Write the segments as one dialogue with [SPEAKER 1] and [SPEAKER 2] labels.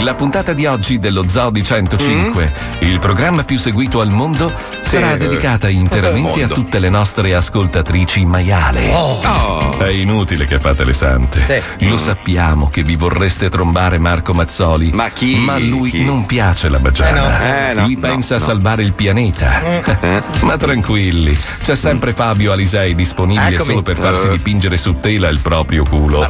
[SPEAKER 1] La puntata di oggi dello Zoo di 105,
[SPEAKER 2] Mm?
[SPEAKER 1] il programma più seguito al mondo, sarà
[SPEAKER 2] eh,
[SPEAKER 1] dedicata interamente a
[SPEAKER 2] mondo.
[SPEAKER 1] tutte le nostre ascoltatrici maiale.
[SPEAKER 2] Oh. Oh.
[SPEAKER 1] È inutile che fate le sante. Lo sappiamo che vi vorreste trombare Marco Mazzoli, ma,
[SPEAKER 3] chi?
[SPEAKER 1] lui
[SPEAKER 3] Chi?
[SPEAKER 1] non piace la bagiana.
[SPEAKER 3] Eh no. Eh no,
[SPEAKER 1] lui
[SPEAKER 3] no,
[SPEAKER 1] pensa a
[SPEAKER 3] no.
[SPEAKER 1] salvare il pianeta. ma tranquilli, c'è sempre Fabio Alisei disponibile
[SPEAKER 4] Eccomi.
[SPEAKER 1] solo per farsi
[SPEAKER 4] Eh.
[SPEAKER 1] dipingere su tela il proprio culo.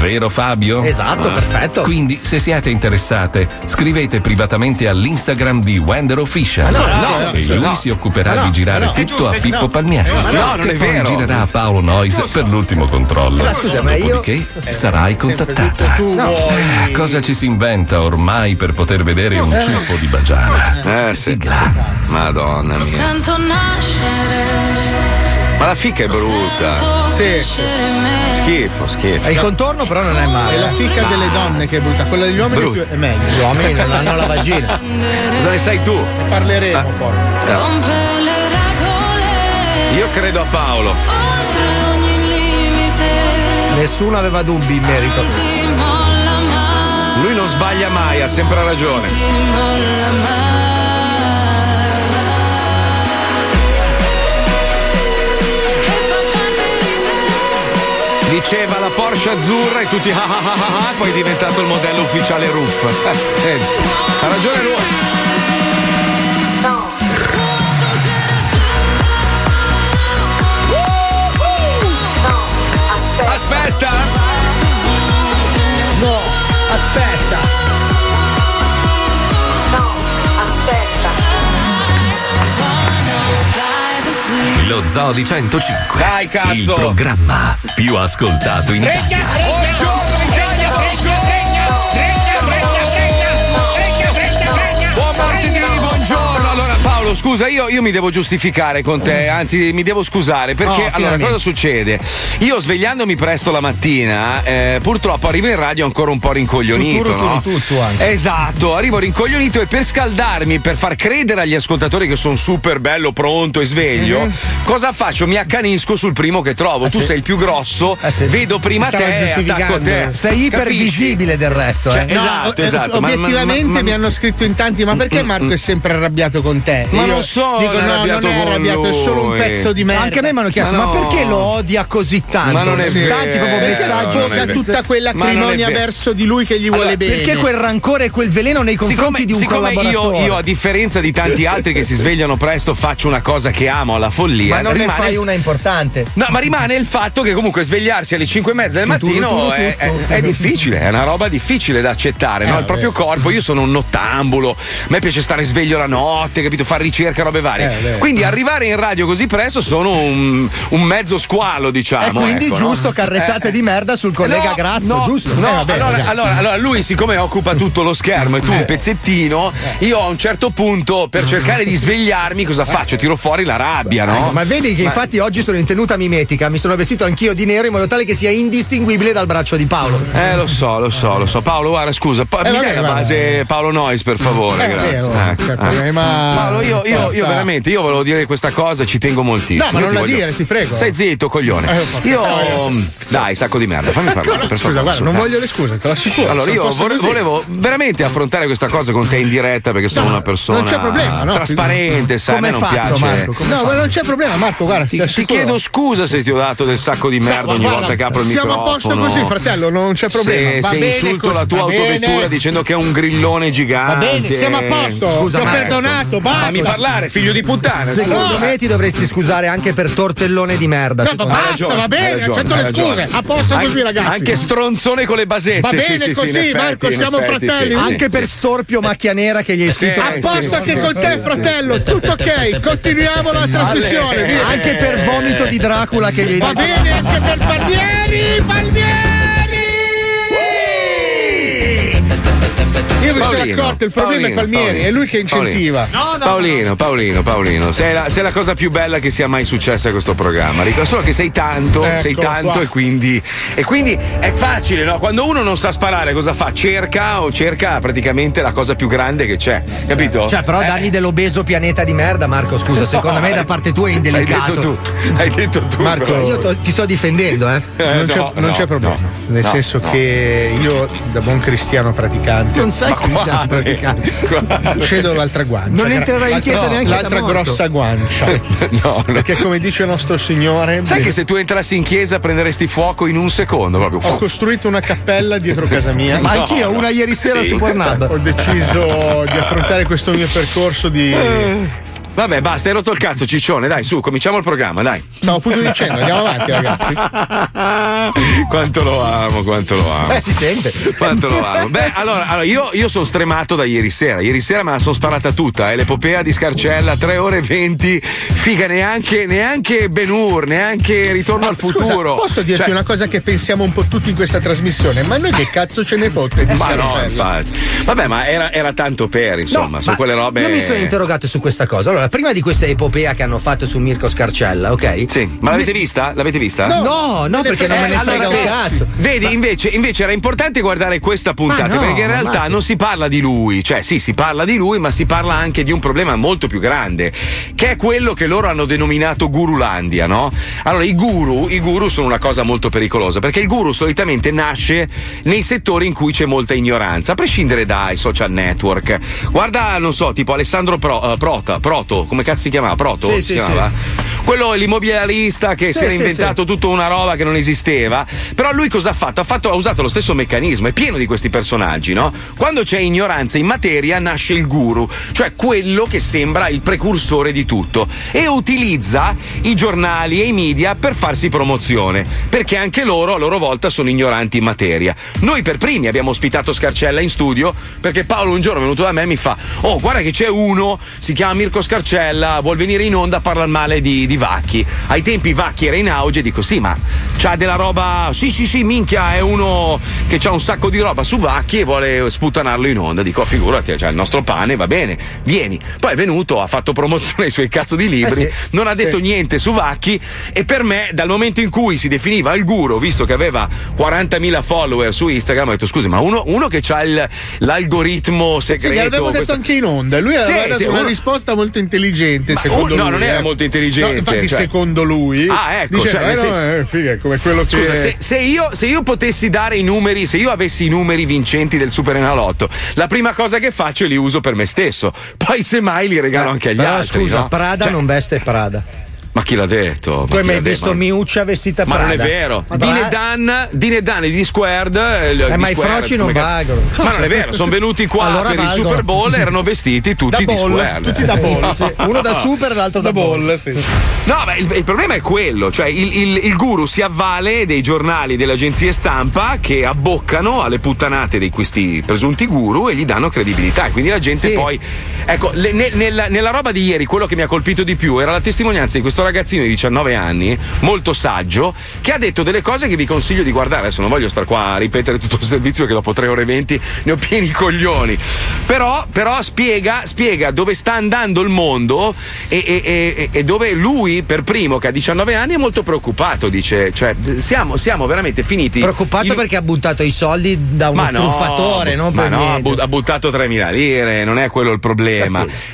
[SPEAKER 1] Vero Fabio? Eh.
[SPEAKER 4] Esatto, perfetto.
[SPEAKER 1] Quindi se siete interessate, scrivete privatamente all'Instagram di Wender Official.
[SPEAKER 4] Ma no, no,
[SPEAKER 1] e
[SPEAKER 4] no,
[SPEAKER 1] lui
[SPEAKER 4] no.
[SPEAKER 1] si occuperà
[SPEAKER 4] Ma no,
[SPEAKER 1] di girare
[SPEAKER 4] ma no. È
[SPEAKER 1] tutto
[SPEAKER 4] giusto,
[SPEAKER 1] a
[SPEAKER 4] è
[SPEAKER 1] Pippo
[SPEAKER 4] giusto.
[SPEAKER 1] Palmieri.
[SPEAKER 4] Ma no,
[SPEAKER 1] che
[SPEAKER 4] non è
[SPEAKER 1] poi
[SPEAKER 4] vero.
[SPEAKER 1] girerà a Ah, Paolo Noyes per l'ultimo controllo.
[SPEAKER 4] Ma scusa, ma io-
[SPEAKER 1] Dopodiché sarai contattata.
[SPEAKER 4] No.
[SPEAKER 1] Eh, Cosa ci si inventa ormai per poter vedere un ciuffo di bagiana? Sigla.
[SPEAKER 3] Madonna mia.
[SPEAKER 5] Sento nascere.
[SPEAKER 3] Ma la fica è brutta.
[SPEAKER 5] Sì.
[SPEAKER 3] Schifo, schifo.
[SPEAKER 6] E il contorno però non è male. È la fica delle donne che è brutta, quella degli uomini è
[SPEAKER 3] Brutta.
[SPEAKER 6] più- è meglio. Gli uomini non hanno la vagina.
[SPEAKER 3] Cosa ne sai tu?
[SPEAKER 6] Parleremo poi.
[SPEAKER 5] Rompe le regole.
[SPEAKER 3] Io credo a Paolo.
[SPEAKER 5] Oltre ogni limite.
[SPEAKER 6] Nessuno aveva dubbi in merito.
[SPEAKER 5] Non ti molla mai.
[SPEAKER 3] Lui non sbaglia mai, ha sempre ragione.
[SPEAKER 5] Ti molla mai.
[SPEAKER 3] Diceva la Porsche azzurra e tutti ah ah ah ah ah, poi è diventato il modello ufficiale Ruff. Eh, eh, ha ragione lui. Aspetta!
[SPEAKER 6] No, aspetta.
[SPEAKER 1] Lo Zoo di 105.
[SPEAKER 3] Dai, cazzo!
[SPEAKER 1] Il programma più ascoltato
[SPEAKER 7] Eh.
[SPEAKER 1] in Italia.
[SPEAKER 3] Buon martedì, buongiorno. Allora Paolo, scusa, io, io mi devo giustificare con te, anzi mi devo scusare perché
[SPEAKER 6] No,
[SPEAKER 3] allora
[SPEAKER 6] finalmente.
[SPEAKER 3] cosa succede? Io svegliandomi presto la mattina, eh, purtroppo arrivo in radio ancora un po' rincoglionito,
[SPEAKER 6] Tutto, tutto,
[SPEAKER 3] no?
[SPEAKER 6] tutto anche.
[SPEAKER 3] Esatto, arrivo rincoglionito e per scaldarmi, per far credere agli ascoltatori che sono super bello, pronto e sveglio,
[SPEAKER 6] Mhm.
[SPEAKER 3] cosa faccio? Mi accanisco sul primo che
[SPEAKER 6] Ah,
[SPEAKER 3] trovo. tu sei il più grosso, vedo prima
[SPEAKER 6] Stavo
[SPEAKER 3] te, attacco te.
[SPEAKER 6] giustificando. Sei
[SPEAKER 3] Capisci?
[SPEAKER 6] ipervisibile del resto,
[SPEAKER 3] Cioè,
[SPEAKER 6] eh.
[SPEAKER 3] esatto, esatto, ma- ma-
[SPEAKER 8] Obiettivamente
[SPEAKER 3] ma- ma-
[SPEAKER 8] mi hanno scritto in tanti, ma perché Marco è sempre arrabbiato con te?
[SPEAKER 3] Ma
[SPEAKER 8] Io
[SPEAKER 3] non eh. sono
[SPEAKER 8] dico, no, non
[SPEAKER 3] arrabbiato
[SPEAKER 8] è
[SPEAKER 3] con
[SPEAKER 8] arrabbiato, è solo un
[SPEAKER 3] lui.
[SPEAKER 8] pezzo di merda.
[SPEAKER 6] Anche a me mi hanno chiesto,
[SPEAKER 3] Ma
[SPEAKER 6] ma,
[SPEAKER 3] no.
[SPEAKER 6] perché lo odia così tanto?
[SPEAKER 3] Ma non è
[SPEAKER 6] Sì.
[SPEAKER 3] vero.
[SPEAKER 6] Tanti proprio
[SPEAKER 3] Perché
[SPEAKER 6] messaggi.
[SPEAKER 3] non è
[SPEAKER 8] da
[SPEAKER 3] vero.
[SPEAKER 8] tutta quella
[SPEAKER 3] Ma non è
[SPEAKER 8] crinonia
[SPEAKER 3] vero.
[SPEAKER 8] verso di lui che gli vuole bene.
[SPEAKER 6] Perché quel rancore e quel veleno nei confronti
[SPEAKER 3] Siccome,
[SPEAKER 6] di un
[SPEAKER 3] siccome io,
[SPEAKER 6] collaboratore?
[SPEAKER 3] io, a differenza di tanti altri che si svegliano presto, faccio una cosa che amo alla follia.
[SPEAKER 6] ma non ne
[SPEAKER 3] eh, rimane
[SPEAKER 6] fai
[SPEAKER 3] il-
[SPEAKER 6] una importante.
[SPEAKER 3] No, ma rimane il fatto che comunque svegliarsi alle 5 e mezza del mattino è, è- è difficile, è una roba difficile da accettare,
[SPEAKER 6] Eh,
[SPEAKER 3] no? Il proprio corpo, io sono un nottambulo, a me piace stare sveglio la notte, capito? Fare ricerca, robe
[SPEAKER 8] Eh,
[SPEAKER 3] varie.
[SPEAKER 8] vero.
[SPEAKER 3] Quindi arrivare in radio così presto sono un, un mezzo squalo,
[SPEAKER 6] E
[SPEAKER 3] diciamo.
[SPEAKER 6] Eh, quindi
[SPEAKER 3] ecco, no?
[SPEAKER 6] giusto carrettate di merda sul collega
[SPEAKER 3] No,
[SPEAKER 6] grasso,
[SPEAKER 3] no,
[SPEAKER 6] giusto?
[SPEAKER 3] no,
[SPEAKER 6] Eh, vabbè,
[SPEAKER 3] allora,
[SPEAKER 6] ragazzi. Eh.
[SPEAKER 3] allora- allora lui, siccome occupa tutto lo schermo e tu un pezzettino, io a un certo punto, per cercare di svegliarmi, cosa faccio? Tiro fuori la rabbia, no?
[SPEAKER 6] Ecco, ma vedi che
[SPEAKER 3] Ma-
[SPEAKER 6] infatti oggi sono in tenuta mimetica, mi sono vestito anch'io di nero in modo tale che sia indistinguibile dal braccio di Paolo.
[SPEAKER 3] Eh, lo so, lo so, lo so. Paolo, guarda, scusa, pa- mi
[SPEAKER 8] Eh, vabbè,
[SPEAKER 3] dai la
[SPEAKER 8] guarda.
[SPEAKER 3] base Paolo Nois, per favore,
[SPEAKER 8] Eh,
[SPEAKER 3] grazie.
[SPEAKER 8] vero,
[SPEAKER 3] Ecco,
[SPEAKER 8] c'è
[SPEAKER 3] ecco.
[SPEAKER 8] problema.
[SPEAKER 3] Paolo, io, io, io
[SPEAKER 8] Porca.
[SPEAKER 3] veramente, io volevo dire questa cosa, ci tengo moltissimo.
[SPEAKER 8] No, ma
[SPEAKER 3] Io
[SPEAKER 8] non la
[SPEAKER 3] voglio-
[SPEAKER 8] dire, ti prego.
[SPEAKER 3] Stai zitto, coglione.
[SPEAKER 8] Eh, porca.
[SPEAKER 3] Io.
[SPEAKER 8] Ecco,
[SPEAKER 3] mm, Dai, sacco di merda, fammi parlare. Per
[SPEAKER 8] Scusa,
[SPEAKER 3] favore,
[SPEAKER 8] guarda,
[SPEAKER 3] su,
[SPEAKER 8] non
[SPEAKER 3] dai.
[SPEAKER 8] voglio le scuse, te lo assicuro.
[SPEAKER 3] eh. Allora,
[SPEAKER 8] se
[SPEAKER 3] io
[SPEAKER 8] fosse
[SPEAKER 3] vor-
[SPEAKER 8] così.
[SPEAKER 3] volevo veramente affrontare questa cosa con te in diretta perché sono
[SPEAKER 8] No,
[SPEAKER 3] una persona
[SPEAKER 8] non c'è problema, no,
[SPEAKER 3] trasparente, sai, a me
[SPEAKER 6] Come
[SPEAKER 3] non
[SPEAKER 6] hai fatto,
[SPEAKER 3] piace.
[SPEAKER 6] Marco? Come-
[SPEAKER 8] No, ma non c'è problema, Marco, guarda,
[SPEAKER 3] Ti, ti chiedo scusa se ti ho dato del sacco di merda ogni volta che apro il
[SPEAKER 8] siamo
[SPEAKER 3] microfono.
[SPEAKER 8] Siamo a posto così, fratello, non c'è problema.
[SPEAKER 3] Se,
[SPEAKER 8] Va
[SPEAKER 3] se
[SPEAKER 8] bene
[SPEAKER 3] insulto
[SPEAKER 8] così,
[SPEAKER 3] la tua
[SPEAKER 8] va bene.
[SPEAKER 3] autovettura dicendo che è un grillone gigante.
[SPEAKER 8] Va bene, siamo a posto.
[SPEAKER 6] Scusa,
[SPEAKER 8] ti ho
[SPEAKER 6] Marco.
[SPEAKER 8] perdonato, basta.
[SPEAKER 3] ecco. Fammi parlare, figlio di puttana.
[SPEAKER 6] Secondo
[SPEAKER 8] no.
[SPEAKER 6] me ti dovresti scusare anche per tortellone di merda.
[SPEAKER 8] No, ma
[SPEAKER 6] secondo me.
[SPEAKER 8] basta,
[SPEAKER 3] ragione,
[SPEAKER 8] va
[SPEAKER 3] hai
[SPEAKER 8] bene,
[SPEAKER 3] ragione,
[SPEAKER 8] accetto
[SPEAKER 3] hai
[SPEAKER 8] le
[SPEAKER 3] ragione.
[SPEAKER 8] scuse. A posto così, ragazzi.
[SPEAKER 3] Anche stronzone con le basette.
[SPEAKER 8] Va
[SPEAKER 3] sì,
[SPEAKER 8] bene
[SPEAKER 3] sì, sì,
[SPEAKER 8] così,
[SPEAKER 3] in effetti,
[SPEAKER 8] Marco,
[SPEAKER 3] in
[SPEAKER 8] siamo
[SPEAKER 3] effetti,
[SPEAKER 8] fratelli.
[SPEAKER 3] sì, sì.
[SPEAKER 6] Anche per storpio macchia nera che gli hai scritto.
[SPEAKER 3] sì.
[SPEAKER 6] Eh,
[SPEAKER 8] Apposta che con te, fratello, tutto ok. Continuiamo la trasmissione.
[SPEAKER 3] Vale.
[SPEAKER 8] via.
[SPEAKER 6] Anche per vomito
[SPEAKER 3] eh.
[SPEAKER 6] di Dracula che gli hai
[SPEAKER 8] Va
[SPEAKER 6] dato.
[SPEAKER 8] bene anche per Palmieri, Palmieri! Io mi sono
[SPEAKER 3] Paolino,
[SPEAKER 8] accorto, il problema è
[SPEAKER 3] Paolino,
[SPEAKER 8] Palmieri,
[SPEAKER 3] Paolino,
[SPEAKER 8] è lui che
[SPEAKER 3] Paolino.
[SPEAKER 8] incentiva.
[SPEAKER 3] Paolino, Paolino, Paolino, sei la, sei la cosa più bella che sia mai successa a questo programma. Dico solo che sei tanto,
[SPEAKER 8] Ecco
[SPEAKER 3] sei tanto
[SPEAKER 8] qua.
[SPEAKER 3] e quindi. E quindi è facile, no? Quando uno non sa sparare, cosa fa? Cerca o cerca praticamente la cosa più grande che c'è, capito?
[SPEAKER 6] Cioè, però
[SPEAKER 3] Eh,
[SPEAKER 6] danni dell'obeso pianeta di merda, Marco, scusa, secondo me da parte tua è
[SPEAKER 3] Hai
[SPEAKER 6] indelicato.
[SPEAKER 3] detto tu, hai detto tu.
[SPEAKER 8] Marco,
[SPEAKER 3] però.
[SPEAKER 6] Io to- ti sto difendendo, eh.
[SPEAKER 3] Eh,
[SPEAKER 8] non, c'è,
[SPEAKER 3] no,
[SPEAKER 8] non
[SPEAKER 3] no,
[SPEAKER 8] c'è problema.
[SPEAKER 3] no,
[SPEAKER 8] Nel
[SPEAKER 3] no,
[SPEAKER 8] senso
[SPEAKER 3] no.
[SPEAKER 8] che io, da buon cristiano praticante,
[SPEAKER 6] Non sai chi sta
[SPEAKER 3] Quale?
[SPEAKER 6] praticando.
[SPEAKER 3] Quale?
[SPEAKER 8] scedo l'altra guancia.
[SPEAKER 6] Non entrerai in chiesa
[SPEAKER 8] L'altra-
[SPEAKER 6] neanche da
[SPEAKER 8] L'altra
[SPEAKER 6] morto.
[SPEAKER 8] grossa guancia.
[SPEAKER 3] No, no.
[SPEAKER 8] Perché come dice il nostro Signore,
[SPEAKER 3] Sai che se tu entrassi in chiesa prenderesti fuoco in un secondo proprio.
[SPEAKER 8] ho costruito una cappella dietro casa mia.
[SPEAKER 6] Ma anch'io una ieri sera
[SPEAKER 3] Sì.
[SPEAKER 6] su Pornhub.
[SPEAKER 8] Ho deciso di affrontare questo mio percorso di...
[SPEAKER 3] Eh. Vabbè, basta, hai rotto il cazzo, Ciccione. Dai, su, cominciamo il programma, dai.
[SPEAKER 8] Stavo appunto dicendo, andiamo avanti ragazzi.
[SPEAKER 3] Quanto lo amo, quanto lo amo.
[SPEAKER 6] Eh, si sente.
[SPEAKER 3] Quanto lo amo. Beh, allora, allora, io, io sono stremato da ieri sera. Ieri sera me la sono sparata tutta. Eh, l'epopea di Scarcella, 3 ore e 20. Figa, neanche, neanche Ben Hur, neanche Ritorno al
[SPEAKER 8] Scusa,
[SPEAKER 3] futuro.
[SPEAKER 8] posso dirti
[SPEAKER 3] Cioè,
[SPEAKER 8] una cosa che pensiamo un po' tutti in questa trasmissione? Ma noi che cazzo ce ne fotte di
[SPEAKER 3] Ma no,
[SPEAKER 8] Scarpella?
[SPEAKER 3] infatti. Vabbè, ma era, era tanto per, insomma,
[SPEAKER 6] No,
[SPEAKER 3] sono
[SPEAKER 6] ma
[SPEAKER 3] quelle robe.
[SPEAKER 6] Io mi sono interrogato su questa cosa. Allora, prima di questa epopea che hanno fatto su Mirko Scarcella, ok?
[SPEAKER 3] Sì, ma l'avete vista? L'avete vista?
[SPEAKER 6] No,
[SPEAKER 8] te
[SPEAKER 6] no,
[SPEAKER 8] ne
[SPEAKER 6] perché
[SPEAKER 8] frega-
[SPEAKER 6] non me ne
[SPEAKER 8] eh,
[SPEAKER 6] frega
[SPEAKER 8] allora,
[SPEAKER 6] un cazzo.
[SPEAKER 3] Vedi, invece, invece era importante guardare questa puntata
[SPEAKER 6] no,
[SPEAKER 3] perché in
[SPEAKER 6] ma
[SPEAKER 3] realtà
[SPEAKER 6] Marco.
[SPEAKER 3] non si parla di lui, cioè sì, si parla di lui, ma si parla anche di un problema molto più grande, che è quello che loro hanno denominato Gurulandia, no? Allora, i guru, i guru sono una cosa molto pericolosa perché il guru solitamente nasce nei settori in cui c'è molta ignoranza, a prescindere dai social network. Guarda, non so, tipo Alessandro Pro- eh, Prota, Proto, come cazzo si chiamava? Proto?
[SPEAKER 6] Sì,
[SPEAKER 3] si
[SPEAKER 6] sì,
[SPEAKER 3] chiamava? Quello è l'immobiliarista che si era
[SPEAKER 6] sì,
[SPEAKER 3] inventato tutta una roba che non esisteva. Però lui cosa ha fatto? Ha, fatto? ha usato lo stesso meccanismo, è pieno di questi personaggi, no? Quando c'è ignoranza in materia nasce il guru, cioè quello che sembra il precursore di tutto e utilizza i giornali e i media per farsi promozione, perché anche loro a loro volta sono ignoranti in materia. Noi per primi abbiamo ospitato Scarcella in studio perché Paolo un giorno è venuto da me e mi fa: Oh, guarda che c'è uno, si chiama Mirko Scarcella, vuol venire in onda a parlare male di, di Vacchi. Ai tempi Vacchi era in auge, dico: Sì, ma c'ha della roba. Sì, sì, sì, minchia, è uno che c'ha un sacco di roba su Vacchi e vuole sputanarlo in onda. Dico: "Oh, Figurati, c'ha il nostro pane, va bene, vieni. Poi è venuto, ha fatto promozione ai suoi cazzo di libri,
[SPEAKER 6] Eh sì.
[SPEAKER 3] non ha detto niente su Vacchi e per me dal momento in cui si definiva il guru, visto che aveva 40.000 follower su Instagram, ho detto scusi, ma uno, uno che ha l'algoritmo
[SPEAKER 8] Sì, gliel'avevo
[SPEAKER 3] segreto...
[SPEAKER 8] detto
[SPEAKER 3] questa-
[SPEAKER 8] anche in onda. Lui aveva
[SPEAKER 3] Sì,
[SPEAKER 8] dato
[SPEAKER 3] sì,
[SPEAKER 8] una
[SPEAKER 3] uno-
[SPEAKER 8] risposta molto intelligente,
[SPEAKER 3] Ma
[SPEAKER 8] secondo
[SPEAKER 3] un- no,
[SPEAKER 8] lui.
[SPEAKER 3] non era
[SPEAKER 8] eh.
[SPEAKER 3] molto intelligente,
[SPEAKER 8] No, infatti,
[SPEAKER 3] cioè-
[SPEAKER 8] secondo lui.
[SPEAKER 3] Ah, ecco,
[SPEAKER 8] Dice,
[SPEAKER 3] cioè,
[SPEAKER 8] eh,
[SPEAKER 3] nel
[SPEAKER 8] no,
[SPEAKER 3] senso-
[SPEAKER 8] eh, figa, è come quello che.
[SPEAKER 3] Scusa, se, se io, se io potessi dare i numeri, se io avessi i numeri vincenti del Super Enalotto, la prima cosa che faccio è li uso per me stesso. Poi semmai li regalo anche agli
[SPEAKER 6] Però
[SPEAKER 3] altri.
[SPEAKER 6] scusa,
[SPEAKER 3] no?
[SPEAKER 6] Prada
[SPEAKER 3] Cioè,
[SPEAKER 6] non veste Prada.
[SPEAKER 3] Ma chi l'ha detto? Ma
[SPEAKER 6] Tu hai
[SPEAKER 3] chi
[SPEAKER 6] mai
[SPEAKER 3] l'ha detto?
[SPEAKER 6] visto
[SPEAKER 3] Ma-
[SPEAKER 6] Miuccia vestita
[SPEAKER 3] Ma
[SPEAKER 6] Prada?
[SPEAKER 3] non è vero.
[SPEAKER 6] Ma
[SPEAKER 3] Dine
[SPEAKER 6] va-
[SPEAKER 3] Dan, Dine Dan e di Squared. eh, di
[SPEAKER 6] ma i
[SPEAKER 3] Squared,
[SPEAKER 6] froci non
[SPEAKER 3] come cazzo-
[SPEAKER 6] valgono.
[SPEAKER 3] Ma non è vero, sono venuti qua
[SPEAKER 6] Allora
[SPEAKER 3] per il
[SPEAKER 6] valgono.
[SPEAKER 3] Super Bowl e erano vestiti
[SPEAKER 8] Da
[SPEAKER 3] tutti di
[SPEAKER 8] bolla,
[SPEAKER 3] Squared.
[SPEAKER 8] tutti da bolla.
[SPEAKER 6] Sì, uno da super e l'altro da,
[SPEAKER 8] Da
[SPEAKER 6] bolla.
[SPEAKER 8] bolla, sì.
[SPEAKER 3] No, ma il, il problema è quello, cioè il, il- il guru si avvale dei giornali, delle agenzie stampa che abboccano alle puttanate di questi presunti guru e gli danno credibilità. E quindi la gente
[SPEAKER 6] Sì.
[SPEAKER 3] poi. Ecco, le- ne- nella, nella roba di ieri quello che mi ha colpito di più era la testimonianza di questo ragazzino di 19 anni, molto saggio, che ha detto delle cose che vi consiglio di guardare. Adesso non voglio star qua a ripetere tutto il servizio che dopo 3 ore e 20 ne ho pieni i coglioni. Però, però spiega, spiega dove sta andando il mondo e, e- e- e dove lui, per primo, che ha 19 anni, è molto preoccupato. Dice, cioè, siamo, siamo veramente finiti.
[SPEAKER 6] Preoccupato
[SPEAKER 3] in-
[SPEAKER 6] perché ha buttato i soldi da un
[SPEAKER 3] ma no,
[SPEAKER 6] truffatore, non
[SPEAKER 3] ma
[SPEAKER 6] per
[SPEAKER 3] no, ha
[SPEAKER 6] niente.
[SPEAKER 3] bu- ha buttato 3.000 lire, non è quello il problema.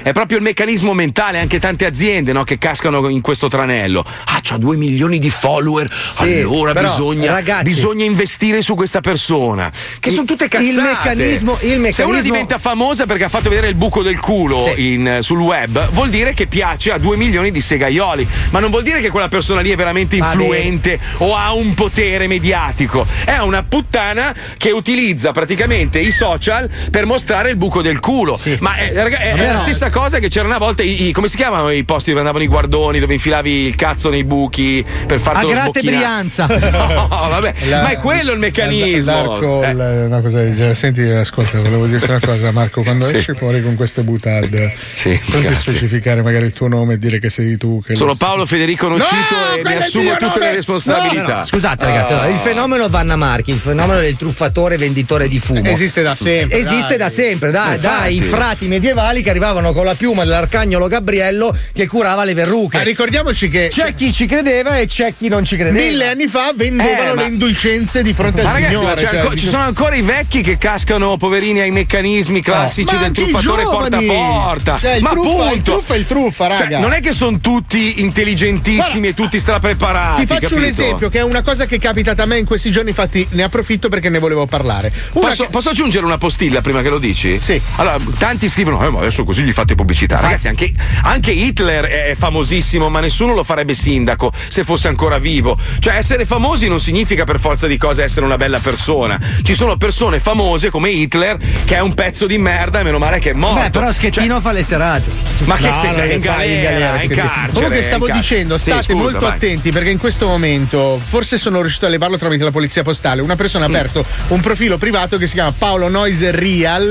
[SPEAKER 3] È proprio il meccanismo mentale, anche tante aziende no, che cascano in questo tranello. Ah, c'ha 2 milioni di follower,
[SPEAKER 6] Sì,
[SPEAKER 3] allora
[SPEAKER 6] però,
[SPEAKER 3] bisogna,
[SPEAKER 6] ragazzi-
[SPEAKER 3] bisogna investire su questa persona. Che
[SPEAKER 6] Il-
[SPEAKER 3] sono tutte
[SPEAKER 6] il
[SPEAKER 3] cazzate.
[SPEAKER 6] meccanismo- il
[SPEAKER 3] Se una
[SPEAKER 6] meccanismo-
[SPEAKER 3] diventa famosa perché ha fatto vedere il buco del culo
[SPEAKER 6] Sì.
[SPEAKER 3] in- eh, sul web, vuol dire che piace a 2 milioni di segaioli, ma non vuol dire che quella persona lì è veramente
[SPEAKER 6] Va bene.
[SPEAKER 3] influente potente o ha un potere mediatico. È una puttana che utilizza praticamente i social per mostrare il buco del culo.
[SPEAKER 6] Sì.
[SPEAKER 3] Ma è, raga, è- è
[SPEAKER 6] Vabbè,
[SPEAKER 3] la
[SPEAKER 6] no.
[SPEAKER 3] stessa cosa che c'era una volta. I, i- come si chiamano i posti dove andavano i guardoni, dove infilavi il cazzo nei buchi per farti
[SPEAKER 6] A
[SPEAKER 3] lo
[SPEAKER 6] grate
[SPEAKER 3] sbocchina-
[SPEAKER 6] Brianza.
[SPEAKER 3] No, vabbè, ma è quello il meccanismo.
[SPEAKER 2] L'arco,
[SPEAKER 3] Eh.
[SPEAKER 2] l- una cosa del genere. Senti, ascolta, volevo dirti una cosa, Marco. Quando
[SPEAKER 3] Sì.
[SPEAKER 2] esci fuori con queste butade,
[SPEAKER 3] Sì,
[SPEAKER 2] potresti
[SPEAKER 3] grazie.
[SPEAKER 2] specificare magari il tuo nome e dire che sei tu. Che
[SPEAKER 3] Sono
[SPEAKER 2] lo-
[SPEAKER 3] Paolo Federico Nocito
[SPEAKER 8] No,
[SPEAKER 3] e mi
[SPEAKER 8] quello è il
[SPEAKER 3] assumo
[SPEAKER 8] mio
[SPEAKER 3] tutte
[SPEAKER 8] nome.
[SPEAKER 3] le responsabilità.
[SPEAKER 6] No, no, Scusate, ragazzi, allora, il fenomeno Vanna Marchi, il fenomeno del truffatore venditore di fumo. Eh,
[SPEAKER 8] Esiste da sempre.
[SPEAKER 6] Esiste
[SPEAKER 8] dai.
[SPEAKER 6] da sempre, dai,
[SPEAKER 3] infatti.
[SPEAKER 6] dai, i frati medievali che arrivavano con la piuma dell'arcagnolo Gabriello che curava le
[SPEAKER 8] Ma
[SPEAKER 6] verruche.
[SPEAKER 8] ricordiamoci che
[SPEAKER 6] C'è chi ci credeva e c'è chi non ci credeva.
[SPEAKER 8] mille anni fa vendevano
[SPEAKER 3] Eh, ma-
[SPEAKER 8] le indulgenze di fronte al
[SPEAKER 3] Ma ragazzi, ma
[SPEAKER 8] Signore.
[SPEAKER 3] c'è
[SPEAKER 8] cioè,
[SPEAKER 3] anco-
[SPEAKER 8] dico-
[SPEAKER 3] ci sono ancora i vecchi che cascano, poverini, ai meccanismi classici
[SPEAKER 8] Ma
[SPEAKER 3] del
[SPEAKER 8] anche i
[SPEAKER 3] truffatore porta a
[SPEAKER 8] giovani.
[SPEAKER 3] porta.
[SPEAKER 8] Cioè, il
[SPEAKER 3] ma
[SPEAKER 8] truffa, il
[SPEAKER 3] appunto.
[SPEAKER 8] truffa è il truffa, raga.
[SPEAKER 3] Cioè, non è che sono tutti intelligentissimi
[SPEAKER 8] Guarda,
[SPEAKER 3] e tutti strapreparati.
[SPEAKER 8] Ti faccio un
[SPEAKER 3] capito?
[SPEAKER 8] esempio che è una cosa che è capitata a me in questi giorni, infatti ne approfitto perché ne volevo parlare. Una
[SPEAKER 3] Posso,
[SPEAKER 8] che-
[SPEAKER 3] posso aggiungere una postilla prima che lo dici?
[SPEAKER 8] Sì.
[SPEAKER 3] Allora, tanti scrivono, eh, ma adesso così gli fate pubblicità. Ragazzi, anche, anche Hitler è famosissimo, ma nessuno lo farebbe sindaco se fosse ancora vivo. Cioè, essere famosi non significa per forza di cose essere una bella persona. Ci sono persone famose come Hitler, che è un pezzo di merda e meno male che è morto.
[SPEAKER 6] Beh, però Schettino fa le serate.
[SPEAKER 3] Ma che
[SPEAKER 8] No,
[SPEAKER 3] se
[SPEAKER 8] no,
[SPEAKER 3] sei
[SPEAKER 8] le
[SPEAKER 3] in
[SPEAKER 8] fai in
[SPEAKER 3] galera,
[SPEAKER 8] galera,
[SPEAKER 3] in
[SPEAKER 8] scherzi.
[SPEAKER 3] carcere.
[SPEAKER 8] Comunque stavo
[SPEAKER 3] in carcere.
[SPEAKER 8] diciendo,
[SPEAKER 3] Sì,
[SPEAKER 8] state
[SPEAKER 3] scusa,
[SPEAKER 8] molto
[SPEAKER 3] vai.
[SPEAKER 8] attenti perché in questo momento, forse sono riuscito a levarlo tramite la polizia postale, una persona ha
[SPEAKER 3] Mm.
[SPEAKER 8] aperto un profilo privato che si chiama Paolo Noiser Real,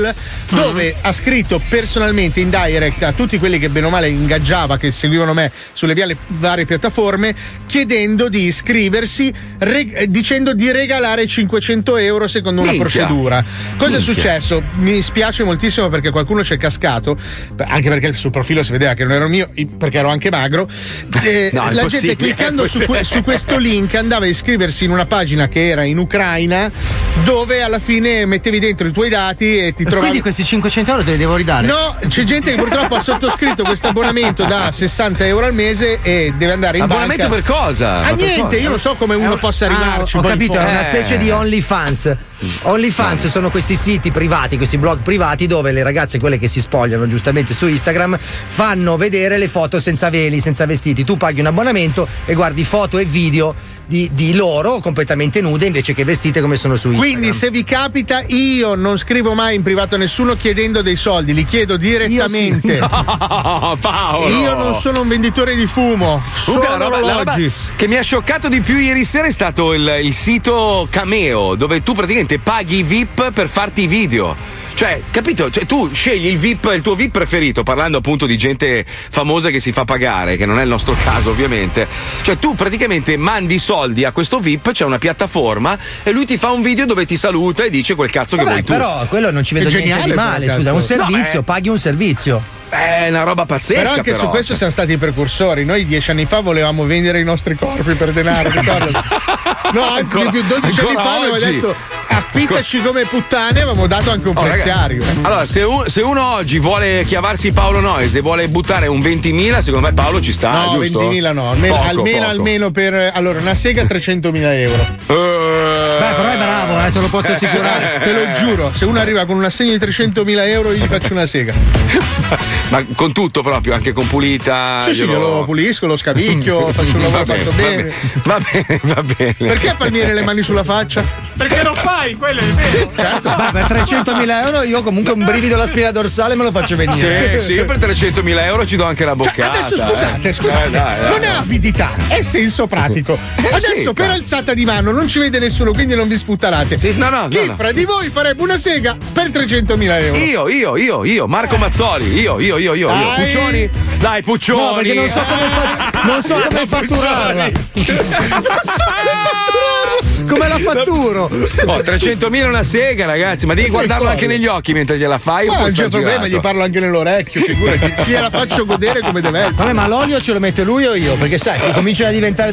[SPEAKER 3] Mm-hmm.
[SPEAKER 8] dove ha scritto personalmente in direct a tutti quelli che bene o male ingaggiava, che seguivano me sulle via- varie piattaforme, chiedendo di iscriversi, reg- eh, dicendo di regalare 500 euro secondo una
[SPEAKER 3] Minchia.
[SPEAKER 8] procedura. Cosa è successo? Mi spiace moltissimo perché qualcuno ci è cascato, anche perché sul profilo si vedeva che non ero mio, perché ero anche magro. Eh,
[SPEAKER 3] No, è
[SPEAKER 8] la
[SPEAKER 3] possibile,
[SPEAKER 8] gente cliccando
[SPEAKER 3] è
[SPEAKER 8] su, que-
[SPEAKER 3] possibile.
[SPEAKER 8] su questo link andava a iscriversi in una pagina che era in Ucraina, dove alla fine mettevi dentro i tuoi dati e ti trovavi.
[SPEAKER 6] Quindi questi 500 euro te li devo ridare.
[SPEAKER 8] No, c'è gente che purtroppo ha sottoscritto questo abbonamento da 60 euro al mese e deve andare in
[SPEAKER 3] Abbonamento
[SPEAKER 8] banca.
[SPEAKER 3] per cosa? Ma
[SPEAKER 8] Ah,
[SPEAKER 3] per
[SPEAKER 8] niente,
[SPEAKER 3] cosa?
[SPEAKER 8] io non so come uno possa
[SPEAKER 6] Ah,
[SPEAKER 8] arrivarci.
[SPEAKER 6] ho
[SPEAKER 8] poi in
[SPEAKER 6] capito,
[SPEAKER 8] fondo.
[SPEAKER 6] è una
[SPEAKER 3] Eh.
[SPEAKER 6] specie di OnlyFans. OnlyFans sono questi siti privati, questi blog privati dove le ragazze, quelle che si spogliano giustamente su Instagram, fanno vedere le foto senza veli, senza vestiti. Tu paghi un abbonamento e guardi foto e video di, di loro completamente nude invece che vestite come sono su Instagram.
[SPEAKER 8] Quindi se vi capita io non scrivo mai in privato a nessuno chiedendo dei soldi, li chiedo direttamente. Io,
[SPEAKER 3] No, Paolo.
[SPEAKER 8] non sono un venditore di fumo,
[SPEAKER 3] Comunque,
[SPEAKER 8] sono
[SPEAKER 3] la roba- la roba
[SPEAKER 8] orologi.
[SPEAKER 3] che mi ha scioccato di più ieri sera è stato il, il sito Cameo, dove tu praticamente paghi i VIP per farti i video. Cioè, capito? Cioè, tu scegli il VIP, il tuo VIP preferito, parlando appunto di gente famosa che si fa pagare, che non è il nostro caso ovviamente. Cioè, tu praticamente mandi i soldi a questo VIP, c'è una piattaforma, e lui ti fa un video dove ti saluta e dice quel cazzo che
[SPEAKER 6] Vabbè,
[SPEAKER 3] vuoi tu.
[SPEAKER 6] però quello non ci vedo
[SPEAKER 8] È
[SPEAKER 6] niente di
[SPEAKER 8] geniale,
[SPEAKER 6] male,
[SPEAKER 8] però,
[SPEAKER 6] scusa, è un
[SPEAKER 8] cazzo.
[SPEAKER 3] No,
[SPEAKER 6] servizio,
[SPEAKER 3] eh.
[SPEAKER 6] paghi un servizio.
[SPEAKER 3] È una roba pazzesca. cioè.
[SPEAKER 8] Però anche su questo siamo stati i precursori. Noi dieci anni fa volevamo vendere i nostri corpi per denaro, ricordati. No, anzi,
[SPEAKER 3] Ancora-
[SPEAKER 8] di più 12 anni
[SPEAKER 3] ancora
[SPEAKER 8] fa avevamo
[SPEAKER 3] oggi.
[SPEAKER 8] detto affittaci come puttane, avevamo dato anche un
[SPEAKER 3] Oh, raga,
[SPEAKER 8] preziario.
[SPEAKER 3] Allora, se, un- se uno oggi vuole chiavarsi Paolo Noise e vuole buttare un 20.000, secondo me Paolo ci sta.
[SPEAKER 8] No,
[SPEAKER 3] Ah, giusto?
[SPEAKER 8] 20.000 no, almeno,
[SPEAKER 3] Poco,
[SPEAKER 8] almeno,
[SPEAKER 3] poco.
[SPEAKER 8] almeno per... Allora, una sega 300.000 euro.
[SPEAKER 3] Eh,
[SPEAKER 6] Beh, però è bravo, eh, te lo posso assicurare.
[SPEAKER 8] Guarda, Te lo giuro, se uno arriva con un assegno di 300.000 euro io gli faccio una sega.
[SPEAKER 3] Ma con tutto proprio, anche con pulita.
[SPEAKER 8] Sì, sì,
[SPEAKER 3] Ah, glielo-
[SPEAKER 8] glielo pulisco, lo scavicchio, faccio il
[SPEAKER 3] Va
[SPEAKER 8] lavoro
[SPEAKER 3] bene,
[SPEAKER 8] fatto
[SPEAKER 3] va
[SPEAKER 8] bene.
[SPEAKER 3] bene, va bene, va bene.
[SPEAKER 8] Perché palmiere le mani sulla faccia?
[SPEAKER 4] Perché lo fai, quello è vero.
[SPEAKER 6] Beh, per 300.000 euro io comunque un brivido alla spina dorsale me lo faccio venire.
[SPEAKER 3] Sì, sì, io per 300.000 euro ci do anche la
[SPEAKER 8] Cioè,
[SPEAKER 3] boccata.
[SPEAKER 8] adesso
[SPEAKER 3] eh.
[SPEAKER 8] scusate,
[SPEAKER 3] Eh,
[SPEAKER 8] scusate,
[SPEAKER 3] dai, dai.
[SPEAKER 8] non è avidità, è senso pratico. Adesso
[SPEAKER 3] Eh, sì,
[SPEAKER 8] per
[SPEAKER 3] cazzo.
[SPEAKER 8] alzata di mano non ci vede nessuno, quindi non vi sputtanate.
[SPEAKER 3] Sì, no, no,
[SPEAKER 8] Chi
[SPEAKER 3] no, no.
[SPEAKER 8] fra di voi farebbe una sega per 300.000 euro?
[SPEAKER 3] Io, io, io, io, Marco Mazzoli, io, io, io, io, io.
[SPEAKER 8] Dai.
[SPEAKER 3] Puccioni? Dai, Puccioni.
[SPEAKER 6] No, perché non so come, fa- non so come fatturarla. Come la fatturo?
[SPEAKER 3] Oh, 300.000 è una sega, ragazzi, ma devi
[SPEAKER 8] Ma sei
[SPEAKER 3] guardarlo
[SPEAKER 8] fuori.
[SPEAKER 3] anche negli occhi mentre gliela fai.
[SPEAKER 8] Ma
[SPEAKER 3] oppure
[SPEAKER 8] non
[SPEAKER 3] sta
[SPEAKER 8] Ah, c'è problema,
[SPEAKER 3] girato.
[SPEAKER 8] gli parlo anche nell'orecchio, figurati. Gliela faccio godere come deve essere.
[SPEAKER 6] Vabbè, ma l'olio ce lo mette lui o io? Perché
[SPEAKER 9] Eh.
[SPEAKER 6] sai, cominciano a diventare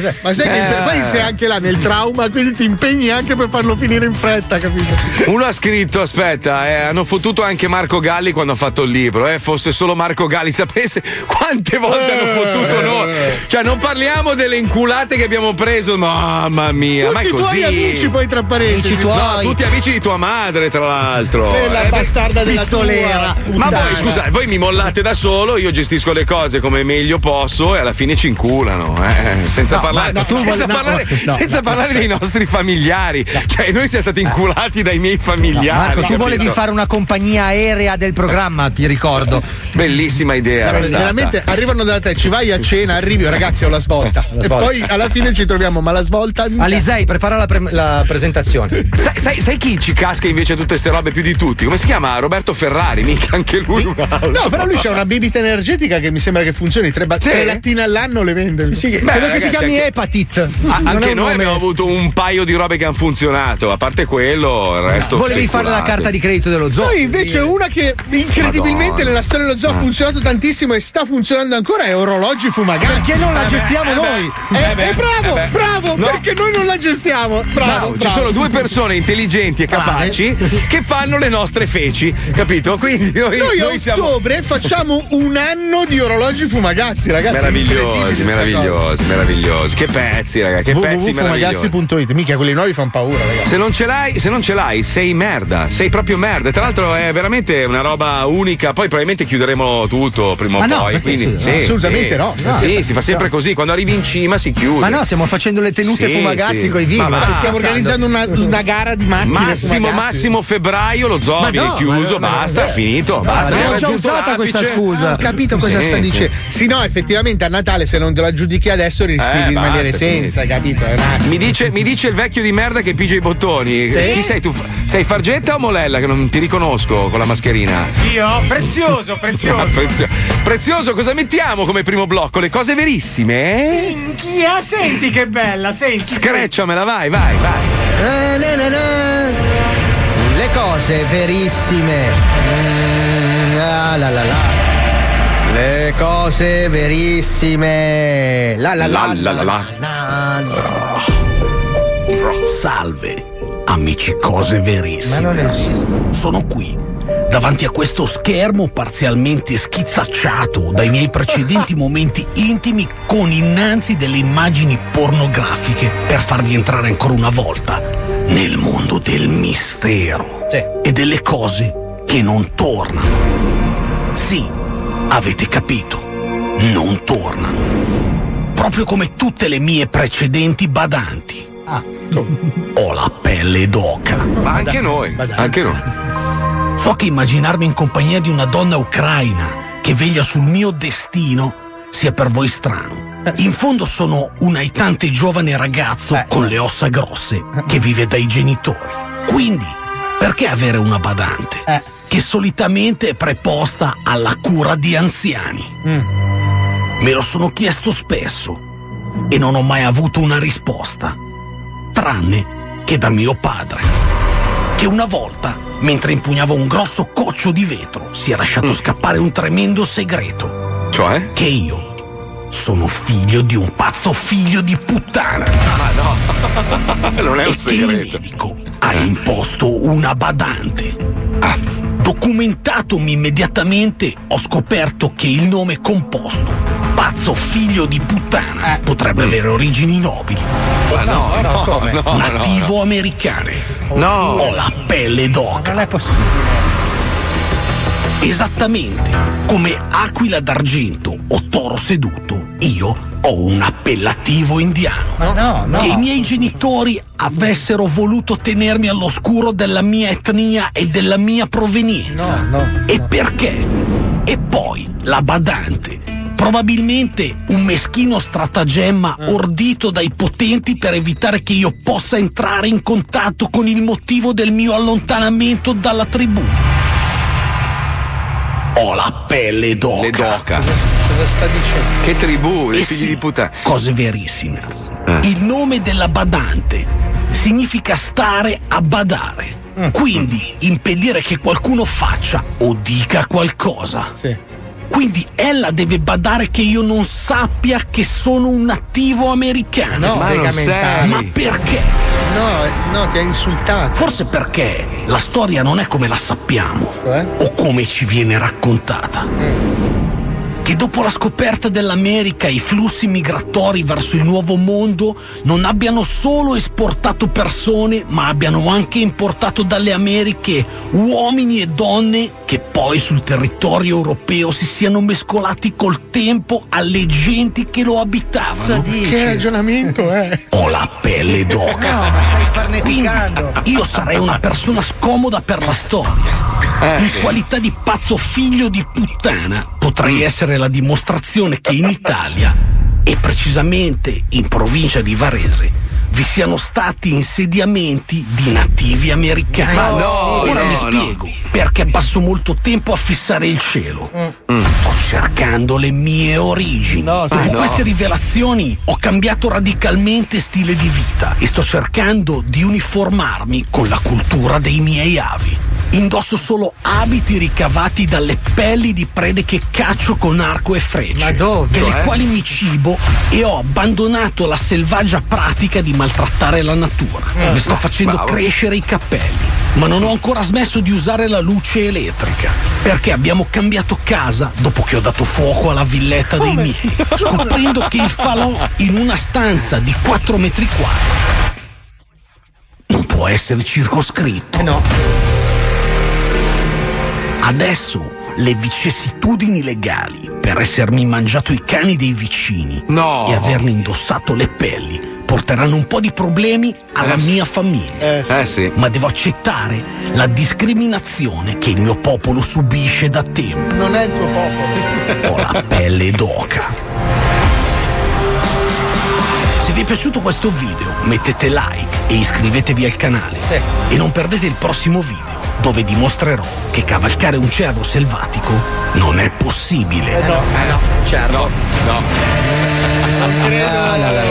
[SPEAKER 9] Certo,
[SPEAKER 6] sai.
[SPEAKER 8] Ma sai che
[SPEAKER 3] Eh.
[SPEAKER 8] poi sei anche là nel trauma, quindi ti impegni anche per farlo finire in fretta, capito?
[SPEAKER 3] Uno ha scritto: aspetta, eh, hanno fottuto anche Marco Galli quando ha fatto il libro. Eh, fosse solo Marco Galli, sapesse
[SPEAKER 8] Eh.
[SPEAKER 3] quante volte hanno fottuto noi. Cioè, non parliamo delle inculate che abbiamo preso, ma Mamma mia, ma è
[SPEAKER 8] Tutti i
[SPEAKER 3] così.
[SPEAKER 8] tuoi amici poi tra parentesi.
[SPEAKER 3] No, tutti amici di tua madre, tra l'altro.
[SPEAKER 8] Eh, la
[SPEAKER 3] Eh,
[SPEAKER 8] bastarda della
[SPEAKER 6] pistolera.
[SPEAKER 8] tua.
[SPEAKER 3] ma
[SPEAKER 8] puttana.
[SPEAKER 3] voi, scusate, voi mi mollate da solo, io gestisco le cose come meglio posso e alla fine ci inculano, eh, senza
[SPEAKER 6] No,
[SPEAKER 3] parlare,
[SPEAKER 6] ma no, tu
[SPEAKER 3] senza
[SPEAKER 6] vuoi- no,
[SPEAKER 3] parlare,
[SPEAKER 6] no, no,
[SPEAKER 3] senza
[SPEAKER 6] no, Eh.
[SPEAKER 3] parlare dei nostri familiari. Cioè, noi siamo stati inculati dai miei familiari.
[SPEAKER 6] Marco, tu
[SPEAKER 3] capito?
[SPEAKER 6] volevi fare una compagnia aerea del programma, ti ricordo.
[SPEAKER 3] Bellissima idea. era
[SPEAKER 8] Ragazzi,
[SPEAKER 3] stata.
[SPEAKER 8] veramente arrivano da te, ci vai a cena, arrivi, oh, ragazzi, ho la svolta.
[SPEAKER 6] svolta.
[SPEAKER 8] E poi alla fine ci troviamo, ma la svolta.
[SPEAKER 6] Alisei, prepara la, pre- la presentazione.
[SPEAKER 3] Sai, sai- sai chi ci casca invece tutte queste robe più di tutti? Come si chiama? Roberto Ferrari, mica anche lui. un altro.
[SPEAKER 8] No, però lui c'ha una bibita energetica che mi sembra che funzioni. Tre, ba-
[SPEAKER 3] Sì?
[SPEAKER 8] tre lattine all'anno le vende.
[SPEAKER 6] Credo
[SPEAKER 3] Beh,
[SPEAKER 6] che
[SPEAKER 3] ragazzi,
[SPEAKER 6] si chiami
[SPEAKER 3] anche-
[SPEAKER 6] Hepatit.
[SPEAKER 3] Ah,
[SPEAKER 6] Non è
[SPEAKER 3] anche noi
[SPEAKER 6] un nome.
[SPEAKER 3] abbiamo avuto un paio di robe che hanno funzionato, a parte quello, il resto.
[SPEAKER 6] Volevi fare la
[SPEAKER 3] speculate.
[SPEAKER 6] carta di credito dello zoo.
[SPEAKER 8] Poi invece una che incredibilmente
[SPEAKER 3] Madonna. Eh.
[SPEAKER 8] nella storia dello zoo ha funzionato tantissimo e sta funzionando ancora è orologi fumagazzi. Perché non la gestiamo noi? Eh, eh, bravo, bravo,
[SPEAKER 3] No.
[SPEAKER 8] perché noi non la gestiamo. Bravo,
[SPEAKER 3] Ci
[SPEAKER 8] bravo.
[SPEAKER 3] sono due persone intelligenti e capaci che fanno le nostre feci, capito? Quindi noi,
[SPEAKER 8] Noi a
[SPEAKER 3] noi siamo
[SPEAKER 8] ottobre facciamo un anno di orologi fumagazzi, ragazzi.
[SPEAKER 3] meravigliosi, meravigliosi, meravigliosi. Che pezzi, raga, che pezzi meravigliosi.
[SPEAKER 8] www.fumagazzi.it Mica quelli nuovi fanno paura, ragazzi.
[SPEAKER 3] Se non ce l'hai, se non ce l'hai, sei merda, sei proprio merda. Tra l'altro è veramente una roba unica, poi probabilmente chiuderemo tutto prima o
[SPEAKER 8] Ah,
[SPEAKER 6] Ma no,
[SPEAKER 3] poi,
[SPEAKER 6] perché
[SPEAKER 3] quindi
[SPEAKER 6] scusa,
[SPEAKER 3] sì,
[SPEAKER 8] assolutamente
[SPEAKER 3] sì.
[SPEAKER 8] no. No.
[SPEAKER 3] Sì, si fa sempre così, quando arrivi in cima si chiude.
[SPEAKER 6] Ma Ah, no, stiamo facendo le tenute
[SPEAKER 3] Sì,
[SPEAKER 6] fumagazzi
[SPEAKER 3] sì.
[SPEAKER 6] con i vini.
[SPEAKER 3] Ma
[SPEAKER 6] Ma,
[SPEAKER 3] va,
[SPEAKER 6] stai
[SPEAKER 8] Stiamo
[SPEAKER 6] scherzando?
[SPEAKER 8] organizzando una, una gara di macchine.
[SPEAKER 3] Massimo,
[SPEAKER 8] fumagazzi.
[SPEAKER 3] massimo febbraio lo zoo
[SPEAKER 6] Ma
[SPEAKER 3] viene
[SPEAKER 6] no,
[SPEAKER 3] chiuso,
[SPEAKER 6] ma- ma-
[SPEAKER 3] basta,
[SPEAKER 6] ma-
[SPEAKER 3] finito, basta.
[SPEAKER 6] l'abbiamo
[SPEAKER 3] Abbiamo
[SPEAKER 6] già
[SPEAKER 3] raggiunto
[SPEAKER 6] usata questa
[SPEAKER 3] l'apice.
[SPEAKER 6] scusa.
[SPEAKER 8] Ah, ho capito cosa
[SPEAKER 3] Sì,
[SPEAKER 8] sta
[SPEAKER 3] sì.
[SPEAKER 8] dicendo. Sì, no, effettivamente a Natale se non te lo aggiudichi adesso rischi
[SPEAKER 3] Eh,
[SPEAKER 8] di rimanere
[SPEAKER 3] basta,
[SPEAKER 8] senza, capito? È una-
[SPEAKER 3] Mi dice, mi dice il vecchio di merda che pigia i bottoni. Chi sei tu? Sei Fargetta o Molella? Che non ti riconosco con la mascherina.
[SPEAKER 4] Io? Prezioso, prezioso.
[SPEAKER 3] Ah, prezio- prezioso, cosa mettiamo come primo blocco? Le cose verissime? eh?
[SPEAKER 4] Minchia, senti che bella, senti.
[SPEAKER 3] Screcciamela, vai, vai, vai.
[SPEAKER 9] Eh, na, na, na. Le cose verissime. Mm, ah, la, la, la. Le cose verissime. La la la
[SPEAKER 3] La, la, la, la.
[SPEAKER 9] na, na.
[SPEAKER 10] Salve, amici cose verissime. Sono qui, davanti a questo schermo parzialmente schizzacciato dai miei precedenti momenti intimi con innanzi delle immagini pornografiche per farvi entrare ancora una volta nel mondo del mistero
[SPEAKER 9] Sì.
[SPEAKER 10] e delle cose che non tornano. Sì, avete capito, non tornano. Proprio come tutte le mie precedenti badanti. Ecco. Ho la pelle d'oca.
[SPEAKER 3] Ma anche noi, anche noi.
[SPEAKER 10] So che immaginarmi in compagnia di una donna ucraina che veglia sul mio destino sia per voi strano. In fondo sono un aitante giovane ragazzo con le ossa grosse che vive dai genitori. Quindi, perché avere una badante che solitamente è preposta alla cura di anziani? Me lo sono chiesto spesso e non ho mai avuto una risposta, tranne che da mio padre che una volta, mentre impugnava un grosso coccio di vetro, si è lasciato scappare un tremendo segreto,
[SPEAKER 3] Cioè?
[SPEAKER 10] che io sono figlio di un pazzo figlio di puttana
[SPEAKER 3] Ah, Non è un
[SPEAKER 10] e che il
[SPEAKER 3] segreto.
[SPEAKER 10] medico ha imposto una badante.
[SPEAKER 3] Ah.
[SPEAKER 10] Documentatomi immediatamente, ho scoperto che il nome composto, pazzo figlio di puttana, potrebbe avere origini nobili,
[SPEAKER 3] Eh. Ma no, no, no, no,
[SPEAKER 10] nativo americane.
[SPEAKER 3] no.
[SPEAKER 10] Ho la pelle d'oca.
[SPEAKER 6] Non è possibile.
[SPEAKER 10] Esattamente, come aquila d'argento o toro seduto, io ho un appellativo indiano.
[SPEAKER 6] No, no.
[SPEAKER 10] Che i miei genitori avessero voluto tenermi all'oscuro della mia etnia e della mia provenienza. e perché? E poi la badante. Probabilmente un meschino stratagemma
[SPEAKER 6] Mm.
[SPEAKER 10] ordito dai potenti per evitare che io possa entrare in contatto con il motivo del mio allontanamento dalla tribù. Ho la pelle d'oca.
[SPEAKER 3] Le doca. Che tribù,
[SPEAKER 10] Eh
[SPEAKER 3] i figli
[SPEAKER 10] sì,
[SPEAKER 3] di puttana.
[SPEAKER 10] Cose verissime.
[SPEAKER 3] Eh.
[SPEAKER 10] Il nome della badante significa stare a badare.
[SPEAKER 3] Mm.
[SPEAKER 10] Quindi impedire che qualcuno faccia o dica qualcosa. Quindi ella deve badare che io non sappia che sono un nativo americano.
[SPEAKER 8] No,
[SPEAKER 3] Ma non
[SPEAKER 8] segmentare.
[SPEAKER 10] Ma
[SPEAKER 3] sei.
[SPEAKER 10] perché?
[SPEAKER 8] No, eh, no, ti ha insultato.
[SPEAKER 10] Forse perché la storia non è come la sappiamo
[SPEAKER 8] Eh?
[SPEAKER 10] o come ci viene raccontata. che dopo la scoperta dell'America i flussi migratori verso il nuovo mondo non abbiano solo esportato persone, ma abbiano anche importato dalle Americhe uomini e donne che poi sul territorio europeo si siano mescolati col tempo alle genti che lo abitavano.
[SPEAKER 8] Che ragionamento è?
[SPEAKER 10] Ho la pelle d'oca.
[SPEAKER 6] No, ma stai farneticando.
[SPEAKER 10] Io sarei una persona scomoda per la storia.
[SPEAKER 6] Eh,
[SPEAKER 10] in qualità di pazzo figlio di puttana,
[SPEAKER 6] Mm.
[SPEAKER 10] potrei essere la dimostrazione che in Italia, e precisamente in provincia di Varese, vi siano stati insediamenti di nativi americani.
[SPEAKER 6] Ma no,
[SPEAKER 10] Ora
[SPEAKER 3] no,
[SPEAKER 10] mi
[SPEAKER 3] no.
[SPEAKER 10] spiego perché passo molto tempo a fissare il
[SPEAKER 6] Mm.
[SPEAKER 10] cielo. Sto cercando le mie origini.
[SPEAKER 9] No, sì,
[SPEAKER 10] Dopo
[SPEAKER 9] no.
[SPEAKER 10] queste rivelazioni ho cambiato radicalmente stile di vita e sto cercando di uniformarmi con la cultura dei miei avi. Indosso solo abiti ricavati dalle pelli di prede che caccio con arco e frecce,
[SPEAKER 6] Ma dove,
[SPEAKER 10] delle
[SPEAKER 6] eh?
[SPEAKER 10] quali mi cibo e ho abbandonato la selvaggia pratica di maltrattare la natura. Mi sto facendo crescere i capelli, ma non ho ancora smesso di usare la luce elettrica, perché abbiamo cambiato casa dopo che ho dato fuoco alla villetta dei miei, scoprendo che il falò in una stanza di 4 metri quadri non può essere circoscritto.
[SPEAKER 6] No.
[SPEAKER 10] Adesso le vicissitudini legali per essermi mangiato i cani dei vicini
[SPEAKER 3] No.
[SPEAKER 10] e averne indossato le pelli porteranno un po' di problemi alla mia famiglia.
[SPEAKER 8] Eh, sì.
[SPEAKER 3] Eh sì.
[SPEAKER 10] Ma devo accettare la discriminazione che il mio popolo subisce da tempo.
[SPEAKER 8] Non è il tuo popolo.
[SPEAKER 10] Ho la pelle d'oca. Se vi è piaciuto questo video mettete like e iscrivetevi al canale.
[SPEAKER 6] Sì.
[SPEAKER 10] E non perdete il prossimo video dove dimostrerò che cavalcare un cervo selvatico non è possibile.
[SPEAKER 6] Eh no, certo.
[SPEAKER 3] No, no.
[SPEAKER 9] Ah, la, la, la.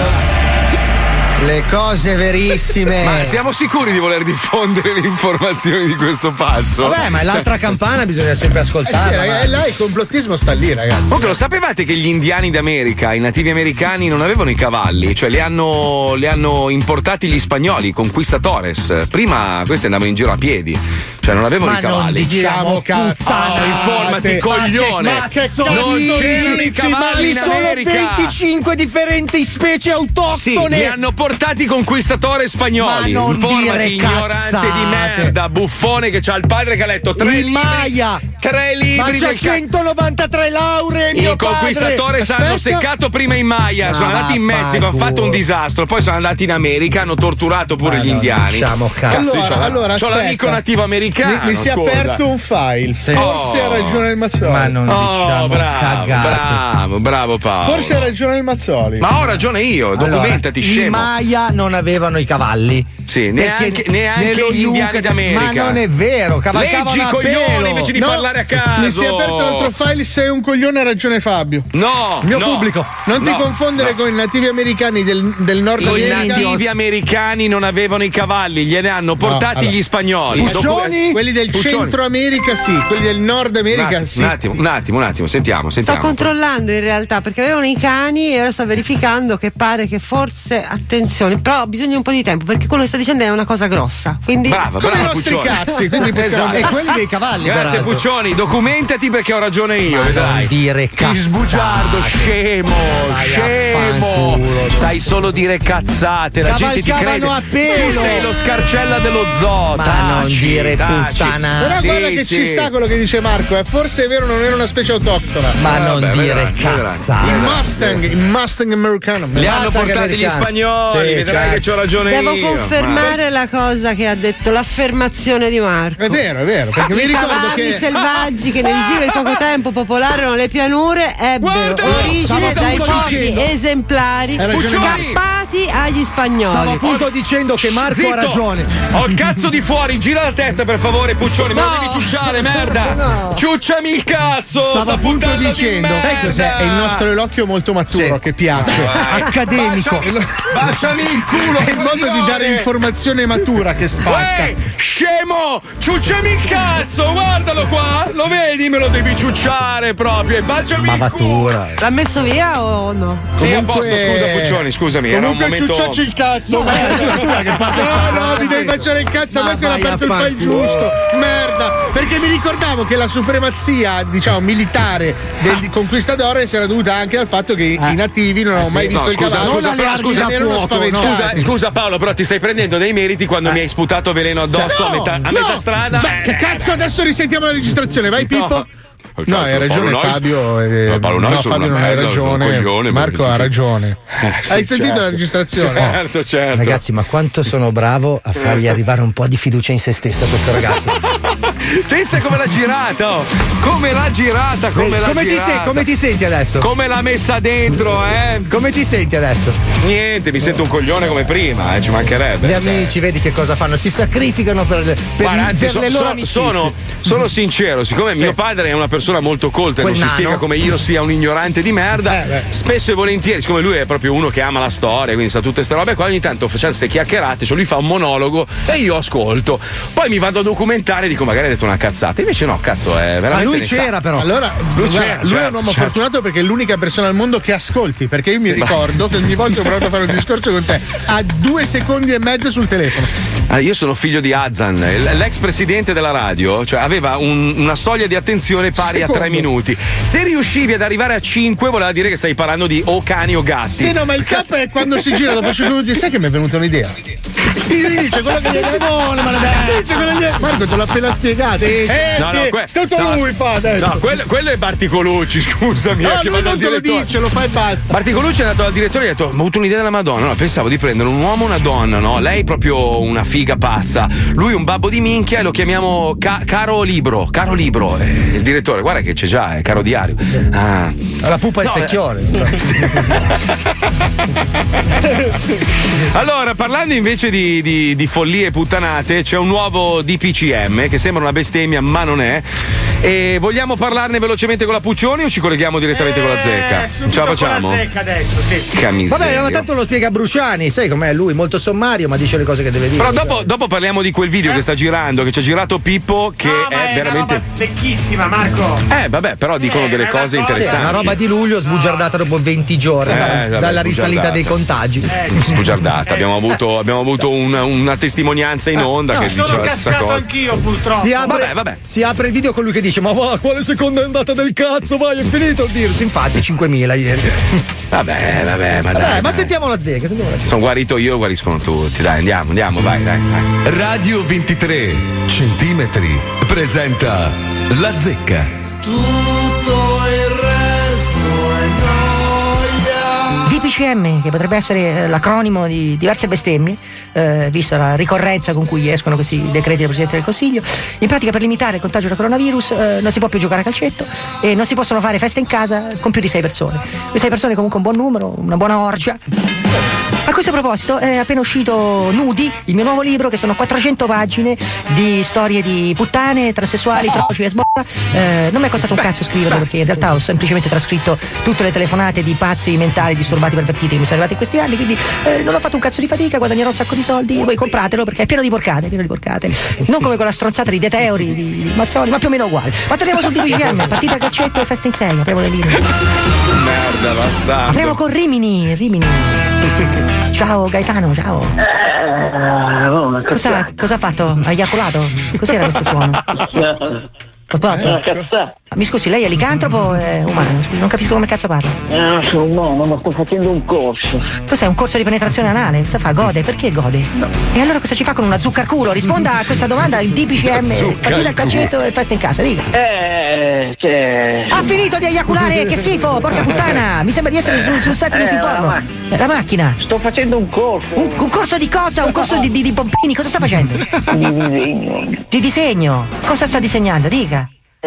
[SPEAKER 9] Le cose
[SPEAKER 6] Eh.
[SPEAKER 9] verissime.
[SPEAKER 3] Ma siamo sicuri di voler diffondere le informazioni di questo pazzo?
[SPEAKER 6] Vabbè, ma l'altra campana bisogna sempre
[SPEAKER 8] Eh sì,
[SPEAKER 6] ascoltarla.
[SPEAKER 8] raga,
[SPEAKER 6] ma-
[SPEAKER 8] e là il complottismo sta lì, ragazzi.
[SPEAKER 3] Comunque, lo sapevate che gli indiani d'America, i nativi americani, non avevano i cavalli, cioè li hanno, li hanno importati gli spagnoli, i conquistadores. Prima questi andavano in giro a piedi, cioè non avevano
[SPEAKER 6] Ma
[SPEAKER 3] i
[SPEAKER 6] Ah, non
[SPEAKER 3] cavalli.
[SPEAKER 6] diciamo
[SPEAKER 8] cazzo.
[SPEAKER 6] puttana.
[SPEAKER 3] Oh, informati,
[SPEAKER 8] Ma che-
[SPEAKER 3] coglione!
[SPEAKER 8] ma che cazzo
[SPEAKER 3] non
[SPEAKER 8] dici?
[SPEAKER 3] c'erano i cavalli
[SPEAKER 6] Ci
[SPEAKER 3] in
[SPEAKER 6] sono
[SPEAKER 3] America!
[SPEAKER 6] 25 differenti specie
[SPEAKER 3] Sì,
[SPEAKER 6] autoctone.
[SPEAKER 3] li hanno portati i conquistatori spagnoli.
[SPEAKER 6] Ma non
[SPEAKER 3] Informati,
[SPEAKER 6] dire
[SPEAKER 3] ignorante di
[SPEAKER 6] cazzate.
[SPEAKER 3] merda, buffone che c'ha il padre che ha letto tre
[SPEAKER 6] il
[SPEAKER 3] libri.
[SPEAKER 6] Maya
[SPEAKER 3] Tre
[SPEAKER 6] ma
[SPEAKER 3] libri
[SPEAKER 6] c'ha
[SPEAKER 3] del ca-
[SPEAKER 6] 193 lauree mio
[SPEAKER 3] Il conquistatore
[SPEAKER 6] padre.
[SPEAKER 3] s'hanno
[SPEAKER 6] Aspetta.
[SPEAKER 3] seccato prima in Maya,
[SPEAKER 6] Ma
[SPEAKER 3] sono andati in Messico, hanno
[SPEAKER 6] vaffanculo.
[SPEAKER 3] fatto un disastro, poi sono andati in America, hanno torturato pure
[SPEAKER 6] Ma
[SPEAKER 3] gli
[SPEAKER 6] no,
[SPEAKER 3] indiani.
[SPEAKER 6] diciamo cazzo.
[SPEAKER 3] Cazzo, c'ho la- c'ho
[SPEAKER 8] aspetta.
[SPEAKER 3] l'amico nativo americano,
[SPEAKER 8] Mi, mi si è
[SPEAKER 3] scusa.
[SPEAKER 8] aperto un file. Forse
[SPEAKER 3] Oh.
[SPEAKER 8] ha ragione il Mazzoli.
[SPEAKER 6] ma non
[SPEAKER 3] Oh,
[SPEAKER 6] diciamo
[SPEAKER 3] bravo,
[SPEAKER 6] cagate.
[SPEAKER 3] bravo, bravo Paolo.
[SPEAKER 8] Forse ha ragione il Mazzoli.
[SPEAKER 3] Ma ho ragione io,
[SPEAKER 6] Allora,
[SPEAKER 3] documentati,
[SPEAKER 6] I
[SPEAKER 3] scemo.
[SPEAKER 6] Maya non avevano i cavalli.
[SPEAKER 3] Sì,
[SPEAKER 6] Perché
[SPEAKER 3] neanche- neanche
[SPEAKER 6] nello
[SPEAKER 3] gli indiani
[SPEAKER 6] Yucatan-
[SPEAKER 3] d'America.
[SPEAKER 6] Ma non è vero, cavalcavano
[SPEAKER 3] Leggi,
[SPEAKER 6] a
[SPEAKER 3] coglioni,
[SPEAKER 6] pelo.
[SPEAKER 3] invece di
[SPEAKER 8] No,
[SPEAKER 3] parlare a caso.
[SPEAKER 8] Mi si è aperto l'altro file. Sei un coglione, ha ragione Fabio.
[SPEAKER 3] No,
[SPEAKER 6] Mio
[SPEAKER 3] no.
[SPEAKER 6] pubblico.
[SPEAKER 8] Non ti
[SPEAKER 3] No,
[SPEAKER 8] confondere
[SPEAKER 3] no.
[SPEAKER 8] con i nativi americani del, del nord
[SPEAKER 3] I
[SPEAKER 8] America.
[SPEAKER 3] nativi americani non avevano i cavalli, gliene hanno portati
[SPEAKER 8] allora.
[SPEAKER 3] gli spagnoli.
[SPEAKER 8] Puccioni?
[SPEAKER 3] Dopo-
[SPEAKER 8] Quelli del
[SPEAKER 3] Puccioni.
[SPEAKER 8] centro America, sì. Quelli del nord
[SPEAKER 3] Un
[SPEAKER 8] America,
[SPEAKER 3] attimo,
[SPEAKER 8] sì.
[SPEAKER 3] un attimo, un attimo, un attimo, sentiamo,
[SPEAKER 11] Sto
[SPEAKER 3] sentiamo.
[SPEAKER 11] controllando in realtà perché avevano i cani e ora sto verificando che pare che forse attenzione, però bisogna un po' di tempo perché quello che sta dicendo è una cosa grossa. Quindi
[SPEAKER 3] Brava,
[SPEAKER 8] Come i
[SPEAKER 3] brava
[SPEAKER 8] nostri
[SPEAKER 3] Puccioni. Esatto.
[SPEAKER 8] cazzi, quindi possiamo
[SPEAKER 6] E
[SPEAKER 8] dire-
[SPEAKER 6] quelli dei cavalli,
[SPEAKER 3] Grazie
[SPEAKER 6] peraltro.
[SPEAKER 3] Puccioni, documentati perché ho ragione io,
[SPEAKER 6] Non
[SPEAKER 3] vedrai.
[SPEAKER 6] dire
[SPEAKER 3] Ti
[SPEAKER 6] cazzate.
[SPEAKER 3] sbugiardo, scemo,
[SPEAKER 6] Vai a
[SPEAKER 3] scemo.
[SPEAKER 6] fanculo.
[SPEAKER 3] Sai solo dire cazzate, la gente ti crede.
[SPEAKER 6] Cavalcavano a pelo.
[SPEAKER 3] Tu sei lo scarcella dello zoo,
[SPEAKER 6] Ma non
[SPEAKER 3] taci,
[SPEAKER 6] dire
[SPEAKER 3] taci.
[SPEAKER 6] puttana.
[SPEAKER 8] Però
[SPEAKER 3] Sì,
[SPEAKER 8] guarda che
[SPEAKER 3] sì.
[SPEAKER 8] ci sta quello che dice Marco, eh. forse è vero non era una specie autoctona.
[SPEAKER 6] Ma non
[SPEAKER 3] Ah, vabbè,
[SPEAKER 6] dire
[SPEAKER 3] vedrai, vedrai.
[SPEAKER 8] il
[SPEAKER 6] cazzate.
[SPEAKER 8] Mustang, il Mustang americano.
[SPEAKER 3] Li
[SPEAKER 8] Ma-
[SPEAKER 3] hanno
[SPEAKER 6] Basta che
[SPEAKER 3] portati gli
[SPEAKER 6] americani.
[SPEAKER 3] spagnoli,
[SPEAKER 6] Sì,
[SPEAKER 3] vedrai
[SPEAKER 6] certo.
[SPEAKER 3] che c'ho ragione
[SPEAKER 11] devo
[SPEAKER 3] io.
[SPEAKER 11] confermare la cosa che ha detto l'affermazione di Marco.
[SPEAKER 8] È vero, è vero, perché mi
[SPEAKER 11] I
[SPEAKER 8] ricordo
[SPEAKER 11] cavalli
[SPEAKER 8] che
[SPEAKER 11] selvaggi che nel giro di poco tempo popolarono le pianure ebbero
[SPEAKER 3] Guarda,
[SPEAKER 11] origine
[SPEAKER 6] stavo
[SPEAKER 11] dai
[SPEAKER 6] appunto
[SPEAKER 11] pochi
[SPEAKER 6] dicendo.
[SPEAKER 11] esemplari
[SPEAKER 8] Hai ragione
[SPEAKER 3] Marco.
[SPEAKER 11] scappati agli
[SPEAKER 6] Stavo
[SPEAKER 11] spagnoli.
[SPEAKER 6] appunto dicendo che Marco
[SPEAKER 3] Zitto!
[SPEAKER 6] ha ragione.
[SPEAKER 3] Ho il cazzo di fuori, gira la testa per favore, Puccioni, me lo devi ciucciare, merda! Ciucciami il cazzo!
[SPEAKER 6] Stavo appunto
[SPEAKER 3] saputella di
[SPEAKER 6] dicendo,
[SPEAKER 3] merda!
[SPEAKER 8] sai cos'è? È il nostro elocchio molto maturo
[SPEAKER 6] Sì.
[SPEAKER 8] che piace.
[SPEAKER 6] Accademico.
[SPEAKER 3] Baciami, baciami il culo!
[SPEAKER 8] È il modo di dare
[SPEAKER 3] coglione!
[SPEAKER 8] informazione matura che spacca.
[SPEAKER 3] Uè, scemo! Ciucciami il cazzo! Guardalo qua! Lo vedi? Me lo devi ciucciare proprio! E baciami il culo!
[SPEAKER 6] Bavatura.
[SPEAKER 11] L'ha messo via o no?
[SPEAKER 3] Sì, a
[SPEAKER 8] Comunque-
[SPEAKER 3] posto, scusa Puccioni, scusami, un momento.
[SPEAKER 8] ciucciacci il cazzo.
[SPEAKER 3] No,
[SPEAKER 8] merda.
[SPEAKER 3] eh, tu che parte
[SPEAKER 8] no,
[SPEAKER 3] sta-
[SPEAKER 8] no, mi devi baciare il cazzo.
[SPEAKER 3] Ma
[SPEAKER 8] a me si era
[SPEAKER 3] vai
[SPEAKER 8] aperto
[SPEAKER 3] a
[SPEAKER 8] il file
[SPEAKER 3] fanculo.
[SPEAKER 8] giusto. Merda. Perché mi ricordavo che la supremazia, diciamo, militare
[SPEAKER 3] Ah.
[SPEAKER 8] del conquistadore si era dovuta anche al fatto che i nativi non avevano mai
[SPEAKER 3] Eh. No,
[SPEAKER 8] visto il
[SPEAKER 3] scusa,
[SPEAKER 8] cavallo.
[SPEAKER 3] scusa,
[SPEAKER 8] Non
[SPEAKER 3] però,
[SPEAKER 8] alle
[SPEAKER 3] scusa,
[SPEAKER 8] armi da
[SPEAKER 3] erano
[SPEAKER 8] fuoco,
[SPEAKER 3] spaventati.
[SPEAKER 8] no.
[SPEAKER 3] Scusa, scusa, Paolo, però ti stai prendendo dei meriti quando mi hai sputato veleno addosso
[SPEAKER 8] Eh. No,
[SPEAKER 3] Cioè, a, metà, a
[SPEAKER 8] no.
[SPEAKER 3] metà strada.
[SPEAKER 8] Beh,
[SPEAKER 3] Eh,
[SPEAKER 8] che cazzo, adesso risentiamo la registrazione, vai Pippo.
[SPEAKER 3] No.
[SPEAKER 8] No, hai ragione
[SPEAKER 3] Paolo Nois-
[SPEAKER 8] Fabio. eh,
[SPEAKER 3] No, Paolo Nois
[SPEAKER 8] no,
[SPEAKER 3] sono
[SPEAKER 8] Fabio
[SPEAKER 3] una
[SPEAKER 8] non hai
[SPEAKER 3] merda, sono un
[SPEAKER 8] ragione.
[SPEAKER 3] coglione,
[SPEAKER 8] Marco
[SPEAKER 3] perché
[SPEAKER 8] ha
[SPEAKER 3] ci-
[SPEAKER 8] ragione.
[SPEAKER 3] sì,
[SPEAKER 8] Hai sentito
[SPEAKER 3] certo.
[SPEAKER 8] la registrazione?
[SPEAKER 3] Certo, certo. Eh.
[SPEAKER 6] Ragazzi, ma quanto sono bravo a fargli arrivare un po' di fiducia in se stessa questo ragazzo.
[SPEAKER 3] Pensa come l'ha girata, oh. come l'ha girata, come
[SPEAKER 6] Vedi,
[SPEAKER 3] l'ha
[SPEAKER 6] come ti
[SPEAKER 3] girata.
[SPEAKER 6] se- come ti senti adesso?
[SPEAKER 3] Come l'ha messa dentro, eh?
[SPEAKER 6] Come ti senti adesso?
[SPEAKER 3] Niente, mi sento un coglione come prima, eh, ci mancherebbe.
[SPEAKER 6] Gli amici, vedi che cosa fanno? Si sacrificano per, per,
[SPEAKER 3] Guarda, anzi,
[SPEAKER 6] per
[SPEAKER 3] so-
[SPEAKER 6] le loro
[SPEAKER 3] so-
[SPEAKER 6] amicizie.
[SPEAKER 3] sono, sono sincero, siccome mio padre è una persona molto colta e non
[SPEAKER 6] Quel
[SPEAKER 3] si
[SPEAKER 6] nano.
[SPEAKER 3] spiega come io sia un ignorante di merda, spesso e volentieri, siccome lui è proprio uno che ama la storia, quindi sa tutte queste robe qua, ogni tanto facciamo queste chiacchierate, cioè lui fa un monologo e io ascolto. Poi mi vado a documentare e dico magari ha detto una cazzata, invece no, cazzo, è veramente... ne sa.
[SPEAKER 8] Allora,
[SPEAKER 3] lui
[SPEAKER 8] lui,
[SPEAKER 3] c'era,
[SPEAKER 8] lui è
[SPEAKER 3] certo,
[SPEAKER 8] un uomo
[SPEAKER 3] certo.
[SPEAKER 8] fortunato perché è l'unica persona al mondo che ascolti. Perché io mi
[SPEAKER 3] Sì.
[SPEAKER 8] ricordo che ogni volta che ho provato a fare un discorso con te a due secondi e mezzo sul telefono.
[SPEAKER 3] Ah, io sono figlio di Azan, l- l'ex presidente della radio, cioè aveva un- una soglia di attenzione pari a tre minuti. Se riuscivi ad arrivare a cinque, voleva dire che stai parlando di o cani o gatti.
[SPEAKER 8] Sì, no, ma il cap è quando si gira dopo 5 minuti. Sai che mi è venuta un'idea? Ti dice quello che gli
[SPEAKER 10] Simone, maledetto.
[SPEAKER 8] Ti dice quello che gli- Eh, Marco, te l'ho appena spiegato. Eh,
[SPEAKER 3] No,
[SPEAKER 8] sì,
[SPEAKER 3] no, que-
[SPEAKER 8] stato
[SPEAKER 3] no,
[SPEAKER 8] lui
[SPEAKER 3] as-
[SPEAKER 8] fa adesso.
[SPEAKER 3] No, quello, quello è Barticolucci, scusami. eh,
[SPEAKER 8] No,
[SPEAKER 3] che
[SPEAKER 8] lui
[SPEAKER 3] vanno
[SPEAKER 8] non
[SPEAKER 3] al
[SPEAKER 8] te lo
[SPEAKER 3] direttore.
[SPEAKER 8] dice, lo fa e basta.
[SPEAKER 3] Barticolucci è andato dal direttore e gli ha detto: Ma ho avuto un'idea della Madonna. No, pensavo di prendere un uomo e una donna, no? Lei proprio una figa pazza. Lui un babbo di minchia e lo chiamiamo Ca- Caro Libro. Caro Libro. Eh, il direttore, guarda che c'è già, è caro diario. Ah.
[SPEAKER 6] La pupa è il
[SPEAKER 3] No,
[SPEAKER 6] secchione.
[SPEAKER 3] Allora, parlando invece di, di- di follie e puttanate, c'è un nuovo DPCM eh, che sembra una bestemmia, ma non è. E vogliamo parlarne velocemente con la Puccioni o ci colleghiamo direttamente con la zecca?
[SPEAKER 4] Eh, subito
[SPEAKER 3] Ce la
[SPEAKER 4] con
[SPEAKER 3] facciamo?
[SPEAKER 4] la zecca adesso, sì.
[SPEAKER 3] Che miseria.
[SPEAKER 6] Vabbè, ma tanto lo spiega Bruciani, sai com'è lui, molto sommario, ma dice le cose che deve dire.
[SPEAKER 3] Però dopo, dopo parliamo di quel video che sta girando, che ci ha girato Pippo, che
[SPEAKER 4] Eh? No, ma
[SPEAKER 3] è,
[SPEAKER 4] è
[SPEAKER 3] veramente.
[SPEAKER 4] una roba vecchissima, Marco.
[SPEAKER 3] Eh, vabbè, però dicono
[SPEAKER 4] Eh,
[SPEAKER 3] delle
[SPEAKER 4] è una
[SPEAKER 3] cose
[SPEAKER 4] cosa-
[SPEAKER 6] Sì,
[SPEAKER 3] interessanti.
[SPEAKER 6] una roba di luglio sbugiardata dopo 20 giorni
[SPEAKER 3] Eh,
[SPEAKER 6] dalla-
[SPEAKER 3] vabbè,
[SPEAKER 6] dalla
[SPEAKER 3] sbugiardata. Eh,
[SPEAKER 6] risalita dei contagi.
[SPEAKER 3] Sbugiardata,
[SPEAKER 4] Eh,
[SPEAKER 3] abbiamo avuto, abbiamo avuto un- una testimonianza in onda
[SPEAKER 4] Ci
[SPEAKER 3] che
[SPEAKER 4] Eh, sono
[SPEAKER 3] diceva la stessa
[SPEAKER 4] cascato
[SPEAKER 3] cosa.
[SPEAKER 4] anch'io, purtroppo.
[SPEAKER 6] Si apre,
[SPEAKER 3] Vabbè, vabbè.
[SPEAKER 6] si apre il video con lui che dice: Ma va, quale seconda andata del cazzo? Vai, è finito il virus. Infatti, 5.000 ieri.
[SPEAKER 3] Vabbè, vabbè, ma
[SPEAKER 6] Vabbè,
[SPEAKER 3] dai.
[SPEAKER 6] ma sentiamo la zecca, sentiamo la zecca.
[SPEAKER 3] Sono guarito io, guariscono tutti. Dai, andiamo, andiamo, vai, dai. dai.
[SPEAKER 1] Radio 23 centimetri presenta La Zecca.
[SPEAKER 12] DPCM, che potrebbe essere eh, l'acronimo di diverse bestemmie, eh, vista la ricorrenza con cui escono questi decreti del Presidente del Consiglio, in pratica per limitare il contagio da coronavirus eh, non si può più giocare a calcetto e non si possono fare feste in casa con più di sei persone. E sei persone è comunque un buon numero, una buona orgia. A questo proposito è appena uscito Nudi, il mio nuovo libro che sono 400 pagine di storie di puttane, transessuali, troci e sbotta. Eh, non mi è costato un cazzo scriverlo perché in realtà ho semplicemente trascritto tutte le telefonate di pazzi mentali disturbati pervertiti che mi sono arrivati in questi anni, quindi eh, non ho fatto un cazzo di fatica, guadagnerò un sacco di soldi, voi compratelo perché è pieno di porcate, pieno di porcate. Non come quella stronzata di De Teori, di, di Mazzoni, ma più o meno uguale. Ma torniamo sul DPCM, partita a calcetto e festa in serie, apriamo le linee.
[SPEAKER 3] Merda, bastardo.
[SPEAKER 12] Apriamo con Rimini, Rimini. Ciao Gaetano, ciao. Cosa, cosa ha fatto? Ha eiaculato? Cos'era questo suono? Papà,
[SPEAKER 13] Cazzà,
[SPEAKER 12] mi scusi, lei è licantropo o è umano? Scusi, Non capisco come cazzo parla.
[SPEAKER 13] eh, sono un uomo, ma sto facendo un corso.
[SPEAKER 12] Cos'è un corso di penetrazione anale? Cosa fa? Gode? Perché gode? E allora cosa ci fa con una zucca al culo? Risponda a questa domanda il DPCM. Partita al calcetto e festa in casa, dica.
[SPEAKER 13] Eh, cioè.
[SPEAKER 12] Ha finito di eiaculare, che schifo, porca puttana! Mi sembra di essere sul, sul set di un film
[SPEAKER 13] Eh, la
[SPEAKER 12] porno.
[SPEAKER 13] macchina.
[SPEAKER 12] Eh, La macchina.
[SPEAKER 13] Sto facendo un corso
[SPEAKER 12] Un, un corso di cosa? Un corso di, di, di pompini? Cosa sta facendo?
[SPEAKER 13] di disegno.
[SPEAKER 12] Di disegno? Cosa sta disegnando? Dica.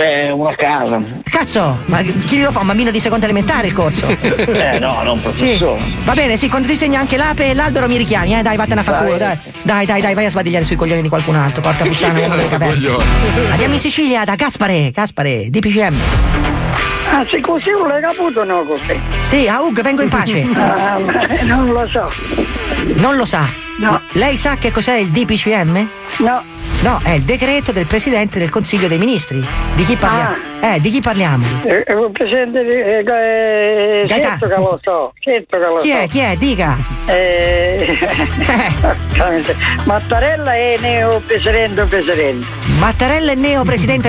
[SPEAKER 13] Eh, una casa.
[SPEAKER 12] Cazzo, ma chi lo fa? Un bambino di seconda elementare il corso?
[SPEAKER 13] Eh, no, non
[SPEAKER 12] Sì.
[SPEAKER 13] professore.
[SPEAKER 12] Va bene, sì, quando disegna anche l'ape e l'albero mi richiami, eh. Dai, vattene a fa
[SPEAKER 13] Vai.
[SPEAKER 12] culo, dai. Dai, dai, dai, vai a sbadigliare sui coglioni di qualcun altro, porca puttana. non me lo capisco. Andiamo in Sicilia da Gaspare, Gaspare, DPCM.
[SPEAKER 13] Ah, se così vuole caputo no così.
[SPEAKER 12] Sì, Aug, vengo in pace.
[SPEAKER 13] Ah, ma non lo so.
[SPEAKER 12] Non lo sa.
[SPEAKER 13] No.
[SPEAKER 12] Lei sa che cos'è il DPCM?
[SPEAKER 13] No.
[SPEAKER 12] No, è il decreto del Presidente del Consiglio dei Ministri. Di chi parliamo?
[SPEAKER 13] Ah.
[SPEAKER 12] Eh, di chi parliamo?
[SPEAKER 13] Eh, eh, il presidente di eh, eh, certo che lo so, certo che lo
[SPEAKER 12] Chi
[SPEAKER 13] so.
[SPEAKER 12] è? Chi è? Dica.
[SPEAKER 13] Eh, Mattarella è neo presidente presidente.
[SPEAKER 12] Mattarella è neo presidente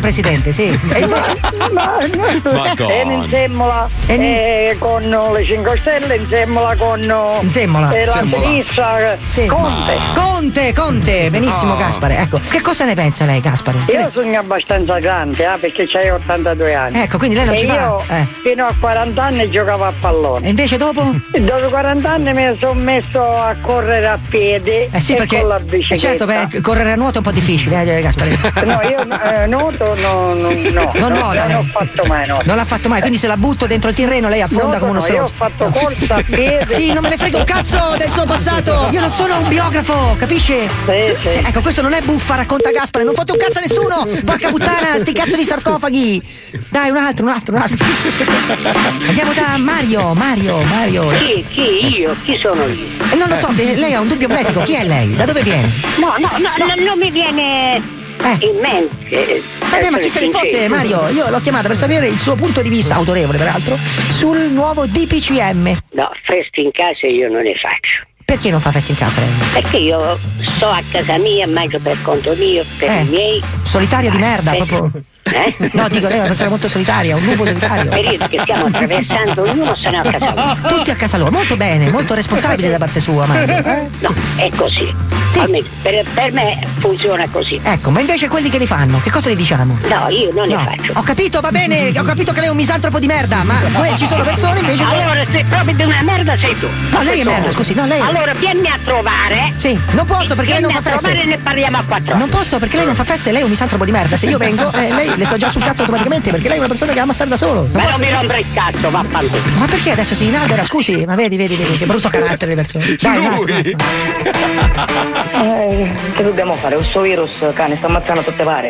[SPEAKER 12] presidente, sì. E invece... Madonna.
[SPEAKER 13] E in semmola eh, con le 5 Stelle, in semmola con eh,
[SPEAKER 12] Zemmola.
[SPEAKER 13] eh, la
[SPEAKER 12] Zemmola.
[SPEAKER 13] sinistra eh, Conte.
[SPEAKER 12] Conte, Conte, benissimo
[SPEAKER 13] Oh.
[SPEAKER 12] Gaspare. Ecco, che cosa ne pensa lei, Gaspare? Che
[SPEAKER 13] Io
[SPEAKER 12] ne-
[SPEAKER 13] sono abbastanza grande, ah, perché c'hai 82 anni.
[SPEAKER 12] Ecco, quindi lei non
[SPEAKER 13] e
[SPEAKER 12] ci va,
[SPEAKER 13] Io
[SPEAKER 12] eh.
[SPEAKER 13] fino a 40 anni giocavo a pallone.
[SPEAKER 12] E invece dopo?
[SPEAKER 13] Dopo 40 anni mi sono messo a correre a piedi
[SPEAKER 12] Eh sì,
[SPEAKER 13] e
[SPEAKER 12] perché
[SPEAKER 13] con la
[SPEAKER 12] eh, certo,
[SPEAKER 13] bicicletta.
[SPEAKER 12] beh, correre a nuoto è un po' difficile, eh, Gaspare.
[SPEAKER 13] No, io eh, nuoto no, no, no,
[SPEAKER 12] Non
[SPEAKER 13] non,
[SPEAKER 12] nuota,
[SPEAKER 13] non
[SPEAKER 12] eh.
[SPEAKER 13] ho fatto mai nuoto.
[SPEAKER 12] Non l'ha fatto mai, quindi se la butto dentro il terreno lei affonda
[SPEAKER 13] No,
[SPEAKER 12] come uno
[SPEAKER 13] no, io
[SPEAKER 12] stronzo.
[SPEAKER 13] ho fatto corsa a piedi.
[SPEAKER 12] Sì, non me ne frega un cazzo del suo passato. Io non sono un biografo, capisce? Sì, Ecco, questo non è buffa, racconta Gaspare. Non fate un cazzo a nessuno. Porca puttana, sti cazzo di sarcofaghi. Dai, un altro, un altro, un altro. Andiamo da Mario, Mario, Mario.
[SPEAKER 14] Chi? Chi? Io? Chi sono io?
[SPEAKER 12] Eh, Non lo so, eh, lei ha un dubbio atletico. Chi è lei? Da dove viene? Eh.
[SPEAKER 14] No, no, no, no, non mi viene in mente.
[SPEAKER 12] Vabbè, Eh, ma chi se ne fotte, Mario? Io l'ho chiamata per sapere il suo punto di vista, autorevole peraltro, sul nuovo DPCM.
[SPEAKER 14] No, feste in casa io non ne faccio.
[SPEAKER 12] Perché non fa festa in casa lei?
[SPEAKER 14] Perché io sto a casa mia, mangio per conto mio, per i miei.
[SPEAKER 12] Eh,
[SPEAKER 14] Eh.
[SPEAKER 12] Solitaria di merda, proprio. No, dico, lei è una persona molto solitaria, un lupo solitario.
[SPEAKER 14] Periodo che stiamo attraversando, ognuno se ne ha a casa loro.
[SPEAKER 12] Tutti a casa loro, molto bene, molto responsabile da parte sua, Mario. eh?
[SPEAKER 14] No, è così. Almeno per, per me funziona così.
[SPEAKER 12] Ecco, ma invece quelli che li fanno, che cosa gli diciamo?
[SPEAKER 14] No, io non
[SPEAKER 12] No.
[SPEAKER 14] ne faccio.
[SPEAKER 12] Ho capito, va bene, ho capito che lei è un misantropo di merda, ma que- ci sono persone invece che.
[SPEAKER 14] Allora, se proprio di una merda sei tu.
[SPEAKER 12] No, lei è
[SPEAKER 14] Sei tu.
[SPEAKER 12] merda, scusi, no, lei.
[SPEAKER 14] Allora, vieni a trovare.
[SPEAKER 12] Sì, non posso perché lei non fa
[SPEAKER 14] Vieni a
[SPEAKER 12] feste.
[SPEAKER 14] trovare e ne parliamo a quattro.
[SPEAKER 12] Non posso perché lei non fa feste, lei è un misantropo di merda. Se io vengo, eh, lei le sto già sul cazzo automaticamente perché lei è una persona che ama stare da solo. Non
[SPEAKER 14] Ma non
[SPEAKER 12] posso-
[SPEAKER 14] mi rompere il cazzo, vaffanculo.
[SPEAKER 12] Ma perché adesso si inalbera? Scusi, ma vedi, vedi, vedi, che brutto carattere le persone. Dai, un attimo.
[SPEAKER 15] Eh, che dobbiamo fare? Questo virus, cane, sta ammazzando tutte pare.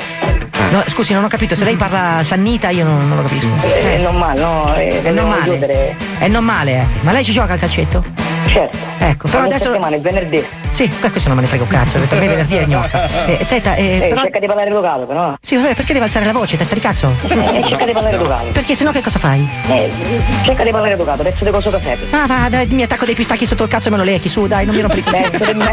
[SPEAKER 12] No, scusi, non ho capito, se lei parla sannita io non, non lo capisco.
[SPEAKER 15] Eh, non male, no? Eh,
[SPEAKER 12] È non
[SPEAKER 15] dobbiamo
[SPEAKER 12] male.
[SPEAKER 15] chiudere.
[SPEAKER 12] È non male, eh. Ma lei ci gioca al calcetto?
[SPEAKER 15] Certo.
[SPEAKER 12] Ecco, però
[SPEAKER 15] Ogni
[SPEAKER 12] adesso.
[SPEAKER 15] settimana, il venerdì.
[SPEAKER 12] Sì, eh, questo non me ne frega un cazzo, perché per me venerdì è gnocca. Eh, senta, eh,
[SPEAKER 15] Eh,
[SPEAKER 12] però.
[SPEAKER 15] cerca di parlare locale, però.
[SPEAKER 12] Sì, vabbè, perché deve alzare la voce, testa di cazzo?
[SPEAKER 15] Eh, cerca di parlare locale.
[SPEAKER 12] Perché sennò che cosa fai?
[SPEAKER 15] Eh, cerca di parlare educato, adesso devo solo caffè.
[SPEAKER 12] Ah, va, dai, mi attacco dei pistacchi sotto il cazzo e me lo lecchi, su, dai, non mi rompere il cazzo. Ma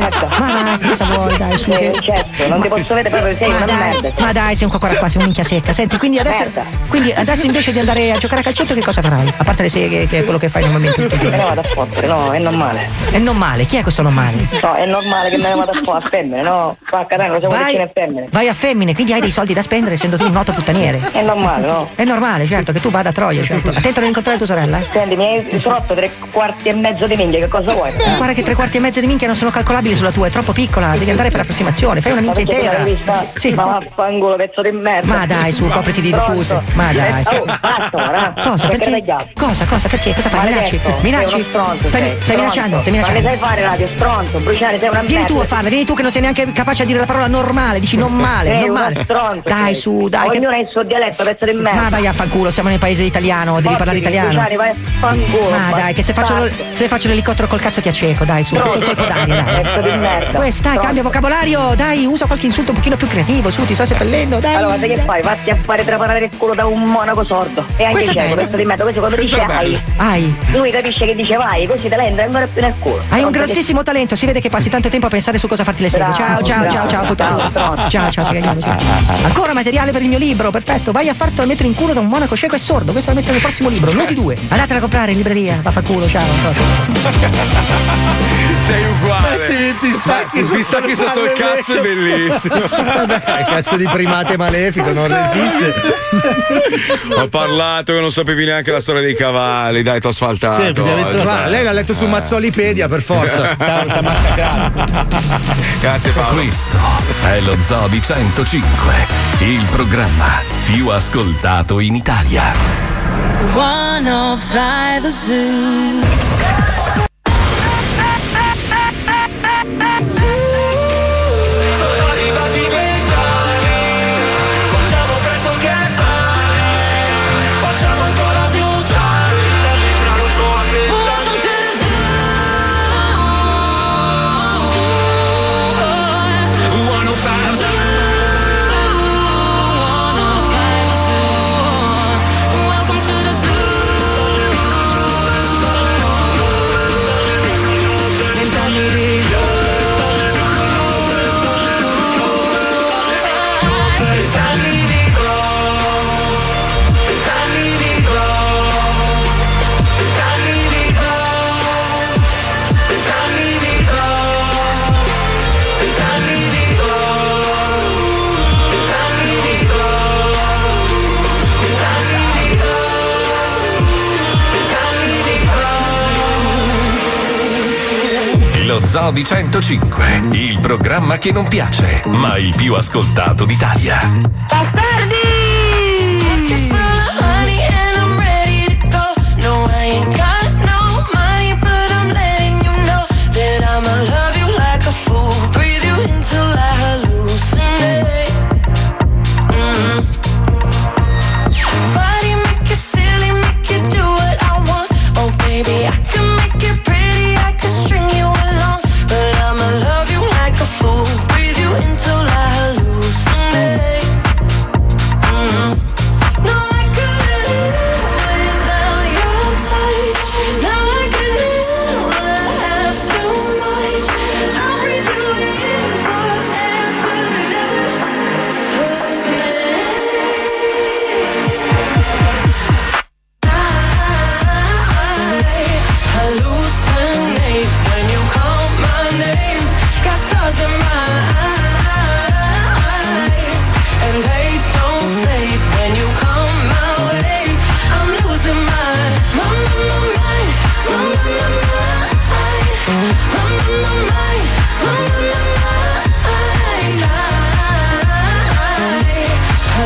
[SPEAKER 12] dai, Ah, cosa vuoi, dai, scusi.
[SPEAKER 15] Eh, certo, non ti posso vedere proprio, sei
[SPEAKER 12] ma
[SPEAKER 15] una
[SPEAKER 12] dai,
[SPEAKER 15] merda.
[SPEAKER 12] ma dai, sei un cocora qua, sei un minchia secca. Senti, quindi adesso,
[SPEAKER 15] Merda.
[SPEAKER 12] quindi adesso invece di andare a giocare a calcetto, che cosa farai? A parte le seghe, che è quello che fai normalmente tutti i giorni.
[SPEAKER 15] Me ne vado a fottere, Eh, no, è normale.
[SPEAKER 12] E non male, chi è questo non male?
[SPEAKER 15] No, è normale che me ne vado a fottere a femmine, no? Qua a Catania non siamo
[SPEAKER 12] Vai,
[SPEAKER 15] vicini a femmine.
[SPEAKER 12] vai a femmine, quindi hai dei soldi da spendere essendo tu un noto puttaniere.
[SPEAKER 15] È normale, no?
[SPEAKER 12] È normale, certo, che tu vada a Troia, certo. Attento a non incontrare tua sorella, eh.
[SPEAKER 15] Senti, mi hai rotto tre quarti e mezzo di minchia, che cosa vuoi?
[SPEAKER 12] Ma Guarda che tre quarti e mezzo di minchia non sono calcolabili sulla tua, è troppo piccola, devi andare per approssimazione, fai una minchia
[SPEAKER 15] Ma perché tu
[SPEAKER 12] intera.
[SPEAKER 15] l'hai vista?
[SPEAKER 12] Sì.
[SPEAKER 15] Ma vaffanculo, pezzo di merda.
[SPEAKER 12] Ma dai, su, copriti di
[SPEAKER 15] Pronto?
[SPEAKER 12] docuse. Ma dai.
[SPEAKER 15] Eh, oh, basta, ora.
[SPEAKER 12] Cosa?
[SPEAKER 15] Perché
[SPEAKER 12] Perché?
[SPEAKER 15] tagliato?
[SPEAKER 12] Cosa? Cosa? Perché? Cosa fai? Minacci?
[SPEAKER 15] Maledetto, sei
[SPEAKER 12] Minacci?
[SPEAKER 15] uno stronzo, sei,
[SPEAKER 12] Stai, stai
[SPEAKER 15] stronzo.
[SPEAKER 12] minacciando, stai
[SPEAKER 15] Ma
[SPEAKER 12] minacciando.
[SPEAKER 15] che sai fare radio, stronzo, bruciare, sei una merda.
[SPEAKER 12] Vieni tu a farlo, vieni tu che non sei neanche capace a dire la parola normale, dici non male,
[SPEAKER 15] Sei
[SPEAKER 12] non
[SPEAKER 15] uno
[SPEAKER 12] male.
[SPEAKER 15] stronzo,
[SPEAKER 12] dai
[SPEAKER 15] sei.
[SPEAKER 12] su, dai.
[SPEAKER 15] Ognuno ha il suo dialetto, pezzo di merda.
[SPEAKER 12] Ma vai a fanculo, siamo nel paese italiano, devi
[SPEAKER 15] Portati,
[SPEAKER 12] parlare italiano.
[SPEAKER 15] bruciare, vai a fanculo,
[SPEAKER 12] Ma dai, che se faccio, lo-
[SPEAKER 15] bastardo.
[SPEAKER 12] se faccio l'elicottero col cazzo ti acceco, dai, su,
[SPEAKER 15] Stronzo.
[SPEAKER 12] col colpo d'aria, dai.
[SPEAKER 15] Pezzo di merda.
[SPEAKER 12] Questo, dai,
[SPEAKER 15] Stronzo.
[SPEAKER 12] cambia vocabolario, dai, usa qualche insulto un pochino più creativo, su, ti sto seppellendo, dai.
[SPEAKER 15] Allora, sai che fai? Vatti a fare traparare il culo da un monaco sordo. E anche
[SPEAKER 12] Questo è
[SPEAKER 15] cieco,
[SPEAKER 12] bello.
[SPEAKER 15] pezzo di merda. Questo quando
[SPEAKER 12] Questo
[SPEAKER 15] dice
[SPEAKER 12] è bello.
[SPEAKER 15] vai,
[SPEAKER 12] Hai.
[SPEAKER 15] lui capisce che dice vai, così te la entra ancora più nel culo.
[SPEAKER 12] Hai un
[SPEAKER 15] Stronzo che-
[SPEAKER 12] grossissimo talento, si vede che passi tanto tempo a pensare su cosa farti le serie.
[SPEAKER 15] Bravo,
[SPEAKER 12] Ciao, ciao,
[SPEAKER 15] bravo,
[SPEAKER 12] ciao, ciao,
[SPEAKER 15] bravo,
[SPEAKER 12] puttana.
[SPEAKER 15] bravo.
[SPEAKER 12] Ciao, ciao, sei grande, ciao. Ancora materiale per il mio libro, perfetto. Vai a fartelo mettere in culo da un monaco cieco e sordo. Questo lo metto nel prossimo libro, non di due. Andatela a comprare in libreria, va fa culo, ciao. cosa.
[SPEAKER 3] Sei uguale.
[SPEAKER 8] Mettimi i pistacchi
[SPEAKER 3] Ma-
[SPEAKER 8] sotto
[SPEAKER 3] pistacchi
[SPEAKER 8] le
[SPEAKER 3] sotto il
[SPEAKER 8] palle
[SPEAKER 3] cazzo è bellissimo.
[SPEAKER 6] Vabbè, cazzo di primate malefico, non resiste.
[SPEAKER 3] Ho parlato che non sapevi neanche la storia dei cavalli, dai, ti ho asfaltato.
[SPEAKER 6] Sì, effettivamente.
[SPEAKER 3] Oggi,
[SPEAKER 6] Guarda,
[SPEAKER 3] sai.
[SPEAKER 6] lei l'ha letto su
[SPEAKER 3] Eh.
[SPEAKER 6] Mazzolipedia, per forza.
[SPEAKER 3] T'ha- t'ha Grazie Paolo.
[SPEAKER 1] Questo è lo Zoo di 105, il programma più ascoltato in Italia.
[SPEAKER 5] 105 Zoo.
[SPEAKER 7] Sono arrivati i vent'anni, facciamo presto che sale, facciamo ancora più gialli, tagli fra lo zoo a vent'anni. Wanna find
[SPEAKER 1] Zodi 105, il programma che non piace, ma il più ascoltato d'Italia.
[SPEAKER 7] Mm-hmm. Hallucinate when you call my name. Got stars in my eyes, and they don't fade when you come my way. I'm losing my mind, my mind, my mind, my mind,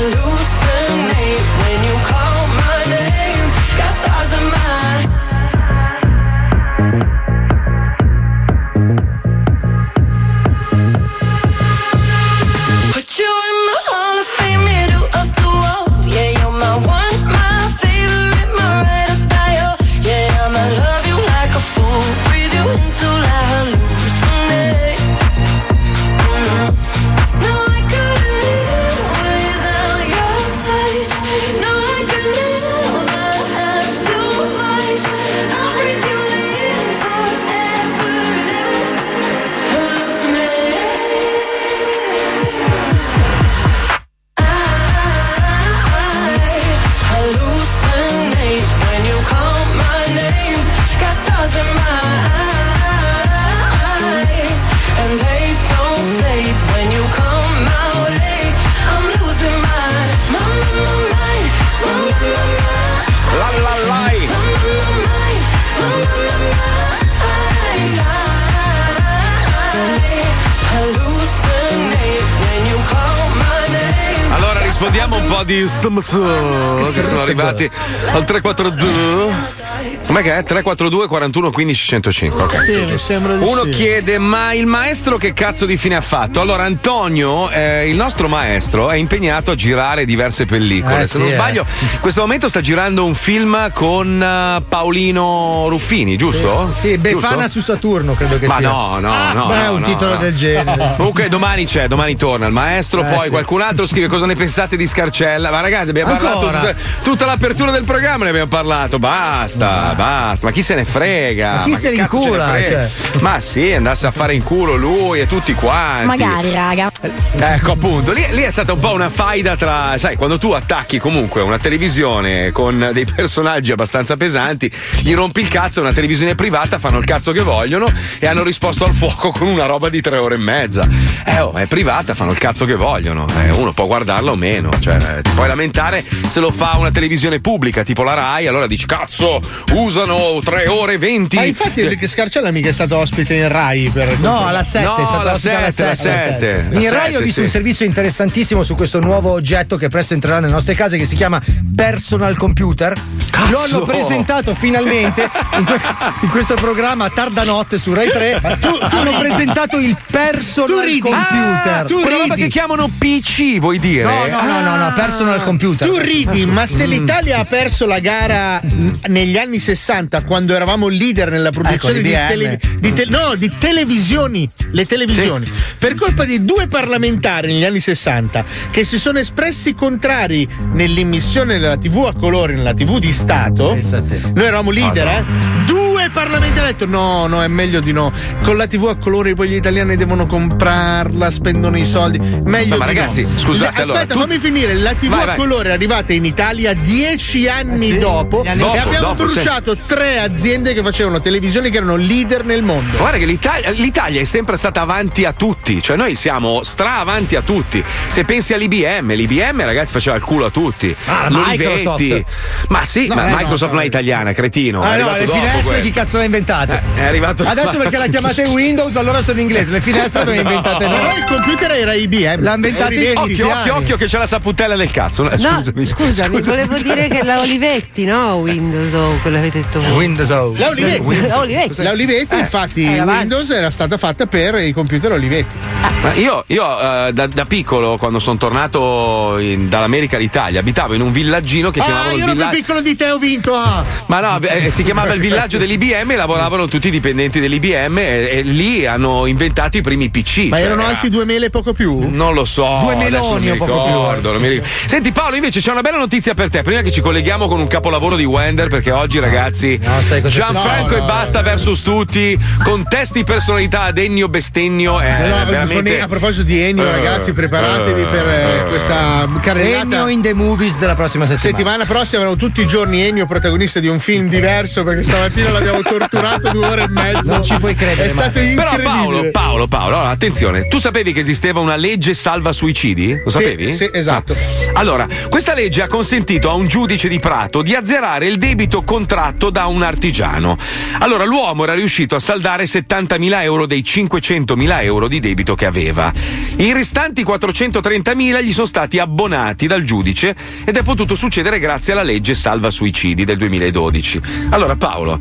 [SPEAKER 7] Hallucinate when you call my name. Got stars in my Put you in the hall of fame, middle of the wall. Yeah, you're my one, my favorite, my ride or die. Oh, yeah, I'ma love you like a fool. Breathe you until I hallucinate. Mm. No, I could live without your touch. No, I could never have too much. I'll breathe you in forever, never hallucinate. Hallucinate when you call my name. Got stars in my eyes, and they don't fade when you come my way. I'm losing my mind, mind, mind,
[SPEAKER 3] La la lai.
[SPEAKER 7] Hallucinate when you call my name.
[SPEAKER 3] Allora rispondiamo un po' di Samsung che sono arrivati al 342. Com'è che è? 342 41 15 105. ok.
[SPEAKER 16] Sì, mi sembra di
[SPEAKER 3] Uno
[SPEAKER 16] sì.
[SPEAKER 3] chiede: Ma il maestro che cazzo di fine ha fatto? Allora, Antonio, eh, il nostro maestro, è impegnato a girare diverse pellicole.
[SPEAKER 16] Eh,
[SPEAKER 3] Se
[SPEAKER 16] sì,
[SPEAKER 3] non
[SPEAKER 16] eh.
[SPEAKER 3] sbaglio, in questo momento sta girando un film con eh, Paolino Ruffini, giusto?
[SPEAKER 6] Sì, Befana
[SPEAKER 3] Giusto?
[SPEAKER 6] su Saturno, credo che
[SPEAKER 3] Ma
[SPEAKER 6] sia.
[SPEAKER 3] no,
[SPEAKER 6] Ah,
[SPEAKER 3] no, no.
[SPEAKER 6] beh,
[SPEAKER 3] no,
[SPEAKER 6] un
[SPEAKER 3] no,
[SPEAKER 6] titolo
[SPEAKER 3] no.
[SPEAKER 6] del genere.
[SPEAKER 3] Comunque domani c'è, domani torna il maestro,
[SPEAKER 6] Eh,
[SPEAKER 3] poi
[SPEAKER 6] sì.
[SPEAKER 3] qualcun altro scrive cosa ne pensate di Scarcella. Ma ragazzi, abbiamo
[SPEAKER 6] Ancora?
[SPEAKER 3] parlato tutta, tutta l'apertura del programma, ne abbiamo parlato. Basta, basta, ma chi se ne frega?
[SPEAKER 6] Ma chi se
[SPEAKER 3] che
[SPEAKER 6] ne
[SPEAKER 3] cazzo ce
[SPEAKER 6] incula, cioè?
[SPEAKER 3] frega? Ma sì, andasse a fare in culo lui e tutti quanti.
[SPEAKER 17] Magari, raga.
[SPEAKER 3] Ecco appunto, lì, lì è stata un po' una faida tra, sai, quando tu attacchi comunque una televisione con dei personaggi abbastanza pesanti, gli rompi il cazzo, una televisione privata, fanno il cazzo che vogliono e hanno risposto al fuoco con una roba di tre ore e mezza. Eh oh, è privata, fanno il cazzo che vogliono, eh, uno può guardarla o meno, cioè eh, ti puoi lamentare se lo fa una televisione pubblica tipo la RAI, allora dici cazzo, usano tre ore e venti. Eh.
[SPEAKER 8] Ma infatti Enrico Scarcella mica è stato ospite in Rai per
[SPEAKER 6] No, alla 7,
[SPEAKER 3] No,
[SPEAKER 6] è stato
[SPEAKER 3] alla
[SPEAKER 6] ospite alla
[SPEAKER 3] 7, alla
[SPEAKER 6] 7.
[SPEAKER 3] 7, sì.
[SPEAKER 6] In
[SPEAKER 3] Alla
[SPEAKER 6] Rai ho
[SPEAKER 3] 7,
[SPEAKER 6] visto
[SPEAKER 3] sì.
[SPEAKER 6] un servizio interessantissimo su questo nuovo oggetto che presto entrerà nelle nostre case che si chiama Personal Computer.
[SPEAKER 8] Cazzo!
[SPEAKER 6] Lo hanno presentato finalmente in, que- in questo programma a tarda notte su Rai 3.
[SPEAKER 8] Ma tu- tu
[SPEAKER 6] hanno
[SPEAKER 8] ridi.
[SPEAKER 6] presentato il Personal Computer.
[SPEAKER 3] Ah, tu quella roba che chiamano PC, vuoi dire?
[SPEAKER 6] No, no, no, no, no, personal computer.
[SPEAKER 8] Tu ridi, ma se
[SPEAKER 3] Mm.
[SPEAKER 8] l'Italia ha perso la gara n- negli anni 60, quando eravamo leader nella produzione
[SPEAKER 6] Ecco,
[SPEAKER 8] di,
[SPEAKER 6] l'IBM.
[SPEAKER 8] tele- di te- no, di televisioni, le televisioni, per colpa di due parlamentari negli anni 60 che si sono espressi contrari nell'immissione della TV a colore nella TV di Stato, noi eravamo leader,
[SPEAKER 7] Ah,
[SPEAKER 8] eh? Due parlamentari hanno detto no, no, è meglio di no. Con la TV a colori poi gli italiani devono comprarla, spendono i soldi.
[SPEAKER 3] No,
[SPEAKER 8] Meglio
[SPEAKER 3] ma
[SPEAKER 8] di
[SPEAKER 3] ragazzi,
[SPEAKER 8] no.
[SPEAKER 3] scusate,
[SPEAKER 8] Aspetta,
[SPEAKER 3] allora, tu-
[SPEAKER 8] fammi finire. La TV
[SPEAKER 3] Vai,
[SPEAKER 8] a
[SPEAKER 3] vai. Eh
[SPEAKER 8] colore è arrivata in Italia dieci anni
[SPEAKER 3] sì?
[SPEAKER 8] dopo
[SPEAKER 3] Gli
[SPEAKER 8] e
[SPEAKER 3] anni- Dopo,
[SPEAKER 8] abbiamo
[SPEAKER 3] dopo,
[SPEAKER 8] bruciato tre aziende che facevano televisioni che erano leader nel mondo.
[SPEAKER 3] Guarda che l'Italia, l'Italia è sempre stata avanti a tutti, cioè noi siamo stra avanti a tutti. Se pensi all'IBM, l'IBM ragazzi faceva il culo a tutti.
[SPEAKER 6] Ah, la
[SPEAKER 3] L'Olivetti.
[SPEAKER 6] Microsoft.
[SPEAKER 3] Ma sì,
[SPEAKER 6] No,
[SPEAKER 3] ma
[SPEAKER 6] eh, no,
[SPEAKER 3] Microsoft
[SPEAKER 6] no.
[SPEAKER 3] non è italiana, cretino.
[SPEAKER 6] Ah,
[SPEAKER 3] è
[SPEAKER 6] no,
[SPEAKER 3] arrivato
[SPEAKER 6] le
[SPEAKER 3] dopo
[SPEAKER 6] finestre
[SPEAKER 3] quello.
[SPEAKER 6] chi cazzo l'ha inventata?
[SPEAKER 3] è arrivato
[SPEAKER 6] Adesso perché la chiamate Windows, allora sono in inglese. Le finestre le inventate
[SPEAKER 8] No.
[SPEAKER 6] noi.
[SPEAKER 8] Però il computer era eh. IBM.
[SPEAKER 6] L'ha inventata i
[SPEAKER 3] Occhio, occhio, occhio, che c'è la saputella nel cazzo. Eh,
[SPEAKER 11] No,
[SPEAKER 3] scusami,
[SPEAKER 11] scusami, volevo dire che la Olivetti, no? Windows O, quello avete detto voi.
[SPEAKER 6] Windows O.
[SPEAKER 8] La Olivetti,
[SPEAKER 11] La Olivetti.
[SPEAKER 8] La Olivetti, Eh, infatti,
[SPEAKER 11] Eh, avanti.
[SPEAKER 8] Windows era stata fatta per i computer Olivetti.
[SPEAKER 3] Ma io, io, eh, da, da piccolo, quando sono tornato in- dall'America all'Italia, abitavo in un villaggino che
[SPEAKER 8] Ah,
[SPEAKER 3] chiamavano il
[SPEAKER 8] io ero più
[SPEAKER 3] villaggio.
[SPEAKER 8] piccolo di te, ho vinto. ah.
[SPEAKER 3] Ma no, eh, si chiamava il villaggio dell'IBM e lavoravano tutti i dipendenti dell'IBM e, e lì hanno inventato i primi PC.
[SPEAKER 8] Ma
[SPEAKER 3] cioè,
[SPEAKER 8] erano
[SPEAKER 3] eh,
[SPEAKER 8] alti due mele e poco più?
[SPEAKER 3] Non lo so.
[SPEAKER 8] Due
[SPEAKER 3] adesso
[SPEAKER 8] meloni
[SPEAKER 3] non mi
[SPEAKER 8] o poco più.
[SPEAKER 3] ricordo, non mi ricordo. Senti Paolo, invece c'è una bella notizia per te. Prima che ci colleghiamo con un capolavoro di Wender, perché oggi ragazzi
[SPEAKER 6] sai cosa
[SPEAKER 3] Gianfranco
[SPEAKER 6] succede?
[SPEAKER 3] e Basta versus tutti, contesti personalità ad Ennio Bestennio. eh,
[SPEAKER 8] No, no, con-
[SPEAKER 3] veramente...
[SPEAKER 8] a proposito di Ennio,
[SPEAKER 3] Eh,
[SPEAKER 8] ragazzi, preparatevi per eh,
[SPEAKER 3] eh,
[SPEAKER 8] questa carrellata.
[SPEAKER 6] Ennio in the movies della prossima settimana.
[SPEAKER 8] Settimana prossima erano tutti i giorni Ennio protagonista di un film diverso perché stamattina l'abbiamo torturato due ore e mezzo.
[SPEAKER 6] Non ci puoi credere,
[SPEAKER 8] È stato
[SPEAKER 6] Mario.
[SPEAKER 3] Però
[SPEAKER 8] incredibile.
[SPEAKER 3] Paolo, Paolo, Paolo, allora, attenzione, tu sapevi che esisteva una legge salva suicidi? Lo
[SPEAKER 8] Sì,
[SPEAKER 3] sapevi? Ah.
[SPEAKER 8] sì, esatto.
[SPEAKER 3] Allora, questa legge ha consentito a un giudice di Prato di azzerare il debito contratto da un artigiano. Allora, l'uomo era riuscito a saldare 70.000 euro dei 500.000 euro di debito che aveva. I restanti 430.000 gli sono stati abbonati dal giudice ed è potuto succedere grazie alla legge salva suicidi del 2012. Allora, Paolo,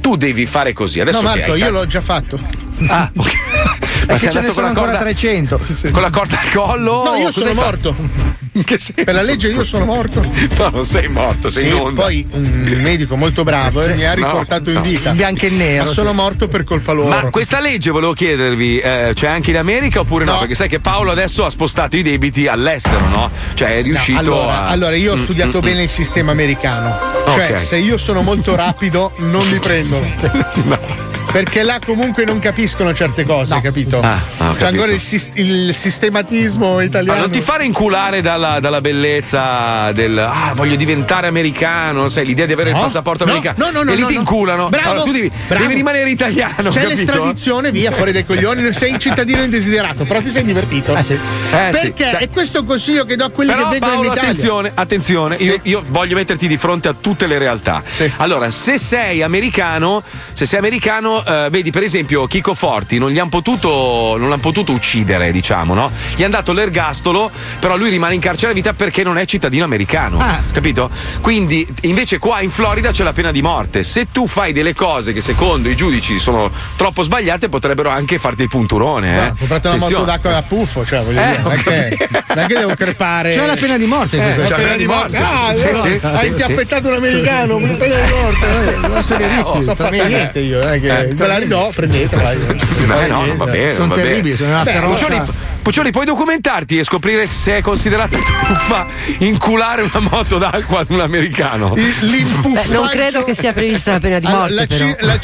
[SPEAKER 3] tu devi fare così. Adesso
[SPEAKER 8] No,
[SPEAKER 3] che
[SPEAKER 8] Marco,
[SPEAKER 3] hai
[SPEAKER 8] io
[SPEAKER 3] tanto-
[SPEAKER 8] l'ho già fatto.
[SPEAKER 3] Ah, ok.
[SPEAKER 8] Ma sei
[SPEAKER 6] Perché ce ne
[SPEAKER 8] andato con
[SPEAKER 6] sono
[SPEAKER 8] la
[SPEAKER 6] ancora
[SPEAKER 8] corda-
[SPEAKER 6] 300.
[SPEAKER 3] Con la corda al collo?
[SPEAKER 8] No, io
[SPEAKER 3] Cosa
[SPEAKER 8] sono
[SPEAKER 3] hai fatto?
[SPEAKER 8] morto.
[SPEAKER 3] In che senso?
[SPEAKER 8] Per la legge io sono morto.
[SPEAKER 3] No, non sei morto, sei
[SPEAKER 8] Sì,
[SPEAKER 3] in onda.
[SPEAKER 8] poi un medico molto bravo eh,
[SPEAKER 3] Sì.
[SPEAKER 8] mi ha
[SPEAKER 3] No,
[SPEAKER 8] riportato
[SPEAKER 3] no.
[SPEAKER 8] in vita.
[SPEAKER 3] In
[SPEAKER 6] bianco e nero,
[SPEAKER 8] Ma sono
[SPEAKER 6] sì.
[SPEAKER 8] morto per colpa loro.
[SPEAKER 3] Ma questa legge, volevo chiedervi, eh, c'è anche in America oppure no? Perché sai che Paolo adesso ha spostato i debiti all'estero, no? Cioè è riuscito
[SPEAKER 8] allora,
[SPEAKER 3] a...
[SPEAKER 8] allora, io ho
[SPEAKER 3] Mm,
[SPEAKER 8] studiato
[SPEAKER 3] mm,
[SPEAKER 8] bene il sistema americano. Cioè,
[SPEAKER 3] Ok.
[SPEAKER 8] se io sono molto rapido, non mi prendono. Perché là comunque non capiscono certe cose, capito?
[SPEAKER 3] Ah, ah, ho
[SPEAKER 8] C'è ancora
[SPEAKER 3] capito.
[SPEAKER 8] il, sis- il sistematismo
[SPEAKER 3] Ma
[SPEAKER 8] italiano.
[SPEAKER 3] non ti fare inculare dalla, dalla bellezza del ah, voglio diventare americano, sai, l'idea di avere il
[SPEAKER 8] No,
[SPEAKER 3] passaporto
[SPEAKER 8] no,
[SPEAKER 3] americano.
[SPEAKER 8] no, no, no,
[SPEAKER 3] E lì
[SPEAKER 8] no,
[SPEAKER 3] ti
[SPEAKER 8] no.
[SPEAKER 3] inculano.
[SPEAKER 8] Bravo,
[SPEAKER 3] allora tu devi,
[SPEAKER 8] bravo.
[SPEAKER 3] devi rimanere italiano.
[SPEAKER 8] C'è
[SPEAKER 3] capito?
[SPEAKER 8] l'estradizione, via, fuori dai coglioni, sei un cittadino indesiderato, però ti sei divertito.
[SPEAKER 3] Eh sì.
[SPEAKER 8] Perché
[SPEAKER 3] Dai.
[SPEAKER 8] è questo un consiglio che do a quelli
[SPEAKER 3] Però
[SPEAKER 8] che vengono
[SPEAKER 3] Paolo,
[SPEAKER 8] in Italia.
[SPEAKER 3] attenzione, attenzione, io,
[SPEAKER 8] Sì.
[SPEAKER 3] io voglio metterti di fronte a tutte le realtà. Allora, se sei americano, se sei americano, eh, vedi per esempio Chico Forti, non gli hanno potuto, non l'hanno potuto uccidere, diciamo, no? Gli hanno dato l'ergastolo, però lui rimane in carcere a vita perché non è cittadino americano.
[SPEAKER 8] Ah.
[SPEAKER 3] Capito? Quindi, invece qua in Florida c'è la pena di morte. Se tu fai delle cose che secondo i giudici sono troppo sbagliate, potrebbero anche farti il punturone, eh.
[SPEAKER 8] Ho comprato una moto
[SPEAKER 3] Attenzione.
[SPEAKER 8] d'acqua da puffo, cioè voglio dire, non è che, non è che devo crepare.
[SPEAKER 6] C'è la pena Cioè, di morte.
[SPEAKER 8] Eh,
[SPEAKER 6] per
[SPEAKER 8] la
[SPEAKER 6] questo.
[SPEAKER 8] pena di morte. Ah,
[SPEAKER 6] Sì,
[SPEAKER 8] allora,
[SPEAKER 6] sì,
[SPEAKER 8] hai
[SPEAKER 6] sì,
[SPEAKER 8] inchiappettato
[SPEAKER 6] sì.
[SPEAKER 8] un americano, me ne pena di morte. eh, Non sono
[SPEAKER 6] Oh,
[SPEAKER 8] non so fatto
[SPEAKER 6] tremendo.
[SPEAKER 8] niente io, non è che
[SPEAKER 6] Eh,
[SPEAKER 8] ve la ridò, prendetela.
[SPEAKER 3] Eh, no, no, va bene.
[SPEAKER 6] Sono
[SPEAKER 3] va bene.
[SPEAKER 6] terribili, sono una
[SPEAKER 3] Beh,
[SPEAKER 6] ferocia.
[SPEAKER 3] Puccioni, Puccioni, puoi documentarti e scoprire se è considerata truffa inculare una moto d'acqua ad un americano.
[SPEAKER 11] Beh, non credo che sia prevista la pena di
[SPEAKER 8] Allora,
[SPEAKER 11] morte.
[SPEAKER 8] la
[SPEAKER 11] però.
[SPEAKER 8] cir- la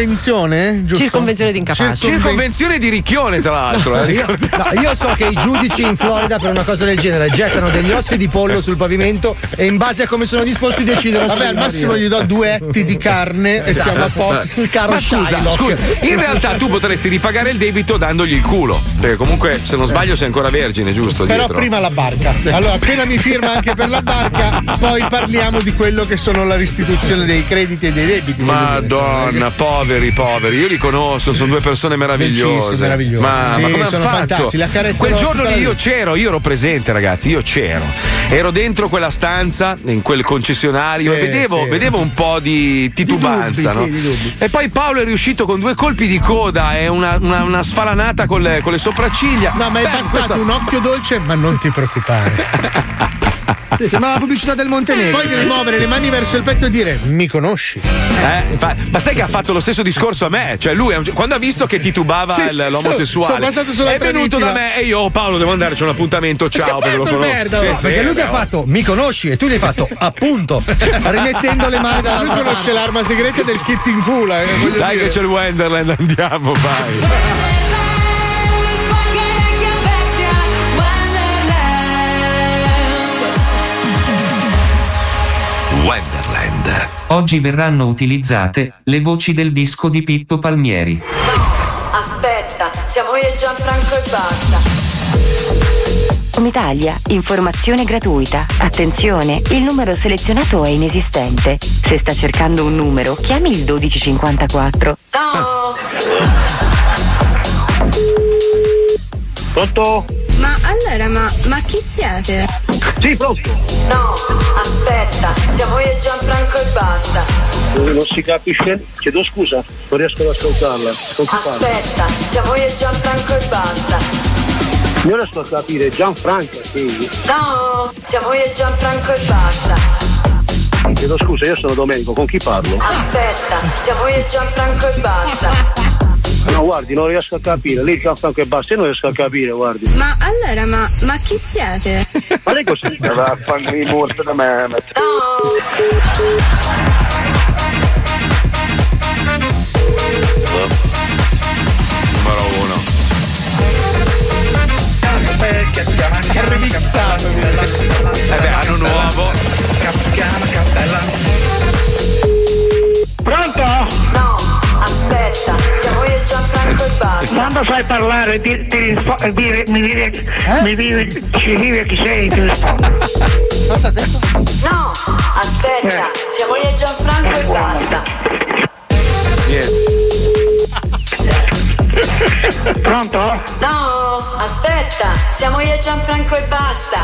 [SPEAKER 8] circonvenzione, giusto?
[SPEAKER 11] Circonvenzione di incapace.
[SPEAKER 3] Circonvenzione di Ricchione, tra l'altro. eh,
[SPEAKER 6] Io,
[SPEAKER 3] ricordate.
[SPEAKER 6] no, io so che i giudici in Florida per una cosa del genere gettano degli ossi di pollo sul pavimento e in base a come sono disposti decidono
[SPEAKER 8] Vabbè, al massimo gli do due etti di carne e siamo a posto sul caro
[SPEAKER 3] Esatto. Ma scusa,
[SPEAKER 8] Shylock.
[SPEAKER 3] scusa, in realtà tu potresti ripagare il debito dandogli il culo. Perché comunque, se non sbaglio, sei ancora vergine, giusto?
[SPEAKER 8] Però
[SPEAKER 3] dietro?
[SPEAKER 8] prima la barca. Allora, appena mi firma anche per la barca, poi parliamo di quello che sono la restituzione dei crediti e dei debiti.
[SPEAKER 3] Madonna, poveri, poveri, io li conosco, sono due persone meravigliose.
[SPEAKER 8] Dolcissimi, meravigliosi.
[SPEAKER 3] Ma,
[SPEAKER 8] Sì,
[SPEAKER 3] ma come hanno
[SPEAKER 8] sono
[SPEAKER 3] fatto?
[SPEAKER 8] fantastici, li accarezzano
[SPEAKER 3] Quel giorno
[SPEAKER 8] tutta la
[SPEAKER 3] lì io
[SPEAKER 8] vita.
[SPEAKER 3] c'ero, io ero presente, ragazzi, io c'ero. Ero dentro quella stanza, in quel concessionario,
[SPEAKER 8] Sì,
[SPEAKER 3] e vedevo,
[SPEAKER 8] sì.
[SPEAKER 3] vedevo un po' di titubanza.
[SPEAKER 8] Di
[SPEAKER 3] no?
[SPEAKER 8] dubbi, sì, di dubbi.
[SPEAKER 3] E poi Paolo è riuscito con due colpi di coda e una, una- una sfalanata con le, con le sopracciglia.
[SPEAKER 8] No, ma è
[SPEAKER 3] Beh,
[SPEAKER 8] bastato
[SPEAKER 3] questa-
[SPEAKER 8] un occhio dolce, ma non ti preoccupare.
[SPEAKER 6] Sì, Sembrava la pubblicità del Montenegro.
[SPEAKER 8] Poi devi muovere le mani verso il petto e dire: Mi conosci?
[SPEAKER 3] Eh, fa- ma sai che ha fatto lo stesso discorso a me? Cioè, lui è un- quando ha visto che titubava
[SPEAKER 8] Sì,
[SPEAKER 3] il-
[SPEAKER 8] sì, sono- sono
[SPEAKER 3] l'omosessuale,
[SPEAKER 8] passato sulla
[SPEAKER 3] è venuto
[SPEAKER 8] trenitina.
[SPEAKER 3] da me e io, "Oh, Paolo, devo andare, c'è un appuntamento. Ciao, perché lo
[SPEAKER 8] scappato il
[SPEAKER 3] conosco.
[SPEAKER 8] merda,
[SPEAKER 3] Sì,
[SPEAKER 8] no,
[SPEAKER 3] sì, eh,
[SPEAKER 6] Perché lui ti ha
[SPEAKER 3] no.
[SPEAKER 6] fatto mi conosci e tu gli hai fatto appunto rimettendo le mani dalla
[SPEAKER 8] Lui conosce l'arma segreta del kit in culo. eh, voglio
[SPEAKER 3] Dai,
[SPEAKER 8] dire.
[SPEAKER 3] che c'è il Wonderland, andiamo, vai.
[SPEAKER 1] Wonderland.
[SPEAKER 16] Oggi verranno utilizzate le voci del disco di Pippo Palmieri.
[SPEAKER 17] Aspetta, siamo io e Gianfranco e basta.
[SPEAKER 12] Telecom Italia, informazione gratuita. Attenzione, il numero selezionato è inesistente. Se sta cercando un numero, chiami il 1254.
[SPEAKER 18] Pronto?
[SPEAKER 17] Ma allora, ma, ma chi siete?
[SPEAKER 18] Sì, pronto.
[SPEAKER 17] No, aspetta, siamo io e Gianfranco e basta.
[SPEAKER 18] Non si capisce? Chiedo scusa, non riesco ad ascoltarla. Con chi parlo?
[SPEAKER 17] Aspetta, siamo io e Gianfranco e basta.
[SPEAKER 18] Non riesco a capire, Gianfranco, sì.
[SPEAKER 17] No, siamo io e Gianfranco e basta.
[SPEAKER 18] Chiedo scusa, io sono Domenico, con chi parlo?
[SPEAKER 17] Aspetta, siamo io e Gianfranco e basta.
[SPEAKER 18] No, guardi, non riesco a capire, lì Gianfranco e basta, io non riesco a capire, guardi.
[SPEAKER 17] Ma allora, ma, ma chi siete?
[SPEAKER 18] Ma lei così? Vaffanculo, morto da me.
[SPEAKER 3] eh. Numero uno. Eh beh, anno nuovo.
[SPEAKER 18] Pronto?
[SPEAKER 17] No, aspetta, siamo io e Gianfranco e basta.
[SPEAKER 18] Quando sai parlare ti, ti rispo- eh, dire- mi dire,
[SPEAKER 17] Eh?
[SPEAKER 18] mi dire, ci dire chi sei, ti rispondo.
[SPEAKER 17] Cosa ha detto? No, aspetta, siamo io e Gianfranco e basta.
[SPEAKER 18] Pronto?
[SPEAKER 17] No, aspetta, siamo io e Gianfranco e basta.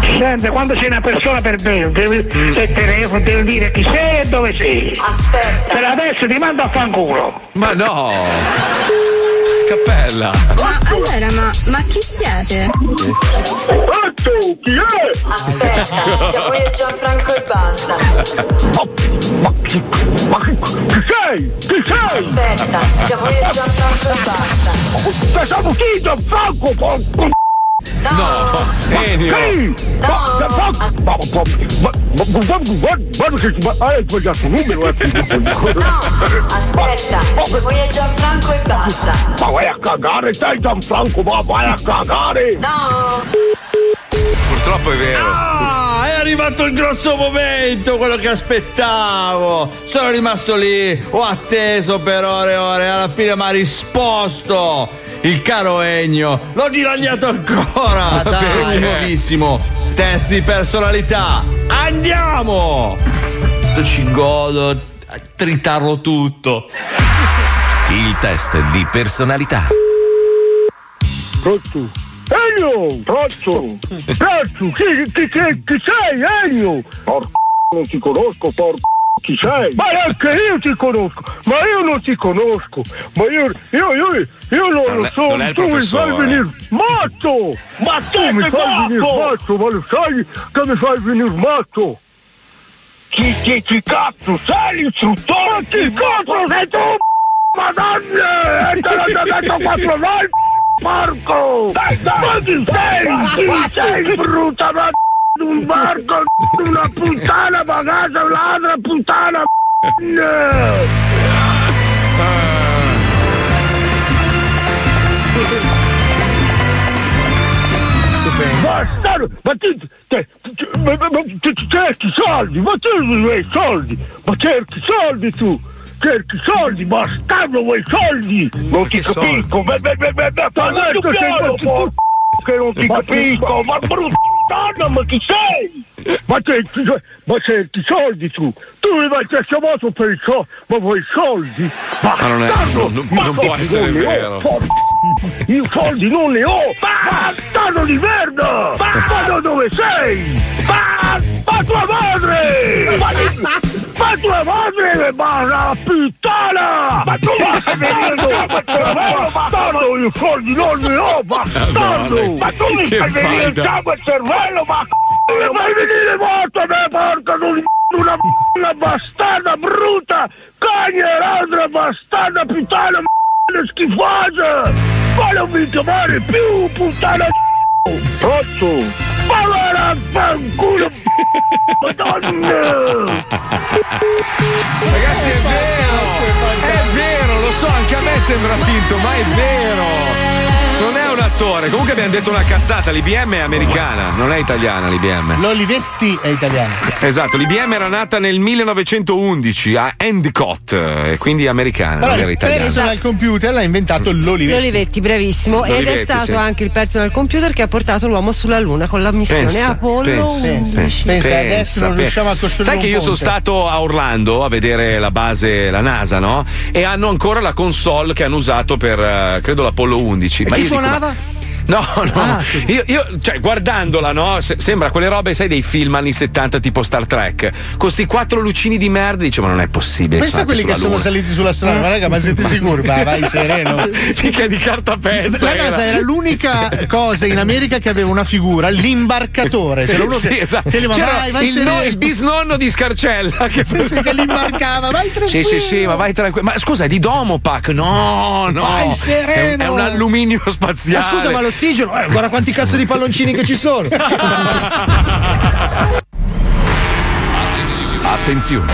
[SPEAKER 18] Sente, quando sei una persona per bene, devi per telefono, devi dire chi sei e dove sei.
[SPEAKER 17] Aspetta.
[SPEAKER 18] Per adesso ti mando a fanculo.
[SPEAKER 3] Ma Ah, no! Cappella!
[SPEAKER 17] Ma allora, ma, ma chi siete?
[SPEAKER 18] Otto, Ah, chi è?
[SPEAKER 17] Aspetta, siamo io e Gianfranco e basta.
[SPEAKER 18] Chi sei? Chi sei?
[SPEAKER 17] Aspetta, siamo io e Gianfranco e basta.
[SPEAKER 18] Pensavo chi Gianfranco, porco!
[SPEAKER 3] No, Enio!
[SPEAKER 18] Guarda che hai sbagliato il numero,
[SPEAKER 17] Aspetta, siamo io e Gianfranco e basta.
[SPEAKER 18] Ma vai a cagare, sei Gianfranco, ma vai a cagare!
[SPEAKER 17] No,
[SPEAKER 3] Purtroppo è vero.
[SPEAKER 6] Ah, è arrivato il grosso momento, quello che aspettavo. Sono rimasto lì, ho atteso per ore e ore, alla fine mi ha risposto il caro Egno. L'ho dilaniato ancora, dai,
[SPEAKER 3] Perché?
[SPEAKER 6] nuovissimo. Test di personalità. Andiamo! Ci godo, tritarlo tutto.
[SPEAKER 1] Il test di personalità.
[SPEAKER 18] Pronto? Elio! Pronto? Pronto? Chi, chi, chi, chi sei, Elio? Porco, non ti conosco, porco. Chi sei? Ma anche io ti conosco, ma io non ti conosco, ma io, io, io, io non,
[SPEAKER 7] Non
[SPEAKER 18] lo
[SPEAKER 7] è-
[SPEAKER 18] so,
[SPEAKER 7] non è il
[SPEAKER 18] tu mi fai
[SPEAKER 7] professore.
[SPEAKER 18] venire matto! Ma tu mi
[SPEAKER 7] sei
[SPEAKER 18] fai venire
[SPEAKER 7] matto!
[SPEAKER 18] matto, ma lo sai che mi fai venire matto? Chi, chi, chi cazzo sei l'istruttore? Ma chi cazzo sei tu, madonna! E te l'ho già detto quattro volte! Marco! Dai, dai! Ma chi sei? Chi sei, brutta ma un barco, una puttana, bagata, un'altra puttana, Bastardo, ma ti, te, ti- ma- ma- ma- ti- ti cerchi soldi, ma tu non vuoi soldi, ma cerchi soldi tu, cerchi soldi, bastardo vuoi soldi, non ti capisco, ma, ma, ma, ma, ma, ma,
[SPEAKER 7] più piano,
[SPEAKER 18] ma, che non ti capisco, ma bruttana, ma chi sei? Ma cerchi, ma cerchi soldi tu, tu mi vai a chiamato per i soldi, ma vuoi soldi?
[SPEAKER 3] Ma non è-
[SPEAKER 18] Bastardo,
[SPEAKER 3] non- non-
[SPEAKER 18] ma Oh,
[SPEAKER 3] non può
[SPEAKER 18] soldi
[SPEAKER 3] essere
[SPEAKER 18] non ne ho,
[SPEAKER 3] vero.
[SPEAKER 18] porca io soldi non ne ho! Bastardo di merda! Bastardo dove sei? Ma, ma tua madre! Ma, ma tua madre! Ma la puttana! Ma tu bastardo! Bastardo! Io soldi non ne ho! Bastardo! Ma tu mi
[SPEAKER 7] Che
[SPEAKER 18] fai
[SPEAKER 7] fai
[SPEAKER 18] venire il
[SPEAKER 7] da-
[SPEAKER 18] sangue al cervello! Ma c***o, mi fai venire morto a me, porca di un una p***a bastarda brutta! Cagneradra bastarda puttana! m***a schifosa! Ma non mi chiamare più, puttana di c***o! Pronto? Ma guarda, a fanculo! Madonna!
[SPEAKER 3] Ragazzi, è vero! È vero, lo so, anche a me sembra finto, ma è vero! Non è un attore, signore. Comunque abbiamo detto una cazzata. L'IBM è americana, non è italiana l'IBM.
[SPEAKER 8] L'Olivetti è italiano.
[SPEAKER 3] Esatto, l'IBM era nata nel 1911 a Endicott, eh, quindi americana,
[SPEAKER 8] Però
[SPEAKER 3] non era
[SPEAKER 8] il
[SPEAKER 3] italiana.
[SPEAKER 8] personal computer l'ha inventato l'Olivetti.
[SPEAKER 11] L'Olivetti, bravissimo. Ed
[SPEAKER 3] L'Olivetti,
[SPEAKER 11] è stato
[SPEAKER 3] sì.
[SPEAKER 11] anche il personal computer che ha portato l'uomo sulla Luna con la missione
[SPEAKER 3] Pensa,
[SPEAKER 11] Apollo
[SPEAKER 3] pensa,
[SPEAKER 11] 11.
[SPEAKER 3] pensa,
[SPEAKER 8] Pensa, adesso
[SPEAKER 3] pensa,
[SPEAKER 8] non
[SPEAKER 3] pensa.
[SPEAKER 8] riusciamo a costruire
[SPEAKER 3] Sai
[SPEAKER 8] un
[SPEAKER 3] che io sono
[SPEAKER 8] ponte.
[SPEAKER 3] stato a Orlando a vedere la base, la NASA, no? E hanno ancora la console che hanno usato per, eh, credo, l'Apollo 11.
[SPEAKER 6] chi
[SPEAKER 3] io dico,
[SPEAKER 6] suonava?
[SPEAKER 3] No, no,
[SPEAKER 8] Ah,
[SPEAKER 3] io, io, cioè, guardandola, no? Se- sembra quelle robe, sai, dei film anni 70 tipo Star Trek. Con sti quattro lucini di merda, dice, ma non è possibile.
[SPEAKER 8] Pensa a
[SPEAKER 3] sono
[SPEAKER 8] quelli
[SPEAKER 3] andati
[SPEAKER 8] che sono
[SPEAKER 3] sulla Luna.
[SPEAKER 8] saliti sull'astronave, ma raga, ma siete sicuri? Ma vai sereno.
[SPEAKER 3] Mica di cartapesta.
[SPEAKER 8] La NASA era l'unica cosa in America che aveva una figura, l'imbarcatore.
[SPEAKER 3] Sì,
[SPEAKER 8] C'era uno
[SPEAKER 3] sì,
[SPEAKER 8] che,
[SPEAKER 3] esatto.
[SPEAKER 8] che diceva,
[SPEAKER 3] C'era
[SPEAKER 8] vai, vai
[SPEAKER 3] il,
[SPEAKER 8] sereno.
[SPEAKER 3] no- il bisnonno di Scarcella che,
[SPEAKER 8] Sì, sì, che li imbarcava, vai
[SPEAKER 3] Sì,
[SPEAKER 8] tranquillo.
[SPEAKER 3] sì, sì, ma vai tranquillo. Ma scusa, è di Domopac? No, no.
[SPEAKER 8] Vai sereno.
[SPEAKER 3] È un, è un alluminio
[SPEAKER 6] Ma
[SPEAKER 3] spaziale.
[SPEAKER 6] scusa, ma l'ossigeno? Eh, guarda quanti cazzo di palloncini che ci sono.
[SPEAKER 1] Attenzione!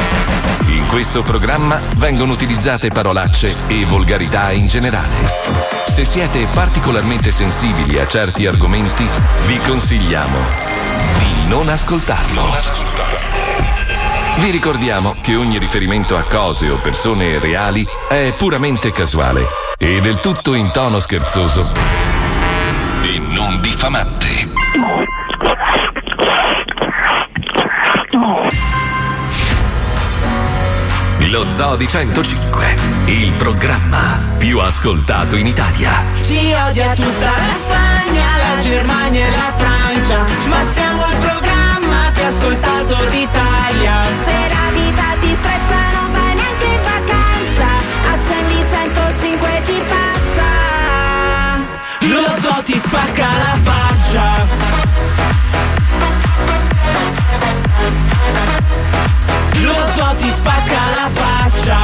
[SPEAKER 1] In questo programma vengono utilizzate parolacce e volgarità in generale. Se siete particolarmente sensibili a certi argomenti, vi consigliamo di non ascoltarlo. Vi ricordiamo che ogni riferimento a cose o persone reali è puramente casuale e del tutto in tono scherzoso e non diffamante. Lo Zoo di 105, il programma più ascoltato in Italia.
[SPEAKER 7] Ci odia tutta la Spagna, la Germania e la Francia, ma siamo il programma più ascoltato d'Italia. Se la vita ti stressa non vai neanche in vacanza, accendi 105 e ti passa. Lo so ti spacca la faccia. Lo so ti spacca la faccia.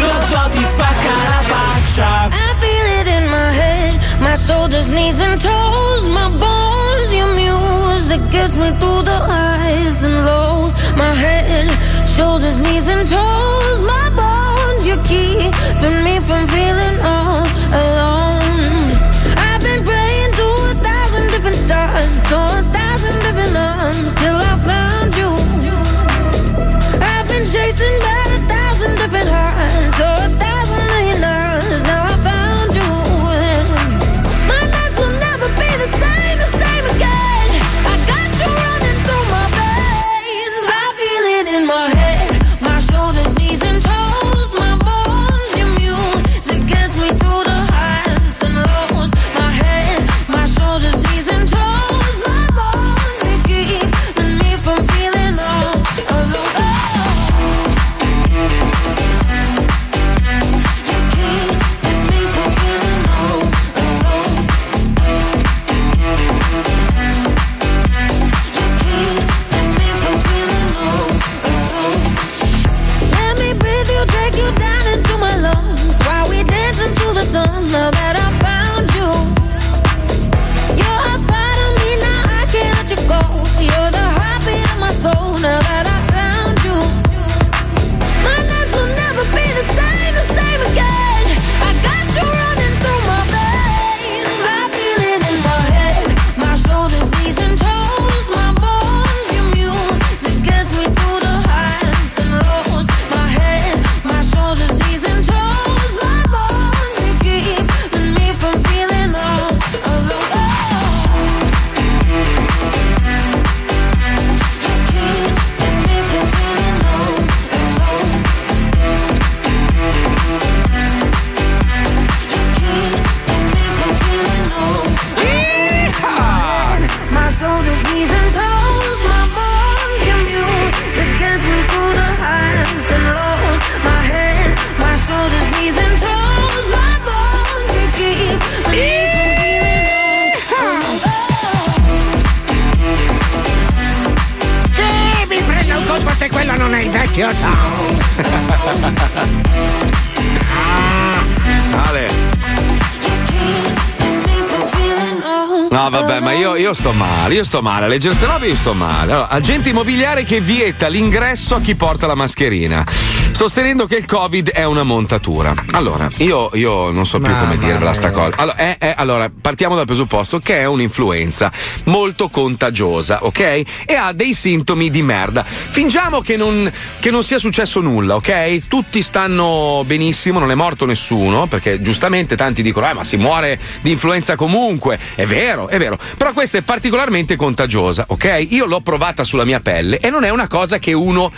[SPEAKER 19] Lo so ti spacca la faccia I feel it in my head My shoulders, knees and toes My bones, your music Gets me through the highs and lows My head, shoulders, knees and toes My bones, you're keeping me from feeling all alone I've been praying to a thousand different stars To a thousand different arms Till I found you I've been chasing by a thousand different hearts, or a thousand million hours. Now I found you. My nights will never be the same, the same again. I got you running through my veins. I feel it in my head, my shoulders, knees, and toes, my bones, your music gets me through the highs and lows. My head, my shoulders, knees, and toes, my bones, you keeping me from feeling all alone. Let me breathe you, take you down into my lungs while we dance into the sun. Now that I found you, you're a part of me. Now I can't let you go. You're the heartbeat of my soul. Now that I found you, my nights will never be the same, the same again. I got you running through my veins. I feel it in my head, my shoulders, knees and toes, my bones, your music gets me through the highs and lows. My head, my shoulders, knees and toes, my bones, you keep me from feeling all alone. My shoulders, knees and toes, my bones, your music gets me through the highs and lows. My head, my shoulders, knees and toes, my bones, you keep me from feeling low.
[SPEAKER 7] Eh, mi prende un colpo se quello non è il vecchio Tom.
[SPEAKER 3] Ale. No, vabbè, ma io, io sto male, io sto male. A leggere ste robe io sto male. Allora, agente immobiliare che vieta l'ingresso a chi porta la mascherina. sostenendo che il Covid è una montatura. Allora, io, io non so più come dirvela sta cosa. Allora, è- è- allora, partiamo dal presupposto che è un'influenza molto contagiosa, ok? E ha dei sintomi di merda. Fingiamo che non, che non sia successo nulla, ok? Tutti stanno benissimo, non è morto nessuno, perché giustamente tanti dicono, eh, ma si muore di influenza comunque. È vero, è vero. Però questa è particolarmente contagiosa, ok? Io l'ho provata sulla mia pelle e non è una cosa che uno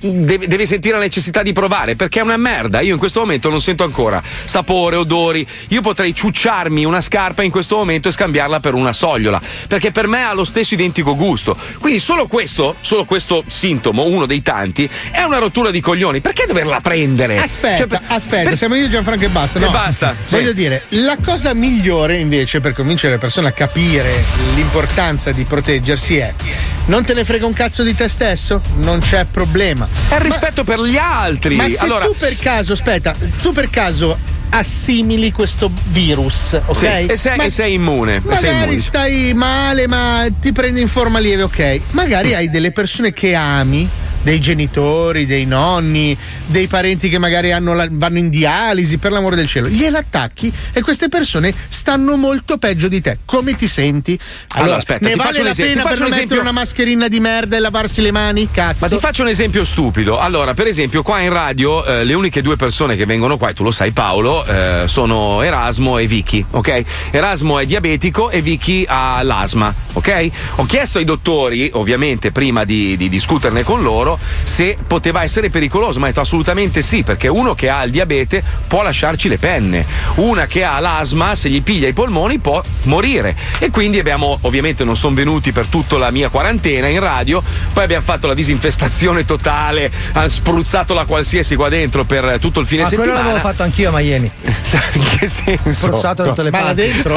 [SPEAKER 3] deve, deve sentire la necessità di provare perché è una merda. Io in questo momento non sento ancora sapore, odori. Io potrei ciucciarmi una scarpa in questo momento e scambiarla per una sogliola perché per me ha lo stesso identico gusto. Quindi solo questo, solo questo sintomo, uno dei tanti, è una rottura di coglioni. Perché doverla prendere?
[SPEAKER 8] Aspetta,
[SPEAKER 3] Cioè, per-
[SPEAKER 8] aspetta, siamo io Gianfranco e basta.
[SPEAKER 3] E
[SPEAKER 8] No.
[SPEAKER 3] basta, sì.
[SPEAKER 8] Voglio dire, la cosa migliore invece per convincere le persone a capire l'importanza di proteggersi è non te ne frega un cazzo di te stesso, non c'è problema.
[SPEAKER 3] È il rispetto per gli altri.
[SPEAKER 8] Ma se
[SPEAKER 3] allora,
[SPEAKER 8] tu per caso, aspetta, tu per caso assimili questo virus, ok?
[SPEAKER 3] sì, e, sei,
[SPEAKER 8] Ma-
[SPEAKER 3] e sei immune. e sei
[SPEAKER 8] Magari
[SPEAKER 3] immune.
[SPEAKER 8] stai male, ma ti prendi in forma lieve, ok. Magari hai delle persone che ami, dei genitori, dei nonni, dei parenti che magari hanno la- vanno in dialisi, per l'amore del cielo. Gliela attacchi e queste persone stanno molto peggio di te. Come ti senti?
[SPEAKER 3] Allora, aspetta,
[SPEAKER 8] ne
[SPEAKER 3] ti
[SPEAKER 8] vale
[SPEAKER 3] faccio un
[SPEAKER 8] la
[SPEAKER 3] esempio,
[SPEAKER 8] pena
[SPEAKER 3] ti
[SPEAKER 8] per
[SPEAKER 3] faccio un
[SPEAKER 8] non mettere
[SPEAKER 3] esempio.
[SPEAKER 8] una mascherina di merda e lavarsi le mani? Cazzo.
[SPEAKER 3] Ma ti faccio un esempio stupido. Allora, per esempio, qua in radio eh, le uniche due persone che vengono qua, e tu lo sai Paolo, eh, sono Erasmo e Vicky, ok? Erasmo è diabetico e Vicky ha l'asma, ok? Ho chiesto ai dottori, ovviamente, prima di, di discuterne con loro, se poteva essere pericoloso. Ma hanno detto assolutamente sì, perché uno che ha il diabete può lasciarci le penne. Una che ha l'asma, se gli piglia i polmoni, può morire. E quindi abbiamo, ovviamente non sono venuti per tutta la mia quarantena in radio, poi abbiamo fatto la disinfestazione totale, hanno spruzzato la qualsiasi qua dentro per eh, tutto il fine
[SPEAKER 6] Ma quello
[SPEAKER 3] settimana.
[SPEAKER 6] l'avevo fatto anch'io a Miami.
[SPEAKER 3] In che senso?
[SPEAKER 6] Forzato da tutte le
[SPEAKER 3] Ma là
[SPEAKER 6] parti.
[SPEAKER 3] dentro?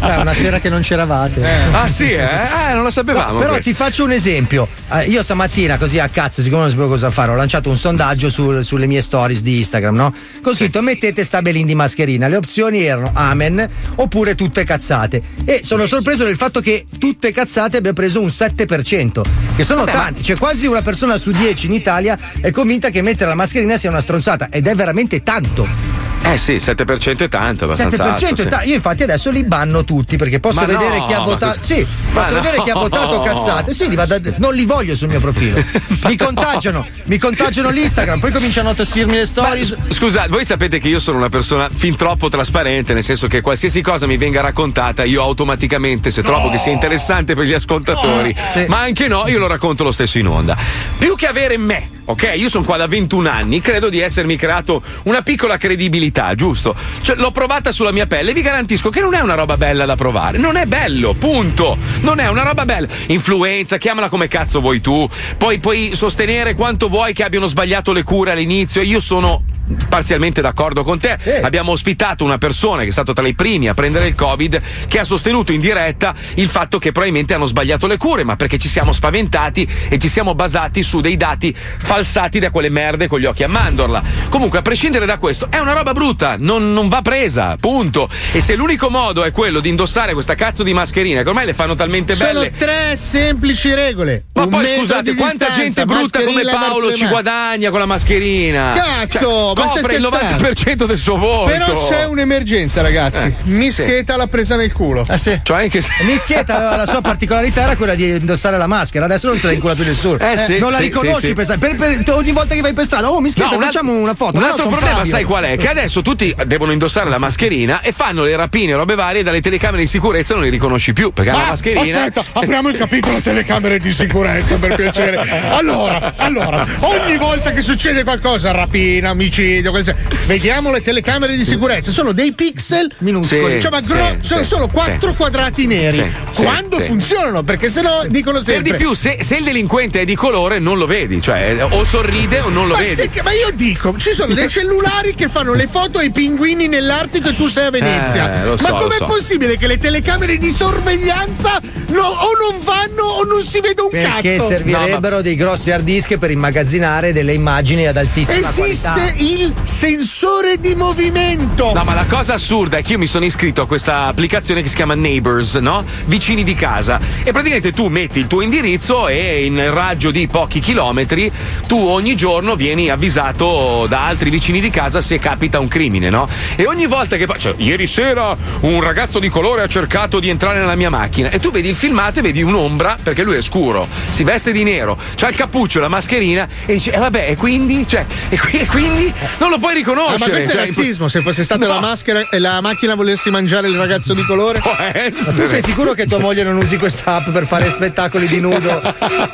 [SPEAKER 6] Beh, una sera che non c'eravate.
[SPEAKER 3] Ah sì, eh? Eh, non lo sapevamo.
[SPEAKER 6] No, però
[SPEAKER 3] questo.
[SPEAKER 6] ti faccio un esempio. Eh, io stamattina, così a cazzo, siccome non sapevo cosa fare, ho lanciato un sondaggio sul- sulle mie stories di Instagram, no? Con scritto mettete stabelin di mascherina. Le opzioni erano amen oppure tutte cazzate. E sono sorpreso del fatto che tutte cazzate abbia preso un 7%, che sono
[SPEAKER 20] Vabbè, ma-
[SPEAKER 6] tanti. Cioè quasi una persona su 10 in Italia è convinta che mettere la mascherina sia una stronzata ed è veramente tanto.
[SPEAKER 3] Eh sì, 7% è tanto, è abbastanza.
[SPEAKER 6] 7%
[SPEAKER 3] alto, sì.
[SPEAKER 6] ta- io infatti adesso li banno tutti perché posso
[SPEAKER 3] Ma
[SPEAKER 6] vedere
[SPEAKER 3] no,
[SPEAKER 6] chi ha
[SPEAKER 3] ma
[SPEAKER 6] votato
[SPEAKER 3] cos-
[SPEAKER 6] sì,
[SPEAKER 3] ma
[SPEAKER 6] posso
[SPEAKER 3] no.
[SPEAKER 6] vedere chi ha votato cazzate sì, li vado a- non li voglio sul mio profilo mi contagiano mi contagiano l'Instagram poi cominciano a tossirmi le stories
[SPEAKER 3] Scusa, voi sapete che io sono una persona fin troppo trasparente, nel senso che qualsiasi cosa mi venga raccontata, io automaticamente, se trovo che sia interessante per gli ascoltatori, ma anche no, io lo racconto lo stesso in onda. Più che avere me, ok? Io sono qua da 21 anni, credo di essermi creato una piccola credibilità, giusto? Cioè, l'ho provata sulla mia pelle e vi garantisco che non è una roba bella da provare. Non è bello, punto. Non è una roba bella. Influenza, chiamala come cazzo vuoi tu. Poi puoi sostenere quanto vuoi che abbiano sbagliato le cure all'inizio. Io sono parzialmente d'accordo con te. Abbiamo ospitato una persona che è stata tra i primi a prendere il Covid che ha sostenuto in diretta il fatto che probabilmente hanno sbagliato le cure, ma perché ci siamo spaventati e ci siamo basati su dei dati falsati da quelle merde con gli occhi a mandorla. Comunque, a prescindere da questo, è una roba brutta, non, non va presa, punto. E se l'unico modo è quello di indossare questa cazzo di mascherina, che ormai le fanno talmente
[SPEAKER 8] Sono
[SPEAKER 3] belle
[SPEAKER 8] tre semplici regole.
[SPEAKER 3] ma
[SPEAKER 8] Un
[SPEAKER 3] poi
[SPEAKER 8] metro
[SPEAKER 3] scusate,
[SPEAKER 8] di
[SPEAKER 3] quanta
[SPEAKER 8] distanza,
[SPEAKER 3] gente brutta come
[SPEAKER 8] mascherina verso
[SPEAKER 3] Paolo
[SPEAKER 8] le
[SPEAKER 3] ci
[SPEAKER 8] mani.
[SPEAKER 3] guadagna con la mascherina?
[SPEAKER 8] Cazzo,
[SPEAKER 3] Cioè,
[SPEAKER 8] ma stai
[SPEAKER 3] copre il
[SPEAKER 8] scherzando?
[SPEAKER 3] 90% del suo volto.
[SPEAKER 8] Però c'è un'emergenza, ragazzi.
[SPEAKER 3] Eh,
[SPEAKER 8] Mischeta l'ha presa nel culo.
[SPEAKER 6] Ah, sì.
[SPEAKER 3] Cioè, anche se...
[SPEAKER 6] Mischietta aveva la sua particolarità era quella di indossare la maschera adesso non se la incula più nessuno
[SPEAKER 3] Eh, sì,
[SPEAKER 6] non la
[SPEAKER 3] sì,
[SPEAKER 6] riconosci
[SPEAKER 3] sì, sì.
[SPEAKER 6] per sa- per- per- ogni volta che vai per strada oh Mischietta
[SPEAKER 3] No, un al-
[SPEAKER 6] facciamo una foto
[SPEAKER 3] Un
[SPEAKER 6] No,
[SPEAKER 3] altro
[SPEAKER 6] sono
[SPEAKER 3] problema,
[SPEAKER 6] Fabio.
[SPEAKER 3] sai qual è? Che adesso tutti devono indossare la mascherina e fanno le rapine e robe varie e dalle telecamere di sicurezza non li riconosci più perché hanno la
[SPEAKER 8] Ah,
[SPEAKER 3] mascherina.
[SPEAKER 8] Aspetta, apriamo il capitolo telecamere di sicurezza per piacere. Allora, allora, ogni volta che succede qualcosa, rapina, omicidio, qualsiasi- vediamo le telecamere di sicurezza. Sono dei pixel minuscoli,
[SPEAKER 3] Sì,
[SPEAKER 8] cioè, ma gro-
[SPEAKER 3] sì,
[SPEAKER 8] sono
[SPEAKER 3] sì,
[SPEAKER 8] solo
[SPEAKER 3] sì.
[SPEAKER 8] quattro quadrati neri.
[SPEAKER 3] Sì,
[SPEAKER 8] Quando
[SPEAKER 3] sì, sì.
[SPEAKER 8] funzionano? Perché sennò dicono
[SPEAKER 3] Per
[SPEAKER 8] sempre.
[SPEAKER 3] di più, se, se il delinquente è di colore, non lo vedi, cioè o sorride o non lo
[SPEAKER 8] ma,
[SPEAKER 3] vedi.
[SPEAKER 8] ste- ma io dico, ci sono dei cellulari che fanno le foto ai pinguini nell'Artico e tu sei a Venezia.
[SPEAKER 3] Eh, lo so,
[SPEAKER 8] ma
[SPEAKER 3] lo
[SPEAKER 8] com'è
[SPEAKER 3] so.
[SPEAKER 8] possibile che le telecamere di sorveglianza no- o non vanno o non si vede un
[SPEAKER 6] perché
[SPEAKER 8] cazzo?
[SPEAKER 6] servirebbero dei grossi hard disk per immagazzinare delle immagini ad altissima
[SPEAKER 8] Esiste
[SPEAKER 6] qualità
[SPEAKER 8] il il sensore di movimento.
[SPEAKER 3] No, ma la cosa assurda è che io mi sono iscritto a questa applicazione che si chiama Neighbors, no? Vicini di casa. E praticamente tu metti il tuo indirizzo e in raggio di pochi chilometri tu ogni giorno vieni avvisato da altri vicini di casa se capita un crimine, no? E ogni volta che. Cioè, ieri sera un ragazzo di colore ha cercato di entrare nella mia macchina e tu vedi il filmato e vedi un'ombra perché lui è scuro, si veste di nero, ha il cappuccio, la mascherina e dici, eh vabbè, e quindi? Cioè, e, qui- e quindi? Non lo puoi riconoscere.
[SPEAKER 8] Ah, ma questo
[SPEAKER 3] cioè,
[SPEAKER 8] è razzismo. Se fosse stata
[SPEAKER 3] No.
[SPEAKER 8] la maschera e la macchina volessi mangiare il ragazzo di colore.
[SPEAKER 6] Ma tu sei sicuro che tua moglie non usi questa app per fare spettacoli di nudo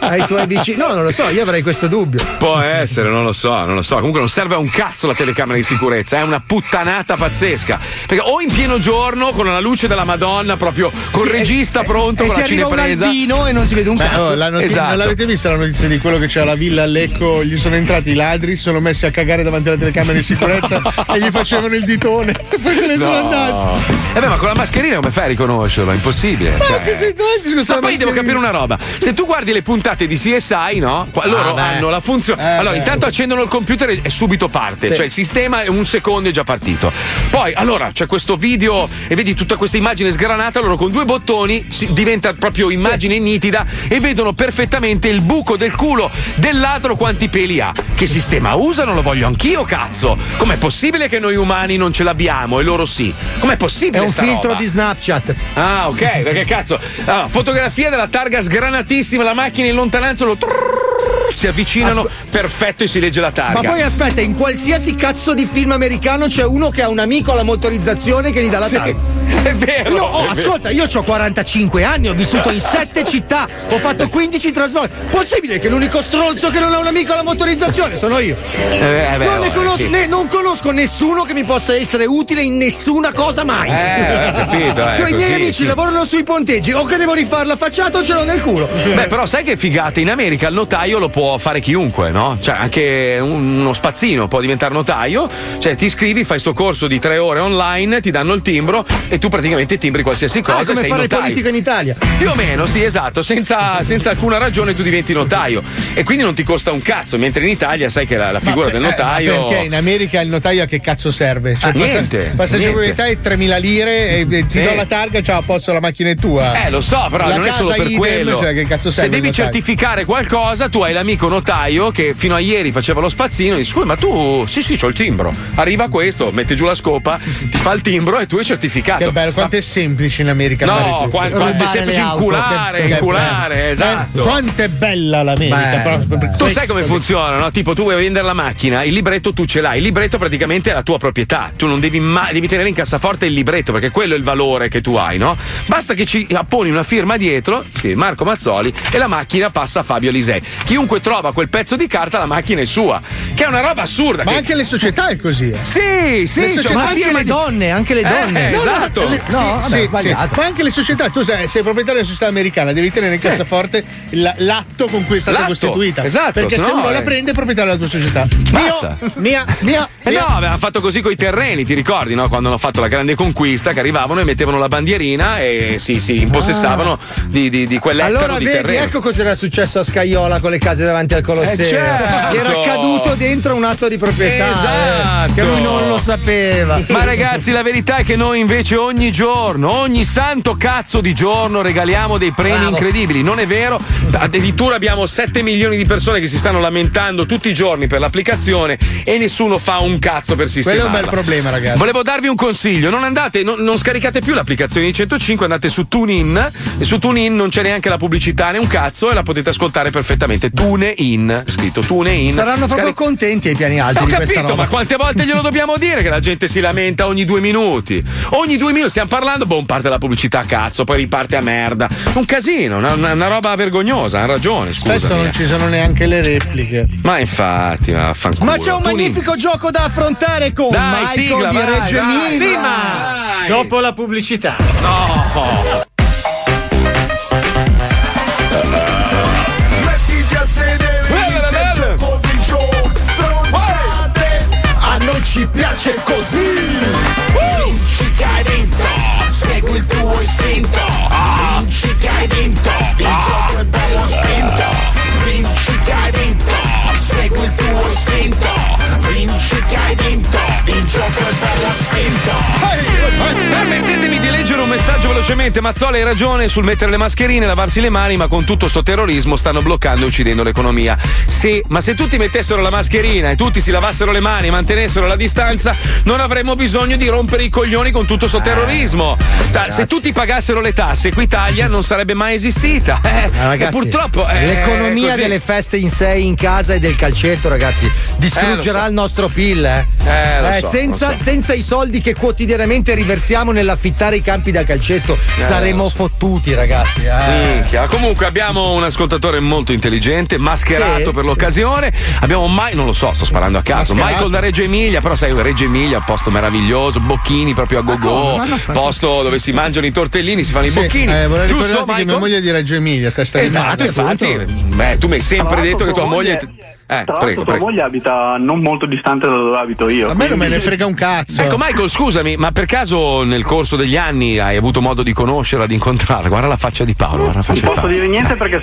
[SPEAKER 6] ai tuoi vicini? No, non lo so, io avrei questo dubbio.
[SPEAKER 3] Può essere, non lo so, non lo so. Comunque non serve a un cazzo la telecamera di sicurezza, è una puttanata pazzesca. Perché o in pieno giorno con la luce della Madonna, proprio col regista pronto,
[SPEAKER 8] e
[SPEAKER 3] con
[SPEAKER 8] ti
[SPEAKER 3] la
[SPEAKER 8] arriva un
[SPEAKER 3] cinepresa.
[SPEAKER 8] albino
[SPEAKER 6] e non si vede
[SPEAKER 8] Beh, oh, la notizia- Non l'avete vista la notizia di quello che c'era la villa a Lecco? Gli sono entrati i ladri, si sono messi a cagare davanti alla telecamera di sicurezza e gli facevano il ditone. Poi se ne sono andati.
[SPEAKER 3] Eh beh, ma con la mascherina come fai a riconoscerlo? È impossibile.
[SPEAKER 8] Ma
[SPEAKER 3] cioè.
[SPEAKER 8] che sei- dov'è il discorso
[SPEAKER 3] Ma
[SPEAKER 8] della
[SPEAKER 3] poi devo
[SPEAKER 8] mascherina?
[SPEAKER 3] capire una roba. Se tu guardi le puntate di CSI, no? Qua- loro
[SPEAKER 8] Ah, beh.
[SPEAKER 3] hanno la funzione.
[SPEAKER 8] Eh,
[SPEAKER 3] allora,
[SPEAKER 8] beh.
[SPEAKER 3] intanto accendono il computer e e subito parte.
[SPEAKER 8] Sì.
[SPEAKER 3] Cioè, il sistema è un secondo è già partito. Poi, allora, c'è questo video e vedi tutta questa immagine sgranata. Loro con due bottoni si- diventa proprio immagine nitida e vedono perfettamente il buco del culo dell'altro quanti peli ha. Che sistema usano? Lo voglio anch'io, cazzo. Com'è possibile che noi umani non ce l'abbiamo e loro sì? Com'è
[SPEAKER 6] È
[SPEAKER 3] possibile
[SPEAKER 6] un
[SPEAKER 3] sta
[SPEAKER 6] filtro
[SPEAKER 3] roba?
[SPEAKER 6] di Snapchat.
[SPEAKER 3] Ah, ok, perché cazzo. Allora, fotografia della targa sgranatissima, la macchina in lontananza lo trrrr, si avvicinano, perfetto e si legge la targa.
[SPEAKER 6] Ma poi aspetta, in qualsiasi cazzo di film americano c'è uno che ha un amico alla motorizzazione che gli dà la
[SPEAKER 3] Sì,
[SPEAKER 6] targa.
[SPEAKER 3] è vero,
[SPEAKER 6] Io- oh,
[SPEAKER 3] è vero.
[SPEAKER 6] ascolta, io ho 45 anni, ho vissuto in 7 città, ho fatto 15 traslochi. Possibile che l'unico stronzo che non ha un amico alla motorizzazione sono io?
[SPEAKER 3] Eh, eh, beh,
[SPEAKER 6] non, ne
[SPEAKER 3] oh,
[SPEAKER 6] conosco,
[SPEAKER 3] sì.
[SPEAKER 6] ne- non conosco nessuno che mi possa essere utile in nessuna cosa mai.
[SPEAKER 3] Eh, ho capito, eh,
[SPEAKER 6] cioè, i miei
[SPEAKER 3] così,
[SPEAKER 6] amici
[SPEAKER 3] sì.
[SPEAKER 6] lavorano sui ponteggi, o che devo rifare la facciata o ce l'ho nel culo.
[SPEAKER 3] Beh, però sai che figata, in America il notaio lo può fare chiunque, no? Cioè, anche un- uno spazzino può diventare notaio, cioè ti iscrivi, fai sto corso di tre ore online, ti danno il timbro e tu praticamente timbri qualsiasi cosa
[SPEAKER 6] Ah, è
[SPEAKER 3] e
[SPEAKER 6] come
[SPEAKER 3] sei
[SPEAKER 6] fare il
[SPEAKER 3] notaio.
[SPEAKER 6] politico in Italia.
[SPEAKER 3] Più o meno, sì, esatto, senza, senza alcuna ragione tu diventi notaio e quindi non ti costa un cazzo, mentre in Italia sai che la, la figura del
[SPEAKER 8] Eh, ma
[SPEAKER 3] notaio...
[SPEAKER 8] perché in America il notaio a che cazzo serve? Cioè,
[SPEAKER 3] Ah, niente,
[SPEAKER 8] Passaggio di
[SPEAKER 3] niente.
[SPEAKER 8] proprietà è 3.000 lire e, e ti
[SPEAKER 3] Sì.
[SPEAKER 8] do la targa e ciao, a posto la macchina è tua.
[SPEAKER 3] Eh, lo so, però
[SPEAKER 8] La
[SPEAKER 3] non è
[SPEAKER 8] casa
[SPEAKER 3] solo per
[SPEAKER 8] idem,
[SPEAKER 3] quello.
[SPEAKER 8] Cioè, che cazzo
[SPEAKER 3] Se
[SPEAKER 8] serve
[SPEAKER 3] devi
[SPEAKER 8] il notaio?
[SPEAKER 3] certificare qualcosa, tu hai l'amico notaio che fino a ieri faceva lo spazzino e dici: Scusa, ma tu sì, sì, c'ho il timbro. Arriva questo, mette giù la scopa, ti fa il timbro e tu hai certificato.
[SPEAKER 8] Che bello, quanto è semplice in America.
[SPEAKER 3] No,
[SPEAKER 8] fare sì.
[SPEAKER 3] qua- quanto è
[SPEAKER 8] Rubare
[SPEAKER 3] semplice
[SPEAKER 8] le auto.
[SPEAKER 3] inculare,
[SPEAKER 8] Che- che
[SPEAKER 3] inculare,
[SPEAKER 8] bello.
[SPEAKER 3] esatto.
[SPEAKER 8] Eh, Quanto è bella l'America.
[SPEAKER 3] Beh,
[SPEAKER 8] proprio per
[SPEAKER 3] Tu
[SPEAKER 8] questo
[SPEAKER 3] sai come
[SPEAKER 8] che-
[SPEAKER 3] funziona, no? Tipo, tu vuoi vendere la macchina, il libretto tu ce l'hai, il libretto praticamente è la tua proprietà. Tu non devi mai devi tenere in cassaforte il libretto, perché quello è il valore che tu hai, no? Basta che ci apponi una firma dietro, scrivi Marco Mazzoli, e la macchina passa a Fabio Lisei. Chiunque trova quel pezzo di carta, la macchina è sua. Che è una roba assurda.
[SPEAKER 8] Ma
[SPEAKER 3] che-
[SPEAKER 8] anche le società è così. eh.
[SPEAKER 3] Sì, sì,
[SPEAKER 8] Le
[SPEAKER 3] cioè,
[SPEAKER 8] società-
[SPEAKER 3] ma anche le
[SPEAKER 6] donne, anche le donne.
[SPEAKER 8] No, no,
[SPEAKER 3] esatto.
[SPEAKER 8] le-
[SPEAKER 6] No,
[SPEAKER 8] sì,
[SPEAKER 6] vabbè,
[SPEAKER 8] sì, sì.
[SPEAKER 6] sbagliato.
[SPEAKER 8] Ma anche le società, tu sei, sei proprietario della società americana, devi tenere in
[SPEAKER 6] Sì.
[SPEAKER 8] cassaforte la- l'atto con cui è stata
[SPEAKER 3] L'atto,
[SPEAKER 8] costituita.
[SPEAKER 3] esatto,
[SPEAKER 8] Perché
[SPEAKER 3] se
[SPEAKER 8] se
[SPEAKER 3] no,
[SPEAKER 8] uno
[SPEAKER 3] eh.
[SPEAKER 8] la prende è proprietario della tua società.
[SPEAKER 3] Basta.
[SPEAKER 8] Mia, mia, mia.
[SPEAKER 3] Eh no, avevano fatto così con i terreni, ti ricordi, no? Quando hanno fatto la grande conquista, che arrivavano e mettevano la bandierina e si, si impossessavano
[SPEAKER 8] Ah.
[SPEAKER 3] di, di, di quell'ettaro
[SPEAKER 6] Allora
[SPEAKER 3] di
[SPEAKER 6] vedi,
[SPEAKER 3] terreno.
[SPEAKER 6] ecco cos'era successo a Scaiola con le case davanti al Colosseo.
[SPEAKER 3] Eh, certo!
[SPEAKER 6] Era caduto dentro un atto di proprietà. eh,
[SPEAKER 3] Esatto.
[SPEAKER 6] che lui non lo sapeva.
[SPEAKER 3] Ma ragazzi, la verità è che noi invece ogni giorno, ogni santo cazzo di giorno regaliamo dei premi
[SPEAKER 6] Bravo.
[SPEAKER 3] incredibili, non è vero? Addirittura abbiamo 7 milioni di persone che si stanno lamentando tutti i giorni per l'applicazione e nessuno fa un cazzo per
[SPEAKER 8] Quello è
[SPEAKER 3] sistemarla.
[SPEAKER 8] un bel problema, ragazzi.
[SPEAKER 3] Volevo darvi un consiglio, non andate, non, non scaricate più l'applicazione di 105, andate su TuneIn e su TuneIn non c'è neanche la pubblicità né un cazzo e la potete ascoltare perfettamente. TuneIn, scritto TuneIn.
[SPEAKER 6] Saranno proprio
[SPEAKER 3] Scaric-
[SPEAKER 6] contenti ai piani alti
[SPEAKER 3] ho
[SPEAKER 6] di questa
[SPEAKER 3] capito,
[SPEAKER 6] roba.
[SPEAKER 3] ma quante volte glielo dobbiamo dire che la gente si lamenta ogni due minuti? Ogni due minuti stiamo parlando, boh, parte la pubblicità a cazzo, poi riparte a merda. Un casino, una, una- una roba vergognosa, ha ragione,
[SPEAKER 8] Spesso
[SPEAKER 3] scusa.
[SPEAKER 8] non ci sono neanche le repliche.
[SPEAKER 3] Ma infatti, ma fanculo.
[SPEAKER 6] Ma c'è un magnifico gioco da affrontare con
[SPEAKER 3] Dai,
[SPEAKER 6] Michael
[SPEAKER 3] sigla,
[SPEAKER 6] di
[SPEAKER 3] vai,
[SPEAKER 6] Reggio
[SPEAKER 3] dai,
[SPEAKER 6] Emilia.
[SPEAKER 3] sì, ma-
[SPEAKER 4] Dopo la pubblicità.
[SPEAKER 3] No!
[SPEAKER 7] Mettiti a sedere, inizia il gioco di gioco Stronzate, a noi ci piace così Vinci che hai vinto, segui il tuo istinto Vinci che hai vinto, il gioco è bello spinto Vinci che hai vinto, segui il tuo istinto Vinci che hai vinto vinto, il gioco è bello spinto.
[SPEAKER 3] Permettetemi di leggere un messaggio velocemente. Mazzola hai ragione sul mettere le mascherine, lavarsi le mani, ma con tutto sto terrorismo stanno bloccando e uccidendo l'economia. Sì, ma se tutti mettessero la mascherina e tutti si lavassero le mani e mantenessero la distanza, non avremmo bisogno di rompere i coglioni con tutto sto terrorismo.
[SPEAKER 6] Eh,
[SPEAKER 3] Ta- se tutti pagassero le tasse, qui Italia non sarebbe mai esistita. Eh,
[SPEAKER 6] Ma
[SPEAKER 3] e
[SPEAKER 6] ragazzi,
[SPEAKER 3] purtroppo eh,
[SPEAKER 6] l'economia
[SPEAKER 3] così.
[SPEAKER 6] delle feste in sé in casa e del calcetto, ragazzi, distruggerà
[SPEAKER 3] Eh, lo so.
[SPEAKER 6] il nostro PIL. eh.
[SPEAKER 3] Eh, lo
[SPEAKER 6] Eh,
[SPEAKER 3] so,
[SPEAKER 6] senza,
[SPEAKER 3] lo so.
[SPEAKER 6] senza i soldi che quotidianamente riversiamo nell'affittare i campi da calcetto,
[SPEAKER 3] Eh,
[SPEAKER 6] saremo fottuti, ragazzi. eh.
[SPEAKER 3] Minchia. Comunque abbiamo un ascoltatore molto intelligente, mascherato
[SPEAKER 6] Sì.
[SPEAKER 3] per l'occasione. Abbiamo mai, non lo so, sto sparando a caso.
[SPEAKER 6] Mascherato.
[SPEAKER 3] Michael da Reggio Emilia, però sai, Reggio Emilia, posto meraviglioso, bocchini proprio a go-go,
[SPEAKER 8] come? Ma no.
[SPEAKER 3] posto dove si mangiano i tortellini, si fanno
[SPEAKER 8] Sì,
[SPEAKER 3] i bocchini.
[SPEAKER 8] eh, vorrei
[SPEAKER 3] Giusto,
[SPEAKER 8] ricordarti che mia
[SPEAKER 3] Michael?
[SPEAKER 8] moglie è di Reggio Emilia, testa di
[SPEAKER 3] Esatto,
[SPEAKER 8] merda.
[SPEAKER 3] infatti. Beh, tu mi hai sempre detto che tua moglie. Eh, prego,
[SPEAKER 20] Tra l'altro tua
[SPEAKER 3] prego.
[SPEAKER 20] moglie abita non molto distante da dove abito io.
[SPEAKER 8] A me non
[SPEAKER 20] quindi-
[SPEAKER 8] me ne frega un cazzo.
[SPEAKER 3] Ecco, Michael, scusami, ma per caso nel corso degli anni hai avuto modo di conoscerla, di incontrarla? Guarda la faccia di Paolo, guarda la faccia di
[SPEAKER 20] Non posso
[SPEAKER 3] Paolo.
[SPEAKER 20] dire niente perché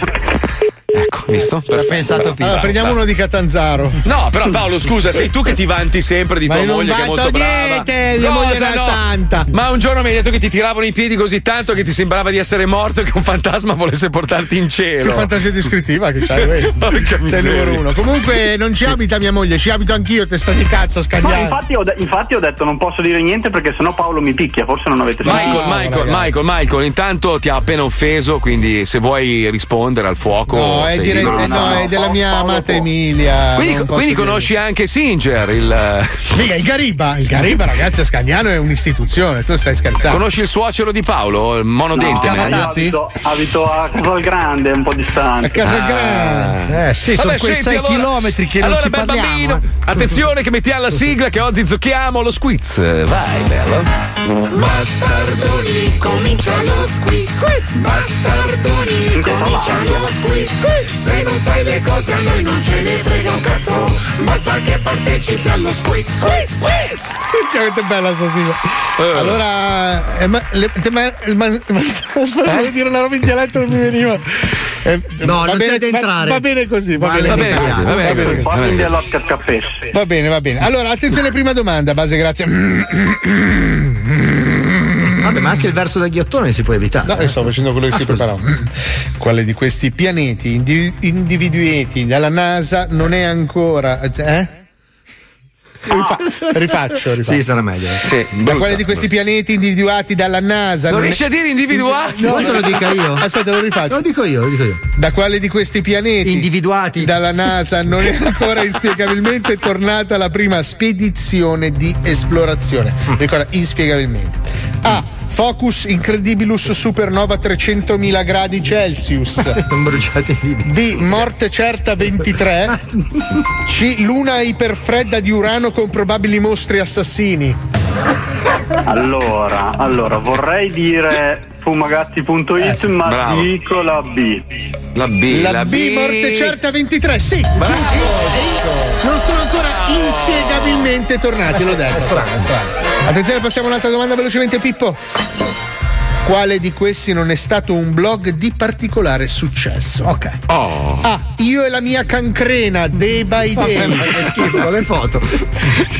[SPEAKER 3] Ecco, visto? Perfetto, bravo,
[SPEAKER 8] Allora,
[SPEAKER 3] bravo,
[SPEAKER 8] prendiamo
[SPEAKER 3] bravo.
[SPEAKER 8] uno di Catanzaro.
[SPEAKER 3] No, però Paolo, scusa, sei tu che ti vanti sempre di
[SPEAKER 8] Ma
[SPEAKER 3] tua
[SPEAKER 8] io non
[SPEAKER 3] moglie che è
[SPEAKER 8] vanto
[SPEAKER 3] molto brava.
[SPEAKER 8] niente, mia moglie
[SPEAKER 3] Cosa
[SPEAKER 8] è una santa.
[SPEAKER 3] Ma un giorno mi hai detto che ti tiravano i piedi così tanto che ti sembrava di essere morto e che un fantasma volesse portarti in
[SPEAKER 8] Che
[SPEAKER 3] cielo.
[SPEAKER 8] fantasia descrittiva che c'hai, vedi?
[SPEAKER 3] Porca
[SPEAKER 8] Sei il
[SPEAKER 3] miseria.
[SPEAKER 8] numero uno. Comunque non ci abita mia moglie, ci abito anch'io, testa di cazzo,
[SPEAKER 20] Ma
[SPEAKER 8] scagliare.
[SPEAKER 20] infatti ho, de- infatti ho detto non posso dire niente perché sennò Paolo mi picchia, forse non avete
[SPEAKER 3] Michael,
[SPEAKER 20] sentito.
[SPEAKER 3] Michael, Michael, Michael, intanto ti ha appena offeso, quindi se vuoi rispondere al fuoco.
[SPEAKER 8] No,
[SPEAKER 3] sei
[SPEAKER 8] è, dire-
[SPEAKER 3] libero.
[SPEAKER 8] eh, no, è della mia amata Emilia.
[SPEAKER 3] Quindi, quindi
[SPEAKER 8] non posso dire. Esatto.
[SPEAKER 3] conosci anche Singer, il.
[SPEAKER 8] Mica, il Gariba, il Gariba, ragazzi, a Scagnano è un'istituzione, tu stai scherzando.
[SPEAKER 3] Conosci il suocero di Paolo, il
[SPEAKER 20] No,
[SPEAKER 3] monodente?
[SPEAKER 20] io abito, abito a Casal Grande, un po' distante.
[SPEAKER 3] A Casalgrande.
[SPEAKER 6] Eh, sì, sono quei 6 chilometri che
[SPEAKER 3] allora,
[SPEAKER 6] non ci
[SPEAKER 3] bel
[SPEAKER 6] parliamo.
[SPEAKER 3] bambino,
[SPEAKER 6] eh.
[SPEAKER 3] attenzione che mettiamo la sigla che oggi zucchiamo lo squiz.
[SPEAKER 1] Eh,
[SPEAKER 3] Vai, bello.
[SPEAKER 7] Bastardoni, comincia lo squiz. squiz. Bastardoni, comincia lo squiz. Se non sai le cose a noi non ce ne frega un cazzo. Basta che partecipi allo squiz. Squiz, squiz.
[SPEAKER 8] Minchia, che bella sta sigla.
[SPEAKER 3] Eh.
[SPEAKER 8] Allora, eh, ma, le, te- ma, ma, ma-
[SPEAKER 3] Eh?
[SPEAKER 8] volevo dire una roba in dialetto non mi veniva. Eh,
[SPEAKER 6] No, non
[SPEAKER 8] bene,
[SPEAKER 6] ti
[SPEAKER 8] va-
[SPEAKER 6] entrare.
[SPEAKER 8] Va, bene così, va, bene,
[SPEAKER 6] Vale, Va bene così,
[SPEAKER 8] così,
[SPEAKER 6] va bene
[SPEAKER 8] va
[SPEAKER 6] così.
[SPEAKER 8] bene
[SPEAKER 20] Fammi
[SPEAKER 8] così.
[SPEAKER 20] dello scaccapesse.
[SPEAKER 8] Va bene, va bene. Allora, attenzione, prima domanda, base, grazie.
[SPEAKER 6] Vabbè, ma anche il verso del ghiottone si può evitare. eh. Ah,
[SPEAKER 8] No, io stavo facendo quello che si preparava. Quale di questi pianeti indi- individuati dalla NASA non è ancora. Eh? Rifa- rifaccio, rifaccio.
[SPEAKER 6] eh. Sì, sarà meglio.
[SPEAKER 3] Sì,
[SPEAKER 8] Da quale di questi pianeti individuati dalla NASA?
[SPEAKER 6] Non
[SPEAKER 8] è-
[SPEAKER 6] riesci
[SPEAKER 3] a dire individuati?
[SPEAKER 8] No,
[SPEAKER 6] Vuoi che lo dica io?
[SPEAKER 8] Aspetta, lo rifaccio. Lo
[SPEAKER 6] dico io, lo dico io.
[SPEAKER 8] Da quale di questi pianeti individuati dalla NASA non è ancora inspiegabilmente tornata la prima spedizione di esplorazione? Ricorda, inspiegabilmente. A. Focus Incredibilus Supernova 300.000 gradi Celsius. D. Morte certa 23. C. Luna iperfredda di Urano con probabili mostri assassini.
[SPEAKER 20] Allora, allora, vorrei dire fumagazzi.it, ma
[SPEAKER 3] bravo.
[SPEAKER 20] dico la B.
[SPEAKER 3] La B,
[SPEAKER 8] La B, morte certa 23, sì. giusto. Non sono ancora inspiegabilmente tornati, l'ho detto.
[SPEAKER 6] Eh È strano, è strano.
[SPEAKER 8] Attenzione, passiamo a un'altra domanda velocemente, Pippo. Quale di questi non è stato un blog di particolare successo? Ok.
[SPEAKER 3] Oh.
[SPEAKER 8] A. Io e la mia cancrena, day by day.
[SPEAKER 6] Vabbè, ma che schifo, con le foto.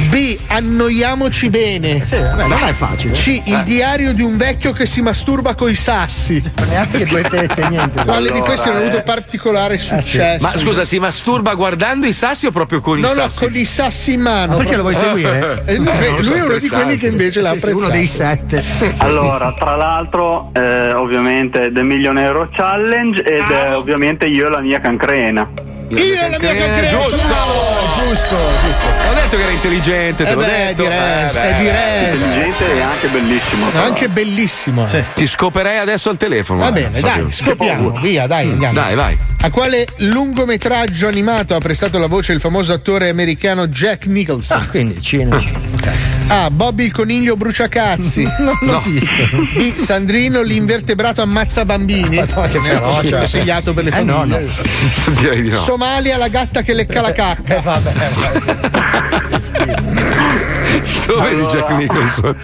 [SPEAKER 8] B. Annoiamoci bene.
[SPEAKER 6] Eh Sì, vabbè, non è facile.
[SPEAKER 8] C. Il
[SPEAKER 6] Eh.
[SPEAKER 8] diario di un vecchio che si masturba coi sassi.
[SPEAKER 6] Neanche due tette, niente.
[SPEAKER 8] Quale di
[SPEAKER 3] Allora,
[SPEAKER 8] questi non ha
[SPEAKER 3] eh.
[SPEAKER 8] avuto particolare successo?
[SPEAKER 3] Ma scusa, si masturba guardando i sassi o proprio con i
[SPEAKER 8] Cioè, No, no,
[SPEAKER 3] sassi?
[SPEAKER 8] con i sassi in mano.
[SPEAKER 3] Ma perché lo vuoi seguire?
[SPEAKER 8] Eh, no,
[SPEAKER 3] Eh,
[SPEAKER 8] beh,
[SPEAKER 3] non lo
[SPEAKER 8] lui
[SPEAKER 3] so,
[SPEAKER 8] è uno di
[SPEAKER 3] interessante.
[SPEAKER 8] quelli che invece
[SPEAKER 6] Sì,
[SPEAKER 8] l'ha
[SPEAKER 6] Eh sì,
[SPEAKER 8] apprezzato.
[SPEAKER 6] uno dei sette.
[SPEAKER 20] Allora, tra l'altro, eh, ovviamente The Million Euro Challenge ed
[SPEAKER 3] Ah.
[SPEAKER 20] eh, ovviamente io e la mia cancrena.
[SPEAKER 8] Io e la mia cancrena.
[SPEAKER 20] Giusto.
[SPEAKER 8] Bravo, giusto, giusto.
[SPEAKER 3] Ho detto che era intelligente, te
[SPEAKER 8] Eh
[SPEAKER 3] l'ho
[SPEAKER 8] beh,
[SPEAKER 3] detto.
[SPEAKER 8] direi,
[SPEAKER 3] Eh, beh.
[SPEAKER 8] direi.
[SPEAKER 20] Intelligente e anche bellissimo.
[SPEAKER 8] È anche bellissimo.
[SPEAKER 3] Ti scoperei adesso al telefono.
[SPEAKER 8] Va
[SPEAKER 3] guarda,
[SPEAKER 8] bene,
[SPEAKER 3] proprio.
[SPEAKER 8] dai, scopriamo. Via, dai, andiamo.
[SPEAKER 3] Dai, vai.
[SPEAKER 8] A quale lungometraggio animato ha prestato la voce il famoso attore americano Jack Nicholson? Ah,
[SPEAKER 6] quindi cinema.
[SPEAKER 8] A. Bobby il coniglio bruciacazzi.
[SPEAKER 6] Non l'ho visto.
[SPEAKER 8] B. Sandrino l'invertebrato ammazza bambini.
[SPEAKER 6] Madonna, Ah, che ferocia.
[SPEAKER 8] consigliato per le
[SPEAKER 6] Eh, no,
[SPEAKER 8] famiglie.
[SPEAKER 3] Direi di no.
[SPEAKER 8] Somalia la gatta che lecca la
[SPEAKER 6] Eh,
[SPEAKER 8] cacca.
[SPEAKER 3] Dove di Jack Nicholson?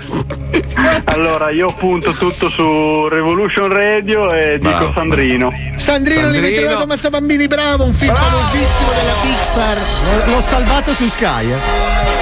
[SPEAKER 20] Allora, io punto tutto su Revolution Radio e dico
[SPEAKER 8] Bravo.
[SPEAKER 20] Sandrino.
[SPEAKER 8] Sandrino, l'invertebrato ammazza bambini, bravo, un film famosissimo della Pixar.
[SPEAKER 6] L'ho salvato su Sky.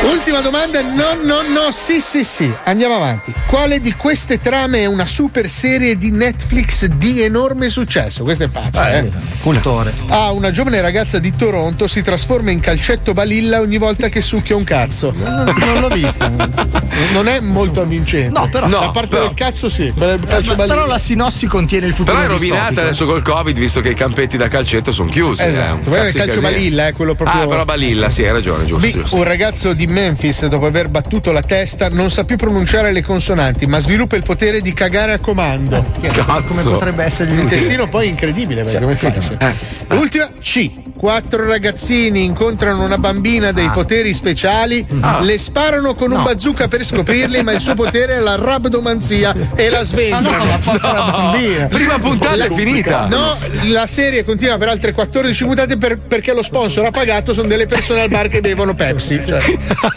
[SPEAKER 8] Ultima domanda, no, no, no, sì, sì, sì. Andiamo avanti. Quale di queste trame è una super serie di Netflix di enorme successo? Questo è facile. eh.
[SPEAKER 6] Cultore.
[SPEAKER 8] Ah, una giovane ragazza di Toronto si trasforma in calcetto balilla ogni volta che succhia un cazzo. Non, non l'ho vista. Non è molto avvincente. No,
[SPEAKER 3] però-
[SPEAKER 8] Da
[SPEAKER 3] No,
[SPEAKER 8] parte
[SPEAKER 3] però-
[SPEAKER 8] del cazzo, sì. quella del calcio balilla.
[SPEAKER 2] però la sinossi contiene il futuro
[SPEAKER 3] Però è
[SPEAKER 2] distopico.
[SPEAKER 3] rovinata adesso col Covid, visto che i campetti da calcetto sono chiusi. eh.
[SPEAKER 8] Esatto,
[SPEAKER 3] Un
[SPEAKER 8] poi nel
[SPEAKER 3] cazzo di
[SPEAKER 8] calcio
[SPEAKER 3] casino.
[SPEAKER 8] balilla, eh, quello proprio-
[SPEAKER 3] Ah, però balilla, sì, hai ragione, giusto.
[SPEAKER 8] B.
[SPEAKER 3] giusto.
[SPEAKER 8] Un ragazzo di Memphis, dopo aver battuto la testa, non sa più pronunciare le consonanti, ma sviluppa il potere di cagare a comando.
[SPEAKER 3] Cazzo.
[SPEAKER 2] Come potrebbe essere
[SPEAKER 8] Un
[SPEAKER 2] l'intestino?
[SPEAKER 8] intestino poi incredibile, perché
[SPEAKER 2] Sì,
[SPEAKER 8] come fai?
[SPEAKER 3] eh,
[SPEAKER 8] Ah. Ultima C. Quattro ragazzini incontrano una bambina dei poteri speciali,
[SPEAKER 2] Ah.
[SPEAKER 8] le sparano con un
[SPEAKER 2] No.
[SPEAKER 8] bazooka per scoprirli, ma il suo potere è la rabdomanzia e la svendono.
[SPEAKER 2] Ma Ah, no, ma povera No. bambina. Prima puntata
[SPEAKER 8] La-
[SPEAKER 2] è finita.
[SPEAKER 8] No, la serie continua per altre 14 puntate per- perché lo sponsor ha pagato, sono delle persone al bar che bevono Pepsi. Cioè.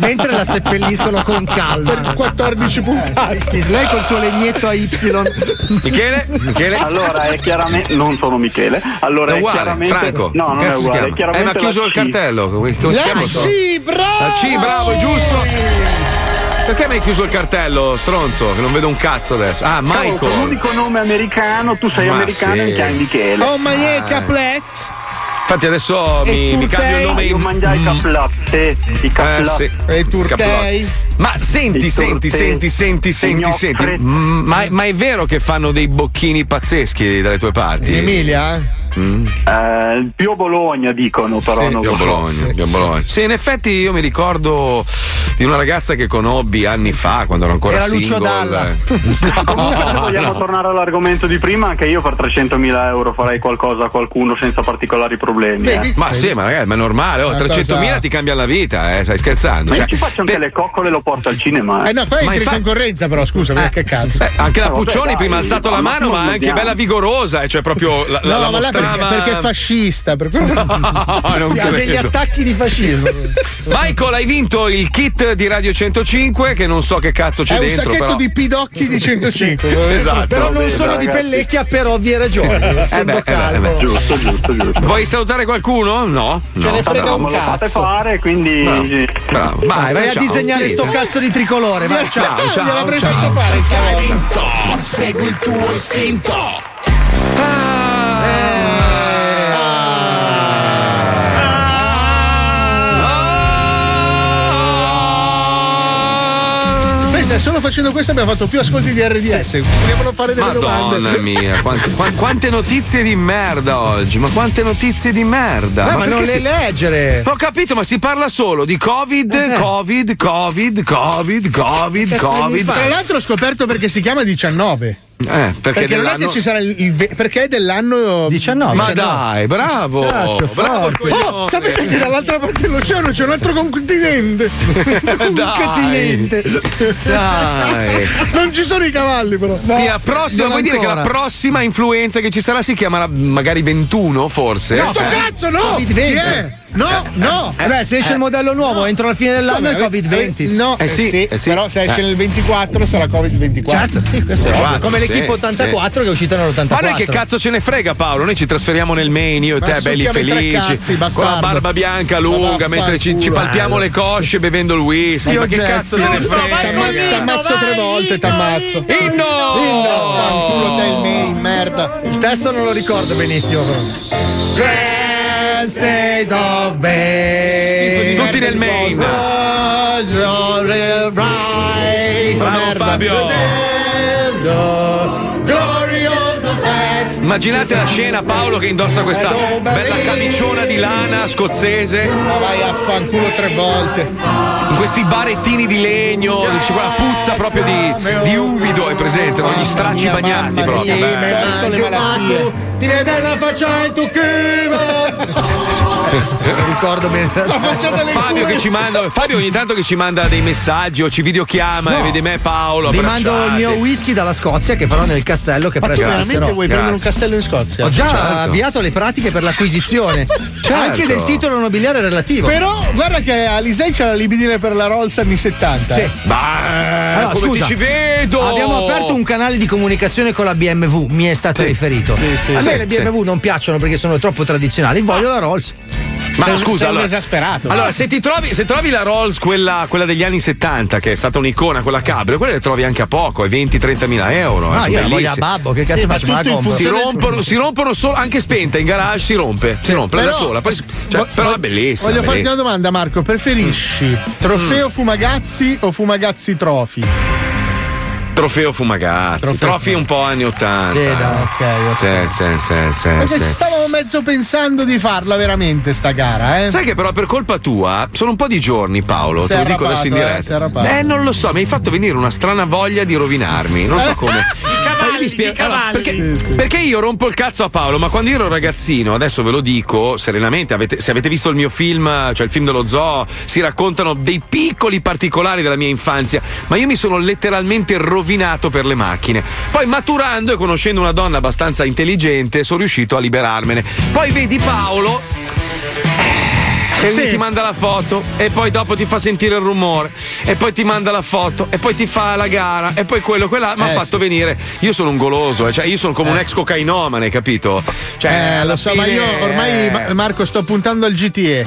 [SPEAKER 2] Mentre la seppelliscono con calma.
[SPEAKER 8] Per 14 puntate.
[SPEAKER 2] Lei col suo legnetto a Y.
[SPEAKER 3] Michele? Michele?
[SPEAKER 20] Allora è chiaramente. Non sono Michele. Allora
[SPEAKER 3] È
[SPEAKER 20] è,
[SPEAKER 3] uguale,
[SPEAKER 20] chiaramente.
[SPEAKER 3] Franco.
[SPEAKER 20] No, non
[SPEAKER 3] Cazzo si
[SPEAKER 20] è uguale.
[SPEAKER 3] chiama?
[SPEAKER 20] È chiaramente
[SPEAKER 3] Eh, ma ha chiuso
[SPEAKER 20] la
[SPEAKER 3] il
[SPEAKER 20] C.
[SPEAKER 3] cartello. Come come si chiama?
[SPEAKER 8] bravo!
[SPEAKER 3] La C, bravo, giusto. Perché mi hai chiuso il cartello, stronzo? Che non vedo un cazzo adesso. Ah,
[SPEAKER 20] Cavolo, con
[SPEAKER 3] Michael.
[SPEAKER 20] L'unico nome americano, tu sei
[SPEAKER 3] Ma
[SPEAKER 20] americano
[SPEAKER 3] sì.
[SPEAKER 20] e mi chiami Michele.
[SPEAKER 8] Oh, ma è
[SPEAKER 3] Ah.
[SPEAKER 8] caplet?
[SPEAKER 3] Infatti adesso
[SPEAKER 20] E
[SPEAKER 3] mi, mi
[SPEAKER 20] tu
[SPEAKER 3] cambio il
[SPEAKER 20] sei?
[SPEAKER 3] nome Eh,
[SPEAKER 20] Io mangiai caplotte, i caplotte.
[SPEAKER 8] E tu sei?
[SPEAKER 3] Ma senti,
[SPEAKER 20] I
[SPEAKER 3] senti,
[SPEAKER 20] tortei.
[SPEAKER 3] senti, senti, senti, senti.
[SPEAKER 20] Gnocchi.
[SPEAKER 3] Mm, Ma, ma è vero che fanno dei bocchini pazzeschi dalle tue parti?
[SPEAKER 8] In Emilia?
[SPEAKER 3] Mm.
[SPEAKER 20] Eh, più a Bologna dicono però
[SPEAKER 3] Sì,
[SPEAKER 20] non
[SPEAKER 3] Pian
[SPEAKER 20] so.
[SPEAKER 3] Bologna, Pian Bologna. Sì, in effetti io mi ricordo di una ragazza che conobbi anni fa, quando ero ancora
[SPEAKER 20] Era
[SPEAKER 3] single. eh.
[SPEAKER 20] Lucio Dalla. Comunque, se
[SPEAKER 3] No,
[SPEAKER 20] vogliamo
[SPEAKER 3] no.
[SPEAKER 20] tornare all'argomento di prima, anche io per 300.000 euro farei qualcosa a qualcuno senza particolari problemi. eh.
[SPEAKER 3] Ma sì, ma ragazzi, ma è normale, oh,
[SPEAKER 20] Una
[SPEAKER 3] 300.000
[SPEAKER 20] cosa-
[SPEAKER 3] ti cambia la vita, eh, stai scherzando?
[SPEAKER 20] Ma io
[SPEAKER 3] Cioè,
[SPEAKER 20] ci faccio anche le coccole e lo porto al cinema.
[SPEAKER 8] Eh no, qua entri in concorrenza però, scusa,
[SPEAKER 2] Eh.
[SPEAKER 8] ma che cazzo.
[SPEAKER 3] anche la
[SPEAKER 20] Eh, vabbè,
[SPEAKER 3] Puccioni
[SPEAKER 20] dai,
[SPEAKER 3] prima ha alzato la
[SPEAKER 20] al
[SPEAKER 3] mano,
[SPEAKER 20] massimo
[SPEAKER 3] ma
[SPEAKER 20] lo
[SPEAKER 3] anche
[SPEAKER 20] diamo.
[SPEAKER 3] bella vigorosa, eh, cioè proprio la, la,
[SPEAKER 8] no,
[SPEAKER 3] la
[SPEAKER 8] ma là perché,
[SPEAKER 3] mostrava-
[SPEAKER 8] perché è fascista. Per quello...
[SPEAKER 3] non
[SPEAKER 2] Sì, ha degli
[SPEAKER 3] credo.
[SPEAKER 2] attacchi di fascismo.
[SPEAKER 3] Michael, hai vinto il kit di Radio 105, che non so che cazzo c'è
[SPEAKER 8] È un
[SPEAKER 3] dentro.
[SPEAKER 8] sacchetto
[SPEAKER 3] però.
[SPEAKER 8] di pidocchi di 105.
[SPEAKER 3] Esatto.
[SPEAKER 2] Però non
[SPEAKER 3] Vabbè,
[SPEAKER 2] sono
[SPEAKER 3] dai,
[SPEAKER 2] di
[SPEAKER 3] ragazzi.
[SPEAKER 2] pellecchia per ovvie ragioni.
[SPEAKER 3] Eh
[SPEAKER 2] essendo
[SPEAKER 3] beh, eh beh, eh
[SPEAKER 2] calvo.
[SPEAKER 3] beh. Vuoi salutare qualcuno? No, no.
[SPEAKER 2] ne frega
[SPEAKER 20] No,
[SPEAKER 2] un
[SPEAKER 20] me lo fate
[SPEAKER 2] cazzo.
[SPEAKER 20] fare, quindi.
[SPEAKER 3] Bravo. Bravo.
[SPEAKER 2] Vai,
[SPEAKER 3] Basta,
[SPEAKER 2] vai a
[SPEAKER 3] ciao.
[SPEAKER 2] disegnare sto cazzo di tricolore. Vai, ciao.
[SPEAKER 3] Ciao, ciao,
[SPEAKER 2] Gliel'avrei
[SPEAKER 3] ciao.
[SPEAKER 2] fatto fare. ciao.
[SPEAKER 7] Segui il tuo istinto.
[SPEAKER 2] Ah, eh,
[SPEAKER 8] Pensa, solo facendo questo abbiamo fatto più ascolti di RDS. Si devono fare delle
[SPEAKER 3] Madonna
[SPEAKER 8] domande.
[SPEAKER 3] mia, quante, quan- quante notizie di merda oggi, ma quante notizie di
[SPEAKER 2] Eh,
[SPEAKER 3] merda!
[SPEAKER 8] Beh, ma non
[SPEAKER 3] perché
[SPEAKER 8] le leggere.
[SPEAKER 3] Ho capito, ma si parla solo di Covid, Covid, Covid, Covid, Covid,
[SPEAKER 8] Cazzo, mi
[SPEAKER 3] Covid.
[SPEAKER 8] fa- Tra l'altro ho scoperto perché si chiama 19.
[SPEAKER 3] Eh,
[SPEAKER 8] Perché,
[SPEAKER 3] perché,
[SPEAKER 8] non è che
[SPEAKER 3] dell'anno-
[SPEAKER 8] ci sarà il, il ve- perché è dell'anno 19.
[SPEAKER 3] Ma dai, bravo!
[SPEAKER 8] Cazzo,
[SPEAKER 3] bravo il
[SPEAKER 8] forte. Oh,
[SPEAKER 3] coglione.
[SPEAKER 8] sapete che dall'altra parte dell'oceano c'è un altro continente. un
[SPEAKER 3] Dai.
[SPEAKER 8] continente.
[SPEAKER 3] Dai.
[SPEAKER 8] non ci sono i cavalli però.
[SPEAKER 3] Sì, la prossima, vuoi dire che la prossima influenza che ci sarà si chiamerà magari 21 forse? Eh.
[SPEAKER 8] No, sto cazzo, no!
[SPEAKER 2] Covid venti.
[SPEAKER 8] Chi è? No, no!
[SPEAKER 2] Eh, beh, se esce il modello nuovo entro la fine dell'anno è il Covid-20.
[SPEAKER 8] No, eh sì, però se esce
[SPEAKER 2] Eh.
[SPEAKER 8] nel 24 sarà Covid-24.
[SPEAKER 2] Certo, sì, questo è
[SPEAKER 3] Sì,
[SPEAKER 2] ovvio. come
[SPEAKER 3] sì,
[SPEAKER 2] l'equipe 84 che è uscita nell'84.
[SPEAKER 3] Ma noi che cazzo ce ne frega Paolo? Noi ci trasferiamo nel Maine, io e
[SPEAKER 2] Ma
[SPEAKER 3] te, belli
[SPEAKER 2] succhiami tre
[SPEAKER 3] felici,
[SPEAKER 2] cazzi,
[SPEAKER 3] con la
[SPEAKER 2] bastardo.
[SPEAKER 3] barba bianca
[SPEAKER 2] Ma
[SPEAKER 3] lunga,
[SPEAKER 2] vaffanculo.
[SPEAKER 3] mentre ci, ci palpiamo le cosce bevendo il whisky.
[SPEAKER 8] Io
[SPEAKER 3] Eh, ma che
[SPEAKER 2] eh.
[SPEAKER 3] cazzo ce ne frega?
[SPEAKER 8] T'ammazzo tre volte, t'ammazzo.
[SPEAKER 3] Inno!
[SPEAKER 8] Inno! Fanculo te il mail, merda.
[SPEAKER 2] Il testo non lo ricordo benissimo però. Grand State of Maine.
[SPEAKER 3] Tutti nel Maine. Bravo Fabio! Immaginate la scena Paolo che indossa questa
[SPEAKER 2] Eh,
[SPEAKER 3] bella camiciona di lana scozzese
[SPEAKER 8] Ma vai a fanculo tre volte.
[SPEAKER 3] in questi barettini di legno, c'è quella puzza proprio di, di umido, è presente, no? gli stracci bagnati proprio. bello.
[SPEAKER 2] Ti vede la faccia in tuo culo. ricordo bene. La faccia delle
[SPEAKER 3] Fabio che ci manda, Fabio ogni tanto che ci manda dei messaggi o ci videochiama e
[SPEAKER 2] No.
[SPEAKER 3] vede me e Paolo.
[SPEAKER 2] Vi
[SPEAKER 3] abbracciati.
[SPEAKER 2] mando il mio whisky dalla Scozia che farò nel castello che
[SPEAKER 8] Ma tu
[SPEAKER 2] presto
[SPEAKER 8] veramente
[SPEAKER 2] alzerò.
[SPEAKER 8] vuoi prendere un castello in Scozia?
[SPEAKER 2] Ho già
[SPEAKER 8] Certo.
[SPEAKER 2] avviato le pratiche per l'acquisizione
[SPEAKER 3] Certo.
[SPEAKER 2] anche del titolo nobiliare relativo.
[SPEAKER 8] Però guarda che Alisei c'ha la libidine per la Rolls anni 70.
[SPEAKER 2] Sì.
[SPEAKER 8] eh.
[SPEAKER 3] Ma
[SPEAKER 2] Allora,
[SPEAKER 3] Eh, come
[SPEAKER 2] scusa,
[SPEAKER 3] ti ci vedo?
[SPEAKER 2] Abbiamo aperto un canale di comunicazione con la BMW, mi è stato
[SPEAKER 3] Sì.
[SPEAKER 2] riferito.
[SPEAKER 3] Sì, sì,
[SPEAKER 2] a
[SPEAKER 3] sì,
[SPEAKER 2] me le
[SPEAKER 3] sì.
[SPEAKER 2] BMW non piacciono perché sono troppo tradizionali, voglio la Rolls.
[SPEAKER 3] Ma
[SPEAKER 8] Sei un-
[SPEAKER 3] scusa,
[SPEAKER 8] sei un
[SPEAKER 3] allora,
[SPEAKER 8] esasperato.
[SPEAKER 3] Allora, se ti trovi, se trovi la Rolls, quella, quella degli anni 70, che è stata un'icona, quella cabrio, quella le trovi anche a poco, ai 20-30 mila euro.
[SPEAKER 6] No,
[SPEAKER 3] eh, sono
[SPEAKER 6] io la voglio
[SPEAKER 3] bellissime.
[SPEAKER 6] a babbo, che cazzo
[SPEAKER 3] ma
[SPEAKER 6] faccio, me la
[SPEAKER 3] tutto in
[SPEAKER 6] compro?
[SPEAKER 3] funzione- Si
[SPEAKER 6] Sì.
[SPEAKER 3] rompono, si rompono solo, anche spenta in garage, si rompe. Si rompe da
[SPEAKER 8] però-
[SPEAKER 3] sola. poi si- cioè,
[SPEAKER 8] vo-
[SPEAKER 3] però
[SPEAKER 8] vo-
[SPEAKER 3] è bellissima.
[SPEAKER 8] Voglio farti
[SPEAKER 3] bellissima. Mm.
[SPEAKER 8] una domanda, Marco. Preferisci trofeo Fumagazzi o Fumagazzi Trofi?
[SPEAKER 3] Eh, Trofeo Fumagazzi,
[SPEAKER 8] Trofeo
[SPEAKER 3] trofi un po' anni 80.
[SPEAKER 8] Sì, no,
[SPEAKER 3] ok. Sì, sì, sì, sì,
[SPEAKER 8] Perché
[SPEAKER 3] sì.
[SPEAKER 8] ci stavamo mezzo pensando di farla veramente sta gara, eh?
[SPEAKER 3] Sai che però per colpa tua sono un po' di giorni Paolo,
[SPEAKER 8] Si
[SPEAKER 3] te
[SPEAKER 8] è
[SPEAKER 3] lo dico adesso in
[SPEAKER 8] arrabbato, eh, si è
[SPEAKER 3] diretta.
[SPEAKER 8] arrabbato.
[SPEAKER 3] Eh, non lo so, mi hai fatto venire una strana voglia di rovinarmi, non so come.
[SPEAKER 4] cavalli, i cavalli.
[SPEAKER 3] Perché, perché io rompo il cazzo a Paolo, ma quando io ero ragazzino, adesso ve lo dico serenamente, avete- se avete visto il mio film, cioè il film dello zoo, si raccontano dei piccoli particolari della mia infanzia, ma io mi sono letteralmente rovinato per le macchine. Poi maturando e conoscendo una donna abbastanza intelligente, sono riuscito a liberarmene. Poi vedi Paolo e lui ti manda la foto e poi dopo ti fa sentire il rumore e poi ti manda la foto e poi ti fa la gara e poi quello quella mi ha
[SPEAKER 8] Eh,
[SPEAKER 3] fatto venire io sono un goloso eh, cioè io sono come un ex cocainomane capito cioè
[SPEAKER 8] Eh,
[SPEAKER 3] alla
[SPEAKER 8] lo so, ma
[SPEAKER 3] fine- eh.
[SPEAKER 8] io ormai, Ma- Marco, sto puntando al GTA.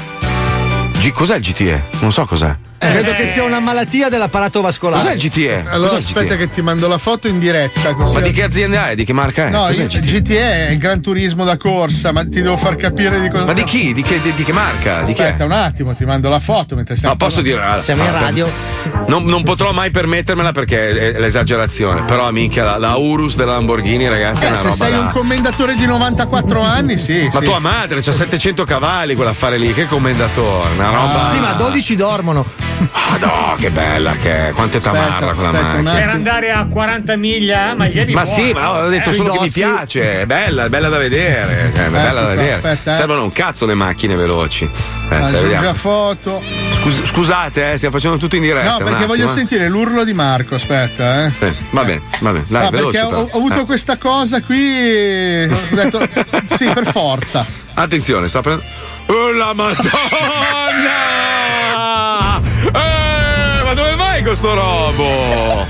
[SPEAKER 3] G- cos'è il GTA? non so cos'è
[SPEAKER 6] Eh, Credo che sia una malattia dell'apparato vascolare.
[SPEAKER 3] Cos'è il GTA?
[SPEAKER 8] Eh, Allora,
[SPEAKER 3] Cos'è il
[SPEAKER 8] aspetta
[SPEAKER 3] GTA?
[SPEAKER 8] che ti mando la foto in diretta. Così
[SPEAKER 3] ma di che azienda è? di che marca è?
[SPEAKER 8] No,
[SPEAKER 3] Cos'è
[SPEAKER 8] io-
[SPEAKER 3] il GTA?
[SPEAKER 8] GTA è il gran turismo da corsa, ma ti devo far capire di cosa.
[SPEAKER 3] ma di chi? di che, di- di che marca? di chi è?
[SPEAKER 8] Aspetta un attimo, ti mando la foto mentre stiamo.
[SPEAKER 3] No, posso dire.
[SPEAKER 8] parlando.
[SPEAKER 3] ah, per- Non, non potrò mai permettermela perché è l'esagerazione. Però, minchia, la, la Urus della Lamborghini, ragazzi, è
[SPEAKER 8] Eh,
[SPEAKER 3] una
[SPEAKER 8] se
[SPEAKER 3] roba
[SPEAKER 8] sei
[SPEAKER 3] da-
[SPEAKER 8] un commendatore di 94 anni, sì.
[SPEAKER 3] Ma
[SPEAKER 8] sì.
[SPEAKER 3] tua madre c'ha 700 cavalli quell'affare lì, che commendatore, una
[SPEAKER 2] Ah,
[SPEAKER 8] Ah.
[SPEAKER 3] roba.
[SPEAKER 6] Sì, ma 12 dormono.
[SPEAKER 3] Ah, no, che bella che è. Quanto è tamarra quella
[SPEAKER 6] Ecco,
[SPEAKER 4] per
[SPEAKER 3] macchina.
[SPEAKER 4] andare a 40 miglia, ma ieri
[SPEAKER 3] Ma
[SPEAKER 4] buono.
[SPEAKER 3] sì, ma ho detto
[SPEAKER 4] Eh,
[SPEAKER 3] solo
[SPEAKER 4] sui
[SPEAKER 3] che mi
[SPEAKER 4] dossi.
[SPEAKER 3] piace, è bella, è bella da vedere. cioè, è bella da
[SPEAKER 8] Aspetta,
[SPEAKER 3] vedere.
[SPEAKER 8] aspetta, eh. Ah,
[SPEAKER 3] Servono un cazzo le macchine veloci. Aspetta,
[SPEAKER 8] Aggiungi la
[SPEAKER 3] vediamo.
[SPEAKER 8] foto.
[SPEAKER 3] Scus- scusate, eh, stiamo facendo tutto in diretta.
[SPEAKER 8] No,
[SPEAKER 3] un
[SPEAKER 8] perché voglio
[SPEAKER 3] attimo, eh.
[SPEAKER 8] sentire l'urlo di Marco, aspetta, eh.
[SPEAKER 3] Sì, Va bene, va bene, dai,
[SPEAKER 8] Ah,
[SPEAKER 3] veloce.
[SPEAKER 8] perché ho,
[SPEAKER 3] però.
[SPEAKER 8] ho avuto
[SPEAKER 3] Eh.
[SPEAKER 8] questa cosa qui. eh, Ho detto sì, per forza.
[SPEAKER 3] Attenzione, sta prendendo. Oh la Madonna! Eh, ma dove vai con sto robo?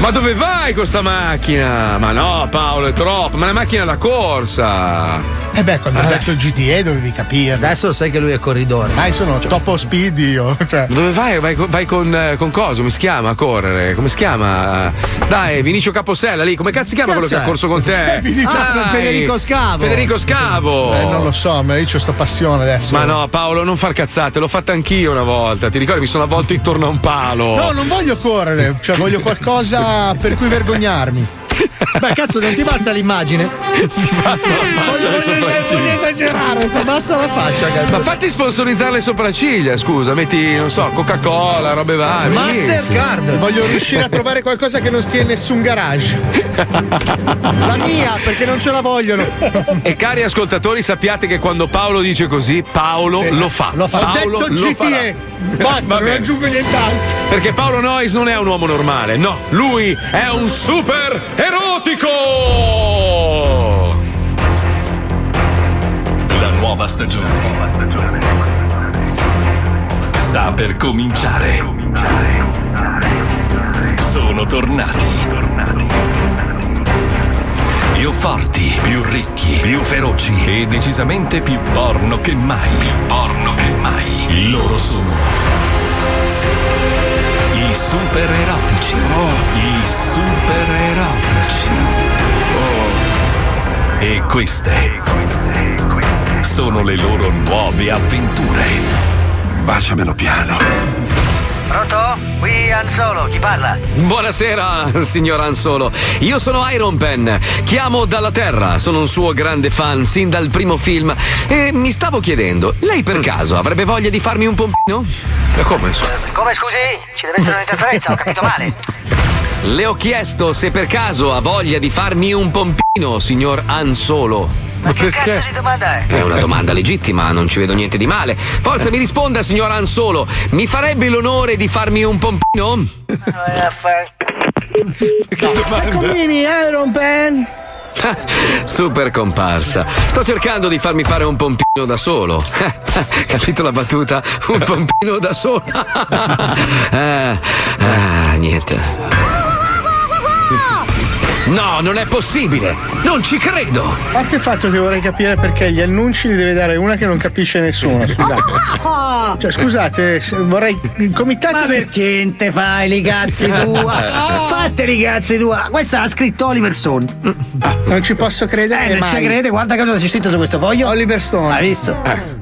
[SPEAKER 3] Ma dove vai con sta macchina? Ma no, Paolo, è troppo. Ma è una macchina da corsa.
[SPEAKER 8] E beh, quando ho detto GTA dovevi capire. Cioè-
[SPEAKER 6] Adesso sai che lui è corridore.
[SPEAKER 8] Dai, sono troppo speed io. Cioè.
[SPEAKER 3] Dove vai? Vai, co- vai con, eh, con cosa? Come si chiama a correre? Come si chiama? Dai, Vinicio Caposella lì, come cazzo si chiama quello
[SPEAKER 8] Cazzo
[SPEAKER 3] che ha
[SPEAKER 8] è?
[SPEAKER 3] corso con te?
[SPEAKER 8] Eh, Vinicio-
[SPEAKER 3] Dai!
[SPEAKER 8] Federico Scavo.
[SPEAKER 3] Federico Scavo!
[SPEAKER 8] Eh, non lo so, ma io ho sta passione adesso.
[SPEAKER 3] Ma no, Paolo, non far cazzate, l'ho fatta anch'io una volta. Ti ricordi? Mi sono avvolto intorno a un palo.
[SPEAKER 8] No, non voglio correre, cioè voglio qualcosa per cui vergognarmi.
[SPEAKER 6] Beh, cazzo, non ti basta l'immagine?
[SPEAKER 3] ti basta la faccia, le sopracciglia.
[SPEAKER 6] esagerare, ti basta la
[SPEAKER 8] Ah,
[SPEAKER 6] faccia, cazzo.
[SPEAKER 3] Ma fatti sponsorizzare le sopracciglia, scusa, metti, non so, Coca-Cola, robe varie.
[SPEAKER 8] Mastercard. Voglio riuscire a trovare qualcosa che non stia in nessun garage. La mia, perché non ce la vogliono.
[SPEAKER 3] E cari ascoltatori, sappiate che quando Paolo dice così, Paolo lo fa.
[SPEAKER 8] Ho
[SPEAKER 3] Paolo
[SPEAKER 8] detto
[SPEAKER 3] lo farà.
[SPEAKER 8] GTA. Basta,
[SPEAKER 3] Va
[SPEAKER 8] non
[SPEAKER 3] bene.
[SPEAKER 8] aggiungo nient'altro.
[SPEAKER 3] Perché Paolo Noyes non è un uomo normale, no, lui è un super erotico!
[SPEAKER 1] La nuova stagione. Sta per cominciare. Sono tornati. Più forti, più ricchi, più feroci e decisamente più porno che mai. Più porno che mai. Loro sono. I super erotici. I super erotici. Oh. E queste sono le loro nuove avventure. Baciamelo piano.
[SPEAKER 9] Pronto? Qui Han Solo, chi parla?
[SPEAKER 1] Buonasera, signor Ansolo. Io sono Iron Pen, chiamo dalla Terra, sono un suo grande fan sin dal primo film e mi stavo chiedendo, lei per caso avrebbe voglia di farmi un pompino? Come?
[SPEAKER 9] Come scusi? Ci deve essere un'interferenza, ho capito male.
[SPEAKER 1] Le ho chiesto se per caso ha voglia di farmi un pompino, signor Ansolo.
[SPEAKER 9] Ma che cazzo di domanda è?
[SPEAKER 1] È una domanda legittima, non ci vedo niente di male. Forza, mi risponda, signor Ansolo. Mi farebbe l'onore di farmi un pompino?
[SPEAKER 9] Eccomi, Iron Pen!
[SPEAKER 1] Super comparsa. Sto cercando di farmi fare un pompino da solo. Capito la battuta? Un pompino da solo.
[SPEAKER 21] Eh,
[SPEAKER 1] ah, ah, niente.
[SPEAKER 21] No, non è possibile! Non ci credo!
[SPEAKER 8] A parte il fatto che vorrei capire perché gli annunci li deve dare una che non capisce nessuno. Scusate. Cioè, scusate, se- vorrei. Il comitato. Ma
[SPEAKER 4] perché non te fai li cazzi tua? Fate i cazzi tua! Questa l'ha scritto Oliver Stone.
[SPEAKER 8] Ah, Non ci posso credere.
[SPEAKER 4] Eh, non
[SPEAKER 8] mai.
[SPEAKER 4] ci crede, guarda cosa c'è scritto su questo foglio.
[SPEAKER 8] Oliver Stone.
[SPEAKER 4] Hai visto?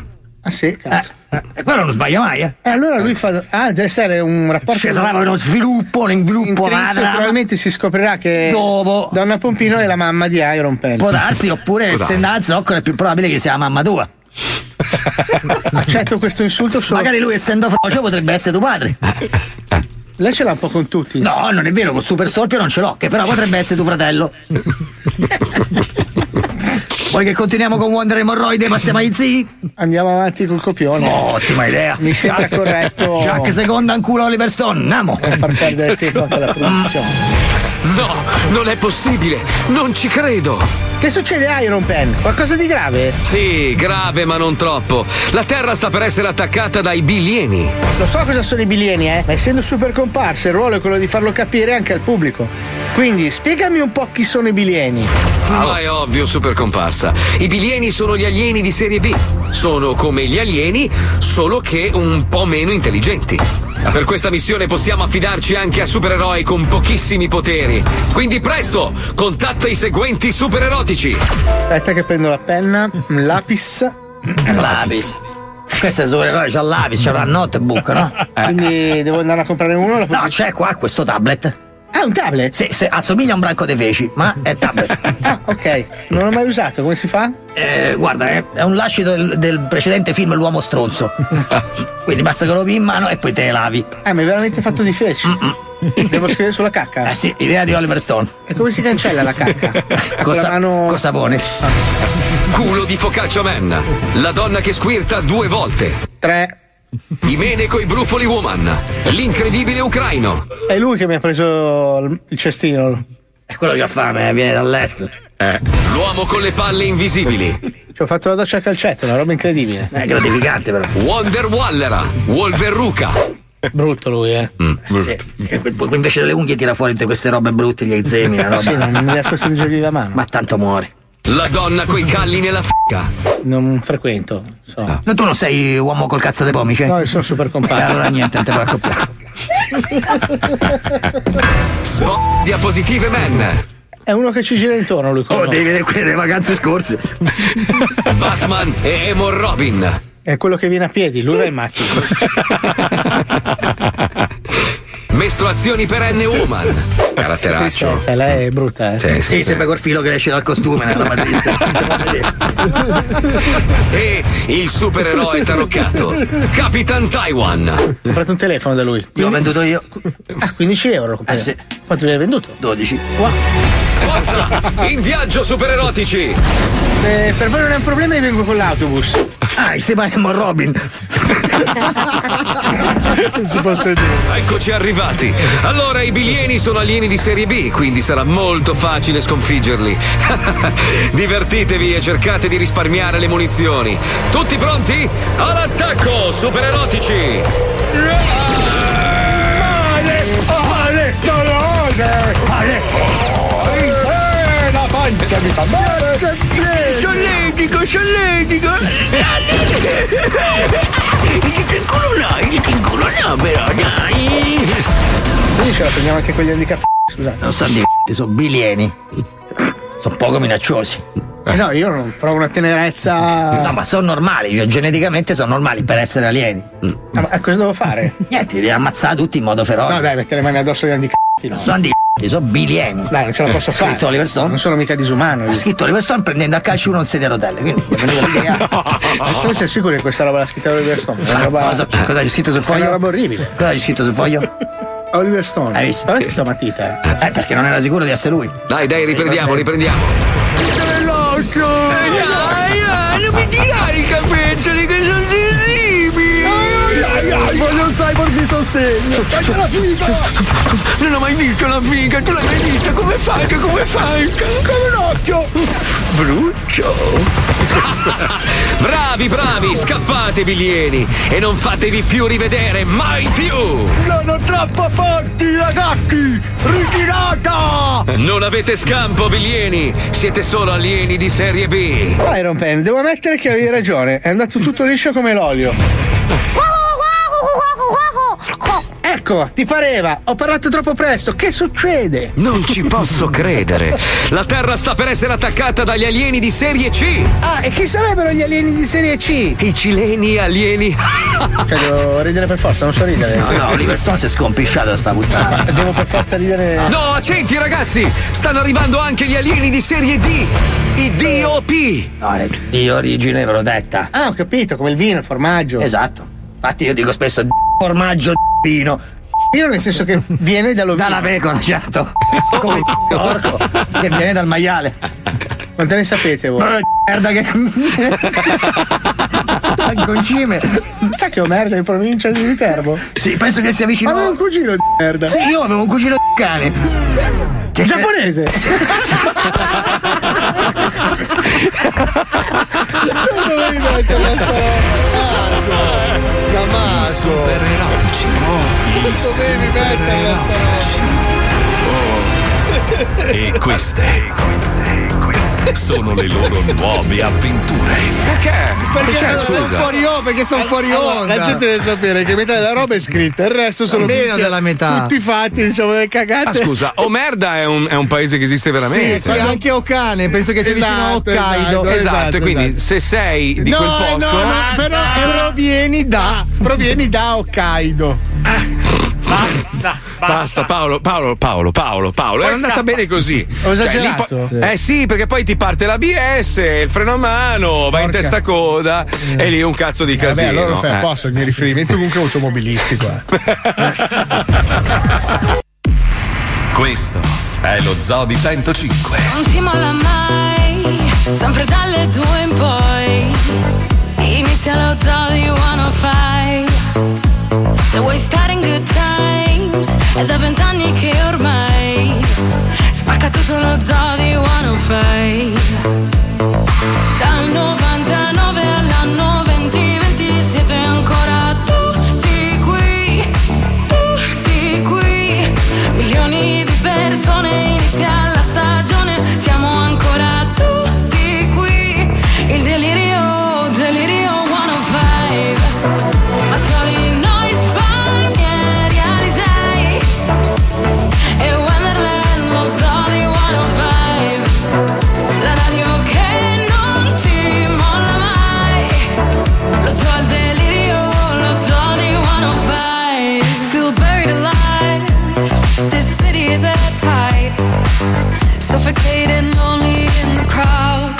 [SPEAKER 8] Ah sì, cazzo.
[SPEAKER 4] E quello non sbaglia mai, eh.
[SPEAKER 8] E allora lui fa. Ah, deve stare un rapporto.
[SPEAKER 4] Ci sarà uno sviluppo, un inviluppo,
[SPEAKER 8] Intrinseco,
[SPEAKER 4] una trama.
[SPEAKER 8] Probabilmente si scoprirà che.
[SPEAKER 4] Dopo.
[SPEAKER 8] Donna Pompino è la mamma di Iron Pen.
[SPEAKER 4] Può darsi, oppure essendo a zoccolo è più probabile che sia la mamma tua.
[SPEAKER 8] Accetto questo insulto solo. Eh,
[SPEAKER 4] Magari lui essendo frocio potrebbe essere tuo padre.
[SPEAKER 8] Lei ce l'ha un po' con tutti.
[SPEAKER 4] No, non è vero, con Super Storpio non ce l'ho, che però potrebbe essere tuo fratello. Vuoi che continuiamo con Wonder Emorroide e passiamo agli zii?
[SPEAKER 8] Andiamo avanti col copione.
[SPEAKER 4] ottima idea.
[SPEAKER 8] Mi sembra
[SPEAKER 4] Jacques-
[SPEAKER 8] corretto.
[SPEAKER 4] Jacques secondo ancula Oliver Stone, namo.
[SPEAKER 8] Per far perdere tempo anche alla produzione.
[SPEAKER 21] No, non è possibile! Non ci credo!
[SPEAKER 8] Che succede a Iron Pen? Qualcosa di grave?
[SPEAKER 21] Sì, grave ma non troppo. La Terra sta per essere attaccata dai bilieni.
[SPEAKER 8] Lo so cosa sono i bilieni, eh, ma essendo super comparse, il ruolo è quello di farlo capire anche al pubblico. Quindi spiegami un po' chi sono i bilieni.
[SPEAKER 21] Ma Ah, è ovvio, super comparsa. I bilieni sono gli alieni di serie B. Sono come gli alieni, solo che un po' meno intelligenti. Per questa missione possiamo affidarci anche a supereroi con pochissimi poteri. Quindi presto, contatta i seguenti supererotici.
[SPEAKER 8] Aspetta che prendo la penna, un lapis.
[SPEAKER 4] Eh, Lapis. Questo è supereroe, c'ha l'Avis, c'ha la notte e buca, no? Eh.
[SPEAKER 8] Quindi devo andare a comprare uno?
[SPEAKER 4] No, c'è qua questo tablet.
[SPEAKER 8] Ah, un tablet?
[SPEAKER 4] Sì, sì, assomiglia a un branco dei feci, ma è tablet.
[SPEAKER 8] Ah, ok. Non l'ho mai usato, come si fa?
[SPEAKER 4] Eh, guarda, è, è un lascito del, del precedente film L'uomo stronzo. Quindi basta che lo pigli in mano e poi te ne lavi.
[SPEAKER 8] Ah, mi hai veramente fatto di feci. Devo scrivere sulla cacca.
[SPEAKER 4] Eh sì, idea di Oliver Stone.
[SPEAKER 8] E come si cancella la cacca?
[SPEAKER 4] Con, sa- con sapone.
[SPEAKER 21] Culo di Focaccia Man. La donna che squirta due volte.
[SPEAKER 8] Tre.
[SPEAKER 21] Imene coi brufoli woman. L'incredibile ucraino.
[SPEAKER 8] È lui che mi ha preso il- il cestino.
[SPEAKER 4] E quello che ha fame, eh, viene dall'est.
[SPEAKER 21] Eh. L'uomo con le palle invisibili.
[SPEAKER 8] Ci ho fatto la doccia a calcetto, una roba incredibile.
[SPEAKER 21] Eh,
[SPEAKER 4] È gratificante però.
[SPEAKER 21] Wonder Wallera. Wolverruca.
[SPEAKER 8] Brutto lui, eh.
[SPEAKER 21] Mm.
[SPEAKER 4] Sì. E que- poi invece delle unghie tira fuori tutte queste robe brutte, gli eczemi, la roba.
[SPEAKER 8] Sì, non mi riesco a stringergli la mano.
[SPEAKER 4] Ma tanto muore.
[SPEAKER 21] La donna coi calli nella f***a. Ah.
[SPEAKER 8] Non frequento. So.
[SPEAKER 4] No, tu non sei uomo col cazzo dei pomici?
[SPEAKER 8] No, io sono super
[SPEAKER 4] Eh,
[SPEAKER 8] compatto.
[SPEAKER 4] allora niente, non te preoccupare.
[SPEAKER 21] Sbo- diapositive man.
[SPEAKER 8] È uno che ci gira intorno lui.
[SPEAKER 4] Oh,
[SPEAKER 8] con
[SPEAKER 4] devi vedere quelle delle vacanze scorse.
[SPEAKER 21] Batman e Emo Robin.
[SPEAKER 8] È quello che viene a piedi, lui va in macchina.
[SPEAKER 21] Mestruazioni perenne woman. Caratteraccio.
[SPEAKER 8] Senza, lei è brutta, eh.
[SPEAKER 4] Sì, sembra col filo che esce dal costume nella matita.
[SPEAKER 21] E il supereroe taroccato. Capitan Taiwan.
[SPEAKER 8] Ho comprato un telefono da lui.
[SPEAKER 4] L'ho venduto io.
[SPEAKER 8] Ah, 15 euro.
[SPEAKER 4] Eh
[SPEAKER 8] comprato.
[SPEAKER 4] sì,
[SPEAKER 8] Quanto mi hai venduto?
[SPEAKER 4] 12.
[SPEAKER 21] Forza! In viaggio supererotici.
[SPEAKER 8] Eh, per voi non è un problema, io vengo con l'autobus.
[SPEAKER 4] Ah, il Sebastian Robin.
[SPEAKER 8] Non si può sentire.
[SPEAKER 21] Eccoci arrivati. Allora, i bilieni sono alieni di serie B, quindi sarà molto facile sconfiggerli. Divertitevi e cercate di risparmiare le munizioni. Tutti pronti? All'attacco, supererotici!
[SPEAKER 7] Solletico, solletico! Gli che culo là, gli che culo là, però dai!
[SPEAKER 8] Quindi ce la prendiamo anche con gli handicap. Scusate.
[SPEAKER 4] Non so di c***i, sono bilieni. Sono poco minacciosi.
[SPEAKER 8] Eh no, io non provo una tenerezza.
[SPEAKER 4] No, ma sono normali, cioè geneticamente sono normali per essere alieni.
[SPEAKER 8] Ah, ma cosa devo fare?
[SPEAKER 4] Niente, li devi ammazzare tutti in modo feroce.
[SPEAKER 8] No, dai, mettere le mani addosso agli handicap.
[SPEAKER 4] Non sono di c***i, sono bilieni.
[SPEAKER 8] Dai, non ce la posso fare.
[SPEAKER 4] Scritto Oliver Stone.
[SPEAKER 8] Non sono mica disumano.
[SPEAKER 4] Ha
[SPEAKER 8] Io.
[SPEAKER 4] scritto Oliver Stone prendendo a calcio uno in sedia a rotelle. Quindi mi è venuta l'idea.
[SPEAKER 8] Come sei sicuro che questa roba l'ha scritta Oliver Stone? È una
[SPEAKER 4] Ah,
[SPEAKER 8] roba,
[SPEAKER 4] cosa, cioè, cosa c'è scritto sul
[SPEAKER 8] è una
[SPEAKER 4] foglio?
[SPEAKER 8] roba orribile.
[SPEAKER 4] Cosa c'è scritto sul foglio?
[SPEAKER 8] Oliver Stone.
[SPEAKER 4] Hai visto?
[SPEAKER 8] Guardate sta matita. eh.
[SPEAKER 4] Eh, perché non era sicuro di essere lui.
[SPEAKER 21] Dai, dai, riprendiamo, riprendiamo.
[SPEAKER 7] Dai, dai, non mi tirare i capezzoli che sono sensibili!
[SPEAKER 8] Voglio un cyborg di sostegno. Faccio la figa!
[SPEAKER 7] Non ho mai visto la figa, tu l'hai mai vista? Come fai? Come fai?
[SPEAKER 8] Come un occhio!
[SPEAKER 7] brucio.
[SPEAKER 21] bravi, bravi, scappate bilieni e non fatevi più rivedere mai più.
[SPEAKER 22] Sono troppo forti, ragazzi! Ritirata!
[SPEAKER 21] Non avete scampo, bilieni, siete solo alieni di serie B.
[SPEAKER 8] Iron Pen, devo ammettere che avevi ragione, è andato tutto liscio come l'olio. Ecco, ti pareva, ho parlato troppo presto, che succede?
[SPEAKER 21] Non ci posso credere. La Terra sta per essere attaccata dagli alieni di serie C.
[SPEAKER 8] Ah, e chi sarebbero gli alieni di serie C?
[SPEAKER 21] I cileni alieni.
[SPEAKER 8] cioè, devo ridere per forza, non so ridere. Ah,
[SPEAKER 4] No, no, Oliver Stone si è scompisciato da sta puttana.
[SPEAKER 8] Devo per forza ridere.
[SPEAKER 21] No, attenti ragazzi, stanno arrivando anche gli alieni di serie D. I DOP.
[SPEAKER 4] No, è di origine protetta.
[SPEAKER 8] Ah, ho capito, come il vino, il formaggio.
[SPEAKER 4] Esatto. Infatti io dico spesso d- formaggio d- vino.
[SPEAKER 8] Io nel senso che viene dall'ovino.
[SPEAKER 4] Dalla pecora, certo. Come il d- porco che viene dal maiale.
[SPEAKER 8] Quante ne sapete voi?
[SPEAKER 4] Brr, merda che Concime.
[SPEAKER 8] Sai che ho merda in provincia di Viterbo?
[SPEAKER 4] Sì, penso che sia vicino.
[SPEAKER 8] Avevo un cugino di merda.
[SPEAKER 4] Sì, io avevo un cugino di cane. Che
[SPEAKER 8] Giapponese! non dovevi metterla sta
[SPEAKER 1] I super erotici. I
[SPEAKER 8] dovevi metterla sta
[SPEAKER 1] E queste sono le loro nuove avventure.
[SPEAKER 3] Perché?
[SPEAKER 8] Perché
[SPEAKER 1] Cioè,
[SPEAKER 8] non sono
[SPEAKER 1] scusa.
[SPEAKER 8] fuori onda? Perché sono fuori onda? La gente deve sapere che metà della roba è scritta, il resto sono
[SPEAKER 6] Meno
[SPEAKER 8] tutti-
[SPEAKER 6] della metà.
[SPEAKER 8] Tutti fatti, diciamo, delle cagate.
[SPEAKER 3] Ah, scusa, o merda è un, è un paese che esiste veramente.
[SPEAKER 6] Sì, sì, anche Okane, penso che sia vicino a
[SPEAKER 8] Esatto,
[SPEAKER 6] Hokkaido.
[SPEAKER 3] Esatto, e quindi se sei di
[SPEAKER 8] no,
[SPEAKER 3] quel posto.
[SPEAKER 8] no, no, però provieni da, provieni da Hokkaido.
[SPEAKER 3] Basta Paolo, Paolo, Paolo, Paolo, Paolo. Era
[SPEAKER 8] Poi
[SPEAKER 3] andata
[SPEAKER 8] scappa.
[SPEAKER 3] bene così.
[SPEAKER 8] Ho
[SPEAKER 3] Cioè,
[SPEAKER 8] esagerato?
[SPEAKER 3] lì poi-
[SPEAKER 8] Sì.
[SPEAKER 3] eh sì, perché poi ti parte la BS, il freno a mano, vai in testa a coda e lì un cazzo di
[SPEAKER 8] Eh. Vabbè,
[SPEAKER 3] casino.
[SPEAKER 8] allora lo fai
[SPEAKER 3] eh.
[SPEAKER 8] apposta il mio riferimento comunque automobilistico. eh.
[SPEAKER 1] Questo è lo Zoo di 105.
[SPEAKER 23] Non ti molla mai, sempre dalle due in poi. Inizia lo zoo di 105. Se vuoi stare in good times, è da vent'anni che ormai spacca tutto lo zoo di 105. Dal 99 all'anno 2020 siete ancora tutti qui, tutti qui. Milioni di persone inizia la stagione, siamo ancora tutti qui. Il delirio, delirio 105. Mazzoli, noi spalmieri, Alisei. E Wonderland, Mazzoli 105. La radio che non ti molla mai Lo zoo al delirio, lo zoo di 105 Feel buried alive, this city is at tight Suffocated lonely in the crowd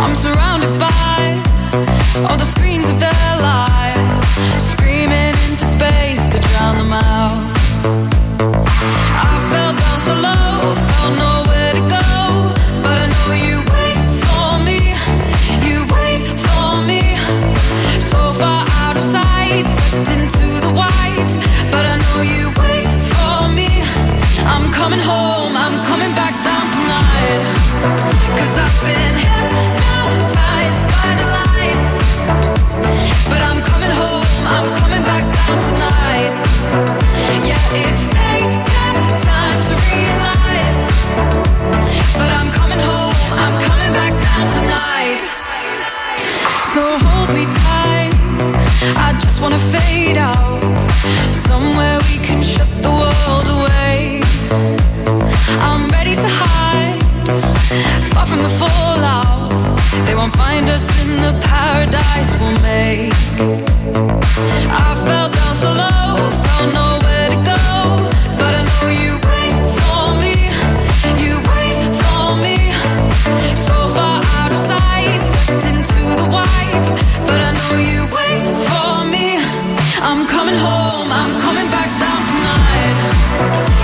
[SPEAKER 23] I'm surrounded by all the screens of their lives Screaming into space to drown them out I fell down so low, found nowhere to go. But I know you wait for me, you wait for me. So far out of sight, sucked into the white. But I know you wait for me. I'm coming home, I'm coming back down tonight. Cause I've been hypnotized by the lights. But I'm coming home, I'm coming back down tonight. Yeah, it's taken time to realize. But I'm coming home, I'm coming back down tonight. So hold me tight, I just wanna fade out. Somewhere we can shut the world away. I'm ready to hide, far from the fallout. They won't find us in the paradise we'll make. I fell down so low, found nowhere to go. But I know you wait for me, you wait for me. So far out of sight, sucked into the white. But I know you wait for me. I'm coming home, I'm coming back down tonight.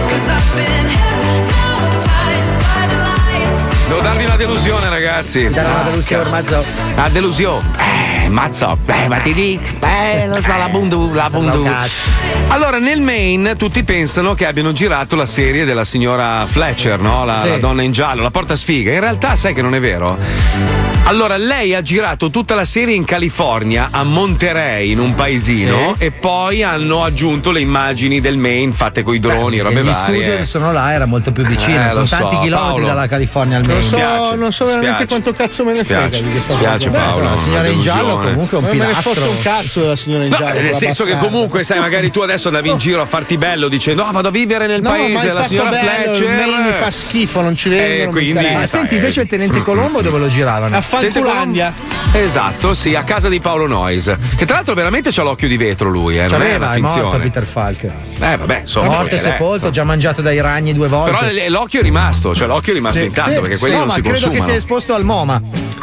[SPEAKER 23] Cause I've been hypnotized by the lights.
[SPEAKER 3] Devo darvi una delusione, ragazzi.
[SPEAKER 6] Dare una delusione, ormai
[SPEAKER 3] Ah, delusione. Eh. Eh, mazzo, eh, ma ti dico, eh, lo so, la bundu, la bundu. Allora, nel Maine tutti pensano che abbiano girato la serie della signora Fletcher, no? La,
[SPEAKER 13] Sì.
[SPEAKER 3] la donna in giallo, la porta sfiga. In realtà, sai che non è vero. Allora, lei ha girato tutta la serie in California, a Monterey, in un paesino, e poi hanno aggiunto le immagini del Maine fatte coi droni, robe
[SPEAKER 6] gli
[SPEAKER 3] varie.
[SPEAKER 6] studio che sono là, era molto più vicino,
[SPEAKER 3] Eh,
[SPEAKER 6] sono
[SPEAKER 3] lo so,
[SPEAKER 6] tanti chilometri
[SPEAKER 3] Paolo.
[SPEAKER 6] dalla California al
[SPEAKER 8] Non
[SPEAKER 6] Maine.
[SPEAKER 8] so, non so veramente
[SPEAKER 6] spiace.
[SPEAKER 8] quanto cazzo me ne frega
[SPEAKER 6] Spiace,
[SPEAKER 8] di questa
[SPEAKER 6] spiace,
[SPEAKER 8] cosa.
[SPEAKER 6] Paolo,
[SPEAKER 8] Beh,
[SPEAKER 6] una
[SPEAKER 8] la signora in
[SPEAKER 6] delusione.
[SPEAKER 8] giallo comunque è un
[SPEAKER 6] Ma me ne
[SPEAKER 8] pilastro.
[SPEAKER 6] fotta un
[SPEAKER 8] cazzo della signora
[SPEAKER 6] Eh,
[SPEAKER 8] in
[SPEAKER 3] No, nel senso che comunque, sai, magari tu adesso andavi in giro a farti bello dicendo no, vado a vivere nel
[SPEAKER 8] No, ma
[SPEAKER 3] paese,
[SPEAKER 8] il
[SPEAKER 3] la
[SPEAKER 8] fatto
[SPEAKER 3] signora
[SPEAKER 8] bello,
[SPEAKER 6] Eh,
[SPEAKER 3] Fletcher.
[SPEAKER 8] il
[SPEAKER 6] certo.
[SPEAKER 8] Maine mi fa schifo, non ci vedo.
[SPEAKER 3] Eh,
[SPEAKER 8] non mi
[SPEAKER 3] quindi,
[SPEAKER 8] interessa.
[SPEAKER 3] Ma senti,
[SPEAKER 6] Invece il tenente Colombo dove lo giravano?
[SPEAKER 8] A Fanculandia.
[SPEAKER 3] Esatto, sì, a casa di Paolo Noyes. Che tra l'altro veramente c'ha l'occhio di vetro lui, eh, non è
[SPEAKER 6] C'aveva,
[SPEAKER 3] una
[SPEAKER 6] è morto
[SPEAKER 3] finzione.
[SPEAKER 6] Peter Falk.
[SPEAKER 3] Eh, vabbè, insomma.
[SPEAKER 6] Morto e
[SPEAKER 3] eh,
[SPEAKER 6] sepolto, già mangiato dai ragni due volte.
[SPEAKER 3] Però l- l'occhio è rimasto, cioè l'occhio è rimasto
[SPEAKER 6] Sì,
[SPEAKER 3] intanto
[SPEAKER 6] sì,
[SPEAKER 3] perché
[SPEAKER 6] sì.
[SPEAKER 3] quelli
[SPEAKER 6] No,
[SPEAKER 3] non
[SPEAKER 6] ma
[SPEAKER 3] si
[SPEAKER 6] credo che
[SPEAKER 3] consumano.
[SPEAKER 6] sia esposto al MoMA.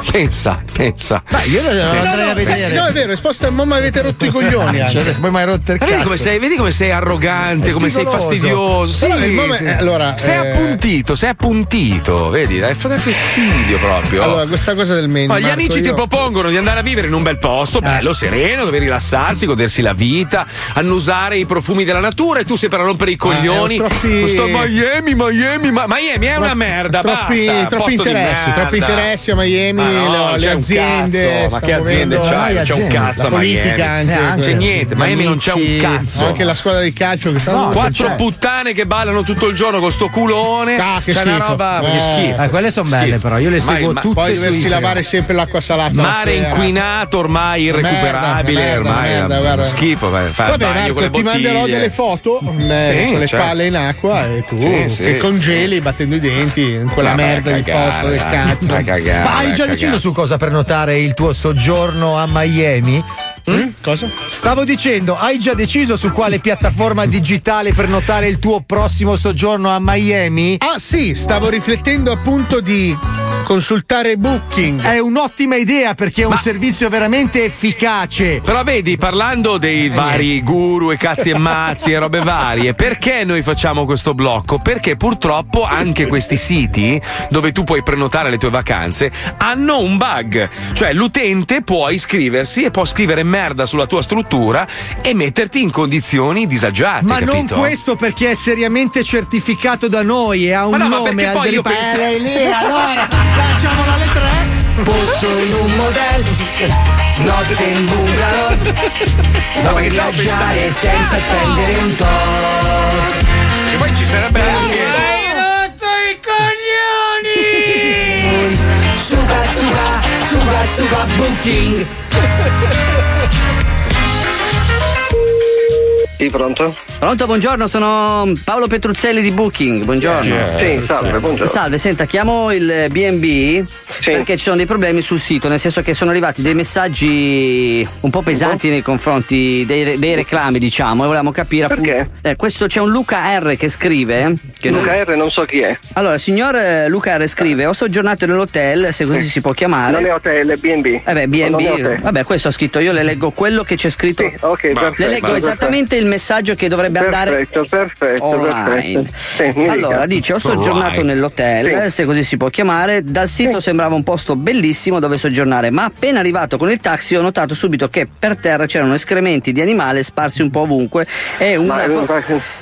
[SPEAKER 3] Pensa, pensa.
[SPEAKER 6] Beh, io lo- lo
[SPEAKER 3] Pensa.
[SPEAKER 6] andrei a vedere.
[SPEAKER 8] No, è vero, è sposta al mamma avete rotto i coglioni.
[SPEAKER 6] Cioè,
[SPEAKER 8] anche.
[SPEAKER 6] poi mi hai rotto il
[SPEAKER 3] Ma
[SPEAKER 6] cazzo.
[SPEAKER 3] Vedi come, sei, vedi come sei arrogante,
[SPEAKER 6] È
[SPEAKER 3] come sei
[SPEAKER 6] spigoloso.
[SPEAKER 3] fastidioso. Sì,
[SPEAKER 6] Però il nome-
[SPEAKER 3] sì.
[SPEAKER 6] eh, allora,
[SPEAKER 3] sei
[SPEAKER 6] eh,
[SPEAKER 3] appuntito, sei appuntito, vedi, è f- è fastidio proprio.
[SPEAKER 8] Allora, questa cosa del Maine.
[SPEAKER 3] Ma gli
[SPEAKER 8] Marco,
[SPEAKER 3] amici
[SPEAKER 8] io- Eh.
[SPEAKER 3] ti propongono di andare a vivere in un bel posto, bello, sereno, dove rilassarsi, godersi la vita, annusare i profumi della natura e tu sei per rompere i coglioni.
[SPEAKER 8] Eh,
[SPEAKER 21] Ah,
[SPEAKER 8] troppi-
[SPEAKER 3] Questo Miami, Miami, ma- Miami è una
[SPEAKER 8] Tro-
[SPEAKER 3] merda,
[SPEAKER 8] troppi,
[SPEAKER 3] basta.
[SPEAKER 8] troppi
[SPEAKER 3] posto di
[SPEAKER 8] interessi,
[SPEAKER 3] merda.
[SPEAKER 8] troppi interessi a Miami,
[SPEAKER 3] Ma no,
[SPEAKER 8] le- le,
[SPEAKER 3] c'è un
[SPEAKER 8] aziende.
[SPEAKER 3] cazzo, ma
[SPEAKER 8] sta
[SPEAKER 3] che aziende
[SPEAKER 8] muovendo-
[SPEAKER 3] c'hai?
[SPEAKER 8] No, le
[SPEAKER 3] C'è un
[SPEAKER 8] aziende,
[SPEAKER 3] cazzo
[SPEAKER 8] la
[SPEAKER 3] a
[SPEAKER 8] politica
[SPEAKER 3] Miami.
[SPEAKER 8] anche.
[SPEAKER 3] Neanche. C'è niente,
[SPEAKER 8] Gli
[SPEAKER 3] Miami non c'è un
[SPEAKER 8] amici,
[SPEAKER 3] cazzo.
[SPEAKER 8] Anche la squadra di calcio che sta
[SPEAKER 3] Quattro puttane che ballano tutto il giorno con sto culone.
[SPEAKER 8] Ah, che
[SPEAKER 3] c'è una
[SPEAKER 8] schifo.
[SPEAKER 3] roba
[SPEAKER 8] Eh.
[SPEAKER 3] che schifo.
[SPEAKER 8] Eh, quelle son belle,
[SPEAKER 3] Schifo.
[SPEAKER 8] però, io le seguo tutte Poi su doversi Instagram. lavare sempre l'acqua salata la
[SPEAKER 3] Mare
[SPEAKER 8] sera.
[SPEAKER 3] inquinato ormai
[SPEAKER 8] Merda,
[SPEAKER 3] irrecuperabile,
[SPEAKER 8] merda,
[SPEAKER 3] ormai
[SPEAKER 8] merda,
[SPEAKER 3] eh,
[SPEAKER 8] guarda.
[SPEAKER 3] schifo, vai, fai il
[SPEAKER 8] Vabbè,
[SPEAKER 3] bagno
[SPEAKER 8] Marco,
[SPEAKER 3] con le
[SPEAKER 8] ti
[SPEAKER 3] bottiglie.
[SPEAKER 8] manderò delle foto eh,
[SPEAKER 3] Sì,
[SPEAKER 8] con le
[SPEAKER 3] certo.
[SPEAKER 8] palle in acqua e tu
[SPEAKER 3] Sì,
[SPEAKER 8] che
[SPEAKER 3] sì,
[SPEAKER 8] congeli battendo i denti in quella
[SPEAKER 3] Ma vai a
[SPEAKER 8] merda di
[SPEAKER 3] cagare,
[SPEAKER 8] posto del
[SPEAKER 3] dai,
[SPEAKER 8] cazzo.
[SPEAKER 3] vai a cagare,
[SPEAKER 6] Ma
[SPEAKER 3] vai
[SPEAKER 6] hai
[SPEAKER 3] a
[SPEAKER 6] già
[SPEAKER 3] cagare.
[SPEAKER 6] deciso su cosa prenotare il tuo soggiorno a Miami?
[SPEAKER 3] Mm?
[SPEAKER 6] Mm?
[SPEAKER 8] Cosa?
[SPEAKER 6] Stavo dicendo, hai già deciso su quale piattaforma digitale prenotare il tuo prossimo soggiorno a Miami?
[SPEAKER 8] Ah sì, stavo riflettendo appunto di consultare Booking.
[SPEAKER 6] È un'ottima idea perché è un servizio veramente efficace.
[SPEAKER 3] Però vedi, parlando
[SPEAKER 8] Eh,
[SPEAKER 3] dei vari guru e cazzi e mazzi e robe varie, perché noi facciamo questo blocco? Perché purtroppo anche questi siti dove tu puoi prenotare le tue vacanze hanno un bug. Cioè l'utente può iscriversi e può scrivere merda sulla tua struttura e metterti in condizioni disagiate.
[SPEAKER 6] Ma non
[SPEAKER 3] capito?
[SPEAKER 6] questo perché è seriamente certificato da noi e ha
[SPEAKER 3] Ma
[SPEAKER 6] un
[SPEAKER 3] no, ma
[SPEAKER 6] nome
[SPEAKER 3] perché
[SPEAKER 6] al
[SPEAKER 3] poi
[SPEAKER 6] del
[SPEAKER 3] io
[SPEAKER 6] paese.
[SPEAKER 3] penso-
[SPEAKER 6] Lei lì,
[SPEAKER 7] allora,
[SPEAKER 6] lanciamo la lettera
[SPEAKER 7] eh? Posto in un motel, notte in bungalow. Vuoi viaggiare senza spendere un po'.
[SPEAKER 3] E poi ci sarebbe
[SPEAKER 7] Hai rotto i coglioni! Suga, suga, suga, suga, booking!
[SPEAKER 14] Sì, pronto? Pronto, buongiorno, sono Paolo Petruzzelli di Booking, buongiorno.
[SPEAKER 24] Sì, salve, buongiorno.
[SPEAKER 14] Salve, senta, chiamo il B&B perché ci sono dei problemi sul sito, nel senso che sono arrivati dei messaggi un po' pesanti nei confronti dei, re- dei reclami, diciamo, e volevamo capire Perché? questo c'è un Luca R che scrive che non-
[SPEAKER 24] Luca R non so chi è.
[SPEAKER 14] Allora, il signor eh, Luca R scrive: Ho soggiornato nell'hotel, se così si può chiamare.
[SPEAKER 24] Non è hotel, è B&B.
[SPEAKER 14] Ah, Eh beh,
[SPEAKER 24] Non è hotel.
[SPEAKER 14] B&B. Vabbè, questo ho scritto, io le leggo quello che c'è scritto.
[SPEAKER 24] ok, perfetto,
[SPEAKER 14] le leggo
[SPEAKER 24] perfetto.
[SPEAKER 14] esattamente il messaggio che dovrebbe andare
[SPEAKER 24] Perfetto, perfetto,
[SPEAKER 14] online.
[SPEAKER 24] perfetto. Sì, mi dica.
[SPEAKER 14] allora, dice: Ho soggiornato
[SPEAKER 24] Online.
[SPEAKER 14] nell'hotel, eh,
[SPEAKER 24] Sì.
[SPEAKER 14] se così si può chiamare. Dal sito sembrava un posto bellissimo dove soggiornare, ma appena arrivato con il taxi ho notato subito che per terra c'erano escrementi di animale sparsi un po' ovunque. E una.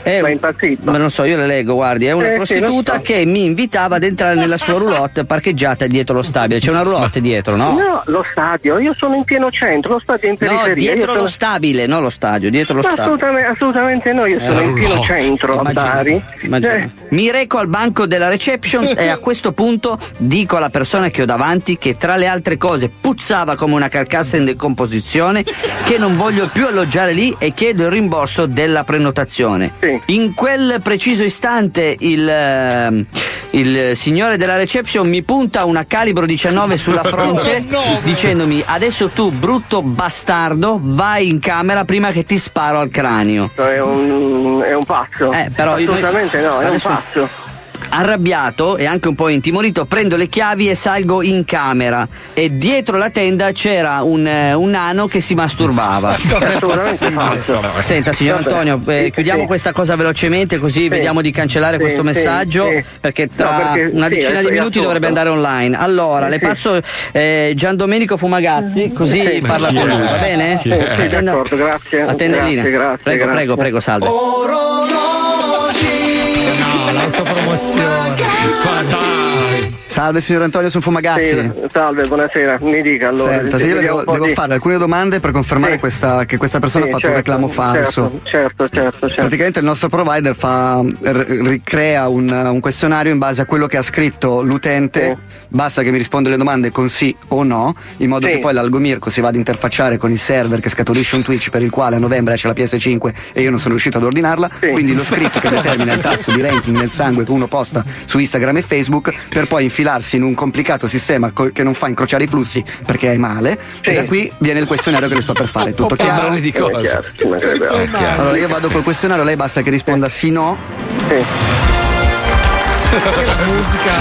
[SPEAKER 14] è ma non so, io le leggo, guardi, è una
[SPEAKER 24] Eh, sì, lo
[SPEAKER 14] prostituta
[SPEAKER 24] so.
[SPEAKER 14] che mi invitava ad entrare nella sua roulotte parcheggiata dietro lo stabile. C'è una roulotte dietro, no?
[SPEAKER 24] No, lo stadio, io sono in pieno centro, lo stadio è in periferia.
[SPEAKER 14] No,
[SPEAKER 24] io
[SPEAKER 14] dietro
[SPEAKER 24] sono-
[SPEAKER 14] lo stabile, non lo stadio, dietro lo
[SPEAKER 24] Ma
[SPEAKER 14] stadio.
[SPEAKER 24] assolutamente, assolutamente no, io
[SPEAKER 14] Eh,
[SPEAKER 24] sono in pieno
[SPEAKER 14] no.
[SPEAKER 24] centro a
[SPEAKER 14] Immagino,
[SPEAKER 24] Bari.
[SPEAKER 14] immagino.
[SPEAKER 24] Eh,
[SPEAKER 14] Mi reco al banco della reception e a questo punto dico alla persona che ho davanti che tra le altre cose puzzava come una carcassa in decomposizione, che non voglio più alloggiare lì e chiedo il rimborso della prenotazione. In quel preciso istante il, ehm, il signore della reception mi punta una calibro 19 sulla fronte
[SPEAKER 24] 19.
[SPEAKER 14] dicendomi adesso tu brutto bastardo vai in camera prima che ti sparo al cranio.
[SPEAKER 24] è un, è un pazzo.
[SPEAKER 14] Eh, però io-
[SPEAKER 24] assolutamente no, è un
[SPEAKER 14] adesso-
[SPEAKER 24] pazzo.
[SPEAKER 14] Arrabbiato e anche un po' intimorito, prendo le chiavi e salgo in camera. E dietro la tenda c'era un, eh, un nano che si masturbava.
[SPEAKER 24] Assolutamente falso.
[SPEAKER 14] Senta, signor
[SPEAKER 24] Vabbè.
[SPEAKER 14] Antonio, eh,
[SPEAKER 24] Sì,
[SPEAKER 14] chiudiamo
[SPEAKER 24] sì.
[SPEAKER 14] questa cosa velocemente così
[SPEAKER 24] Sì.
[SPEAKER 14] vediamo di cancellare
[SPEAKER 24] Sì,
[SPEAKER 14] questo
[SPEAKER 24] sì,
[SPEAKER 14] messaggio
[SPEAKER 24] sì.
[SPEAKER 14] perché
[SPEAKER 24] No,
[SPEAKER 14] tra
[SPEAKER 24] perché-
[SPEAKER 14] una
[SPEAKER 24] sì,
[SPEAKER 14] decina
[SPEAKER 24] è-
[SPEAKER 14] di
[SPEAKER 24] è
[SPEAKER 14] minuti
[SPEAKER 24] assurdo.
[SPEAKER 14] dovrebbe andare online. Allora,
[SPEAKER 24] Sì,
[SPEAKER 14] le
[SPEAKER 24] sì.
[SPEAKER 14] passo eh, Gian Domenico Fumagazzi, così
[SPEAKER 24] Sì, ma
[SPEAKER 14] parla
[SPEAKER 24] chi
[SPEAKER 14] con
[SPEAKER 24] è?
[SPEAKER 14] lui, va bene?
[SPEAKER 24] Chi è? Sì, d'accordo, grazie.
[SPEAKER 14] La tendellina.
[SPEAKER 24] Grazie, grazie,
[SPEAKER 14] prego,
[SPEAKER 24] grazie.
[SPEAKER 14] prego, prego, salve.
[SPEAKER 6] No, l'autopromozione.
[SPEAKER 25] Salve signor Antonio, sono Fumagazzi.
[SPEAKER 24] Sì, salve, buonasera. Mi dica allora.
[SPEAKER 25] Senta, se io le
[SPEAKER 24] vediamo
[SPEAKER 25] devo,
[SPEAKER 24] un po'
[SPEAKER 25] devo
[SPEAKER 24] di-
[SPEAKER 25] fare alcune domande per confermare
[SPEAKER 24] Sì.
[SPEAKER 25] questa- che questa persona
[SPEAKER 24] Sì,
[SPEAKER 25] ha fatto
[SPEAKER 24] certo,
[SPEAKER 25] un reclamo falso.
[SPEAKER 24] Certo, certo, certo. certo.
[SPEAKER 25] Praticamente il nostro provider fa- r- ricrea un, un questionario in base a quello che ha scritto l'utente, basta che mi risponda alle domande con sì o no, in modo
[SPEAKER 24] Sì.
[SPEAKER 25] che poi l'algomirco si vada ad interfacciare con il server che scaturisce un Twitch per il quale a novembre esce la PS5 e io non sono riuscito ad ordinarla, quindi lo scritto che determina il tasso di ranking nel sangue che uno posta su Instagram e Facebook per poi infilarsi in un complicato sistema col- che non fa incrociare i flussi perché è male, e da qui viene il questionario che le sto per fare, tutto chiaro? Allora io vado col questionario, lei basta che risponda sì no.
[SPEAKER 6] La musica.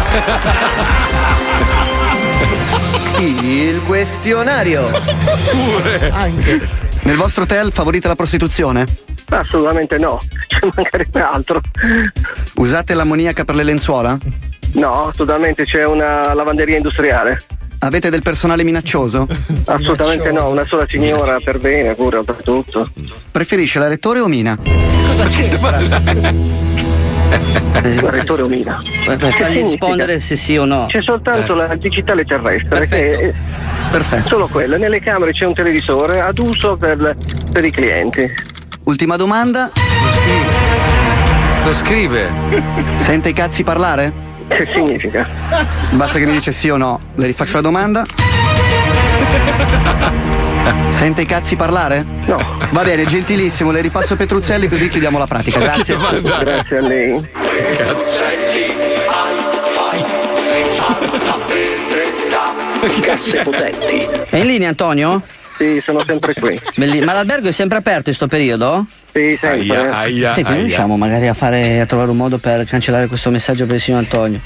[SPEAKER 25] Il questionario.
[SPEAKER 24] certo.
[SPEAKER 25] Pure. Anche. Nel vostro hotel favorite la prostituzione?
[SPEAKER 24] Assolutamente no, ci mancherebbe altro.
[SPEAKER 25] Usate l'ammoniaca per le lenzuola?
[SPEAKER 24] No, assolutamente c'è una lavanderia industriale.
[SPEAKER 25] Avete del personale minaccioso?
[SPEAKER 24] Assolutamente no, una sola signora per bene, pure oltretutto.
[SPEAKER 25] Preferisce la rettore o mina?
[SPEAKER 24] Cosa c'entra? Rettore Omina.
[SPEAKER 25] Vabbè, fagli rispondere
[SPEAKER 14] se sì o no.
[SPEAKER 24] C'è soltanto
[SPEAKER 25] Eh.
[SPEAKER 24] la digitale terrestre. Che
[SPEAKER 25] Perfetto.
[SPEAKER 24] Solo quella. Nelle camere c'è un televisore ad uso per, per i clienti.
[SPEAKER 25] Ultima domanda.
[SPEAKER 3] Lo scrive.
[SPEAKER 25] Sente i cazzi parlare?
[SPEAKER 24] Che significa?
[SPEAKER 25] Basta che mi dice sì o no. Le rifaccio la domanda. Sente i cazzi parlare? No. Va bene, gentilissimo, le ripasso Petruzzelli così chiudiamo la pratica. Grazie.
[SPEAKER 24] Grazie a lei.
[SPEAKER 14] È in linea Antonio?
[SPEAKER 24] Sì, sono sempre qui.
[SPEAKER 14] Ma l'albergo è sempre aperto in sto periodo?
[SPEAKER 24] Sì,
[SPEAKER 14] sempre.
[SPEAKER 24] Aia, aia,
[SPEAKER 14] Senti, noi
[SPEAKER 24] aia.
[SPEAKER 14] riusciamo magari a, fare, a trovare un modo per cancellare questo messaggio per il signor Antonio.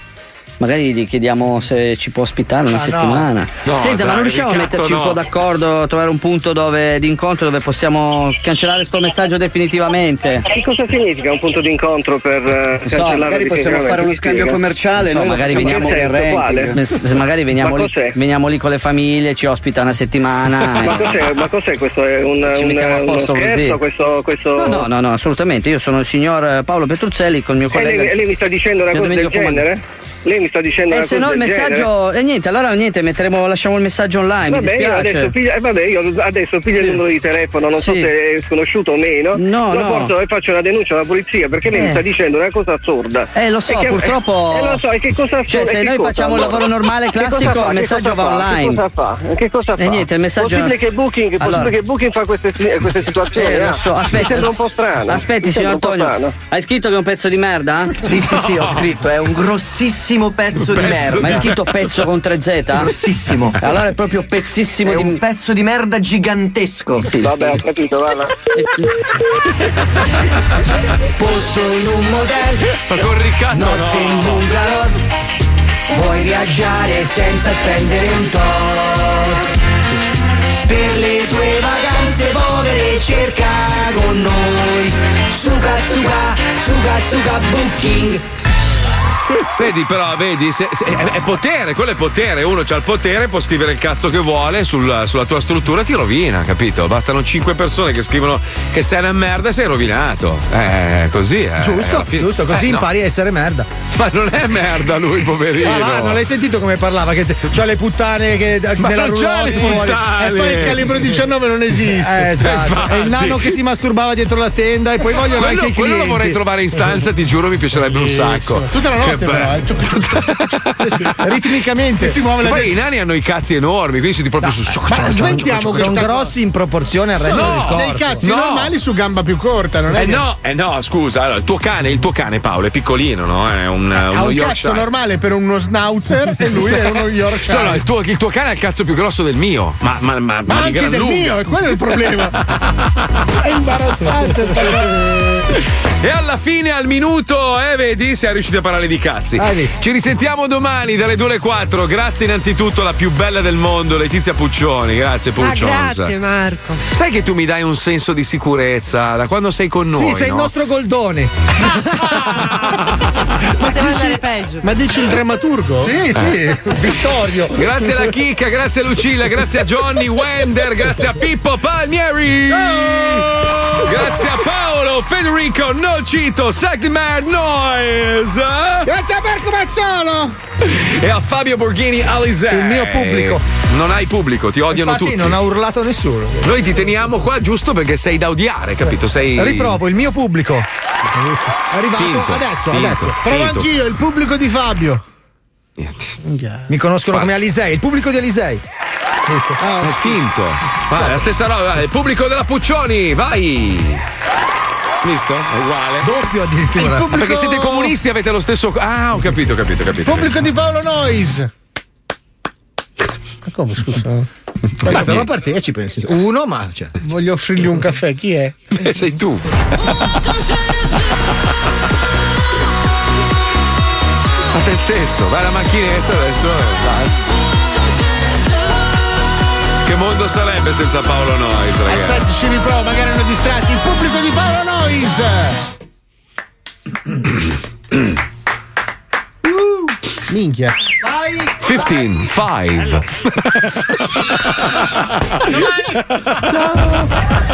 [SPEAKER 14] Magari gli chiediamo se ci può ospitare una
[SPEAKER 4] Ah, no.
[SPEAKER 14] settimana.
[SPEAKER 4] No,
[SPEAKER 14] Senta,
[SPEAKER 4] dai,
[SPEAKER 14] ma non riusciamo a
[SPEAKER 4] ricatto
[SPEAKER 14] metterci un
[SPEAKER 4] no.
[SPEAKER 14] po' d'accordo, a trovare un punto dove- di incontro dove possiamo cancellare questo messaggio definitivamente?
[SPEAKER 24] Che cosa significa un punto d'incontro per eh,
[SPEAKER 14] Non so,
[SPEAKER 24] cancellare
[SPEAKER 14] magari possiamo
[SPEAKER 24] definitivamente?
[SPEAKER 14] fare uno
[SPEAKER 24] Mi
[SPEAKER 14] scambio
[SPEAKER 24] spiega?
[SPEAKER 14] commerciale, Non so, noi lo magari facciamo veniamo-
[SPEAKER 24] Nel senso, quale?
[SPEAKER 14] Beh, se magari veniamo
[SPEAKER 24] Ma
[SPEAKER 14] lì,
[SPEAKER 24] cos'è?
[SPEAKER 14] veniamo lì con le famiglie, ci ospita una settimana. eh.
[SPEAKER 24] Ma
[SPEAKER 14] e-
[SPEAKER 24] cos'è, ma cos'è questo? È un,
[SPEAKER 14] Ci
[SPEAKER 24] un-
[SPEAKER 14] mettiamo a
[SPEAKER 24] uno
[SPEAKER 14] posto
[SPEAKER 24] scherzo?
[SPEAKER 14] così.
[SPEAKER 24] Questo, questo...
[SPEAKER 14] No, no, no, no, assolutamente. Io sono il signor eh, Paolo Petruzzelli col mio
[SPEAKER 24] E lei,
[SPEAKER 14] collega. Cioè,
[SPEAKER 24] e lei mi sta dicendo una
[SPEAKER 14] Gian
[SPEAKER 24] cosa del
[SPEAKER 14] Domenico Fumag-
[SPEAKER 24] genere? Lei mi sta dicendo
[SPEAKER 14] E
[SPEAKER 24] una
[SPEAKER 14] Eh, se
[SPEAKER 24] cosa
[SPEAKER 14] no il
[SPEAKER 24] del
[SPEAKER 14] messaggio. E niente, allora niente, metteremo, lasciamo il messaggio online.
[SPEAKER 24] genere?
[SPEAKER 14] Eh, mi
[SPEAKER 24] Vabbè, io
[SPEAKER 14] dispiace.
[SPEAKER 24] adesso piglio, eh, vabbè, io adesso piglio il numero di telefono, non so
[SPEAKER 14] Sì.
[SPEAKER 24] se è sconosciuto o meno,
[SPEAKER 14] No,
[SPEAKER 24] lo
[SPEAKER 14] no.
[SPEAKER 24] porto e faccio una denuncia alla polizia perché lei
[SPEAKER 14] Eh.
[SPEAKER 24] mi sta dicendo una cosa assurda.
[SPEAKER 14] Eh lo so,
[SPEAKER 24] E che-
[SPEAKER 14] purtroppo.
[SPEAKER 24] eh, eh, lo so, e che cosa assurda-
[SPEAKER 14] Cioè,
[SPEAKER 24] e
[SPEAKER 14] se
[SPEAKER 24] che
[SPEAKER 14] noi
[SPEAKER 24] cosa
[SPEAKER 14] facciamo un
[SPEAKER 24] allora?
[SPEAKER 14] lavoro normale
[SPEAKER 24] Che cosa
[SPEAKER 14] classico,
[SPEAKER 24] fa?
[SPEAKER 14] il
[SPEAKER 24] Che
[SPEAKER 14] messaggio
[SPEAKER 24] cosa
[SPEAKER 14] va
[SPEAKER 24] fa?
[SPEAKER 14] online.
[SPEAKER 24] Che cosa fa? Che cosa fa?
[SPEAKER 14] E niente, il messaggio-
[SPEAKER 24] Possibile che Booking,
[SPEAKER 14] Allora.
[SPEAKER 24] possibile che Booking fa queste, queste situazioni?
[SPEAKER 14] Eh,
[SPEAKER 24] ah?
[SPEAKER 14] lo so,
[SPEAKER 24] Mi sembra
[SPEAKER 14] aspetta.
[SPEAKER 24] un po' strano.
[SPEAKER 14] Aspetti,
[SPEAKER 24] Mi
[SPEAKER 14] signor
[SPEAKER 24] sembra un po' strano.
[SPEAKER 14] Antonio. Hai scritto che è un pezzo di merda?
[SPEAKER 25] Sì, sì, sì, ho scritto, è un grossissimo pezzo di merda.
[SPEAKER 14] Ma hai scritto pezzo con 3Z?
[SPEAKER 25] Grossissimo.
[SPEAKER 14] Allora è proprio pezzissimo
[SPEAKER 25] È
[SPEAKER 14] di
[SPEAKER 25] un pezzo di merda gigantesco.
[SPEAKER 24] Sì. Vabbè, ho capito, vada.
[SPEAKER 7] Posto in un motel
[SPEAKER 3] Ma con Riccardo
[SPEAKER 7] Notte in bungalow Vuoi viaggiare senza spendere un tot Per le tue vacanze povere cerca con noi Suga suga suga suga booking
[SPEAKER 3] Vedi però, vedi, se- se- è, è potere, quello è potere. Uno ha il potere, può scrivere il cazzo che vuole sul- sulla tua struttura e ti rovina, capito? Bastano cinque persone che scrivono che sei una merda e sei rovinato. Eh, così è.
[SPEAKER 6] Giusto, giusto, così impari a essere merda.
[SPEAKER 3] Ma non è merda lui, poverino.
[SPEAKER 6] Ah, va, non l'hai sentito come parlava? Che te- c'ha le puttane che
[SPEAKER 3] Ma
[SPEAKER 6] nella
[SPEAKER 3] non c'ha
[SPEAKER 6] roulotte
[SPEAKER 3] le
[SPEAKER 6] fuori.
[SPEAKER 3] puttane!
[SPEAKER 6] E poi il calibro 19 non esiste.
[SPEAKER 3] Eh,
[SPEAKER 6] esatto.
[SPEAKER 3] infatti.
[SPEAKER 6] È il nano che si masturbava dietro la tenda e poi vogliono
[SPEAKER 3] quello,
[SPEAKER 6] anche i
[SPEAKER 3] quello lo
[SPEAKER 6] clienti.
[SPEAKER 3] vorrei trovare in stanza, ti giuro, mi piacerebbe un sacco.
[SPEAKER 6] Tutta la notte
[SPEAKER 3] Che
[SPEAKER 6] però,
[SPEAKER 3] bello.
[SPEAKER 6] eh. Ritmicamente. Si muove
[SPEAKER 3] Poi i nani hanno i cazzi enormi, quindi siete proprio su.
[SPEAKER 6] Ma smettiamo
[SPEAKER 3] questa
[SPEAKER 6] sono
[SPEAKER 3] cosa.
[SPEAKER 6] grossi in proporzione al resto
[SPEAKER 3] No,
[SPEAKER 6] del corpo.
[SPEAKER 3] dei cazzi No. normali
[SPEAKER 6] su gamba più corta, non
[SPEAKER 3] Eh no, eh no, scusa, allora, il tuo cane, il tuo cane Paolo è piccolino, no? È un,
[SPEAKER 8] Ah, Ha
[SPEAKER 3] uno
[SPEAKER 8] un cazzo
[SPEAKER 3] Yorkshire.
[SPEAKER 8] normale per uno schnauzer e lui è uno Yorkshire.
[SPEAKER 3] Cioè, No, no, il tuo, il tuo cane ha il cazzo più grosso del mio. Ma, ma, ma, ma,
[SPEAKER 8] Ma
[SPEAKER 3] di
[SPEAKER 8] anche
[SPEAKER 3] gran
[SPEAKER 8] del
[SPEAKER 3] lunga.
[SPEAKER 8] mio, e quello è il problema. È imbarazzante sta cosa.
[SPEAKER 3] E alla fine, al minuto, eh, vedi, siamo riusciti a parlare di cazzi. Ci risentiamo domani dalle 2 alle 4. Grazie innanzitutto alla più bella del mondo, Letizia Puccioni. Grazie
[SPEAKER 21] Ah,
[SPEAKER 3] Puccions.
[SPEAKER 21] grazie Marco.
[SPEAKER 3] Sai che tu mi dai un senso di sicurezza da quando sei con noi?
[SPEAKER 6] sì, sei
[SPEAKER 3] no?
[SPEAKER 6] il nostro goldone.
[SPEAKER 21] Poteva andare peggio.
[SPEAKER 8] Ma dici il drammaturgo? Eh.
[SPEAKER 6] Sì, sì, Vittorio.
[SPEAKER 3] Eh. Grazie alla Chicca, grazie a Lucilla, grazie a Johnny Wender, grazie a Pippo Palmieri. Grazie a Paolo, Federico, Nocito, Sagmar Noise.
[SPEAKER 8] Grazie a Marco Mazzolo!
[SPEAKER 3] E a Fabio Borghini Alisei.
[SPEAKER 6] Il mio pubblico.
[SPEAKER 3] Non hai pubblico, ti odiano
[SPEAKER 6] Infatti
[SPEAKER 3] tutti.
[SPEAKER 6] non ha urlato nessuno.
[SPEAKER 3] Noi ti teniamo qua giusto perché sei da odiare, capito? Sei.
[SPEAKER 6] Riprovo, il mio pubblico.
[SPEAKER 8] È arrivato
[SPEAKER 3] Finto,
[SPEAKER 8] adesso,
[SPEAKER 3] finto,
[SPEAKER 8] adesso.
[SPEAKER 3] finto.
[SPEAKER 8] Provo anch'io, il pubblico di Fabio.
[SPEAKER 6] Mi conoscono come Alisei, il pubblico di Alisei.
[SPEAKER 3] È finto. Vai, la stessa roba, vai, il pubblico della Puccioni, vai. Visto? È uguale.
[SPEAKER 6] Doppio addirittura.
[SPEAKER 3] Ah,
[SPEAKER 8] pubblico-
[SPEAKER 3] Perché siete comunisti e avete lo stesso. Ah, ho capito, ho capito, ho capito.
[SPEAKER 8] Pubblico di Paolo Nois. Ma come scusa?
[SPEAKER 6] Ma però partecipe. nel senso- Uno, ma. Cioè.
[SPEAKER 8] Voglio offrirgli un caffè, chi è?
[SPEAKER 3] Eh, sei tu. A te stesso, vai alla macchinetta adesso e basta. Che mondo sarebbe senza Paolo Nois, ragazzi?
[SPEAKER 8] Aspetta, ci riprovo, magari erano distratti. Il pubblico di Paolo Nois. Uh, Minchia.
[SPEAKER 3] 15, 5.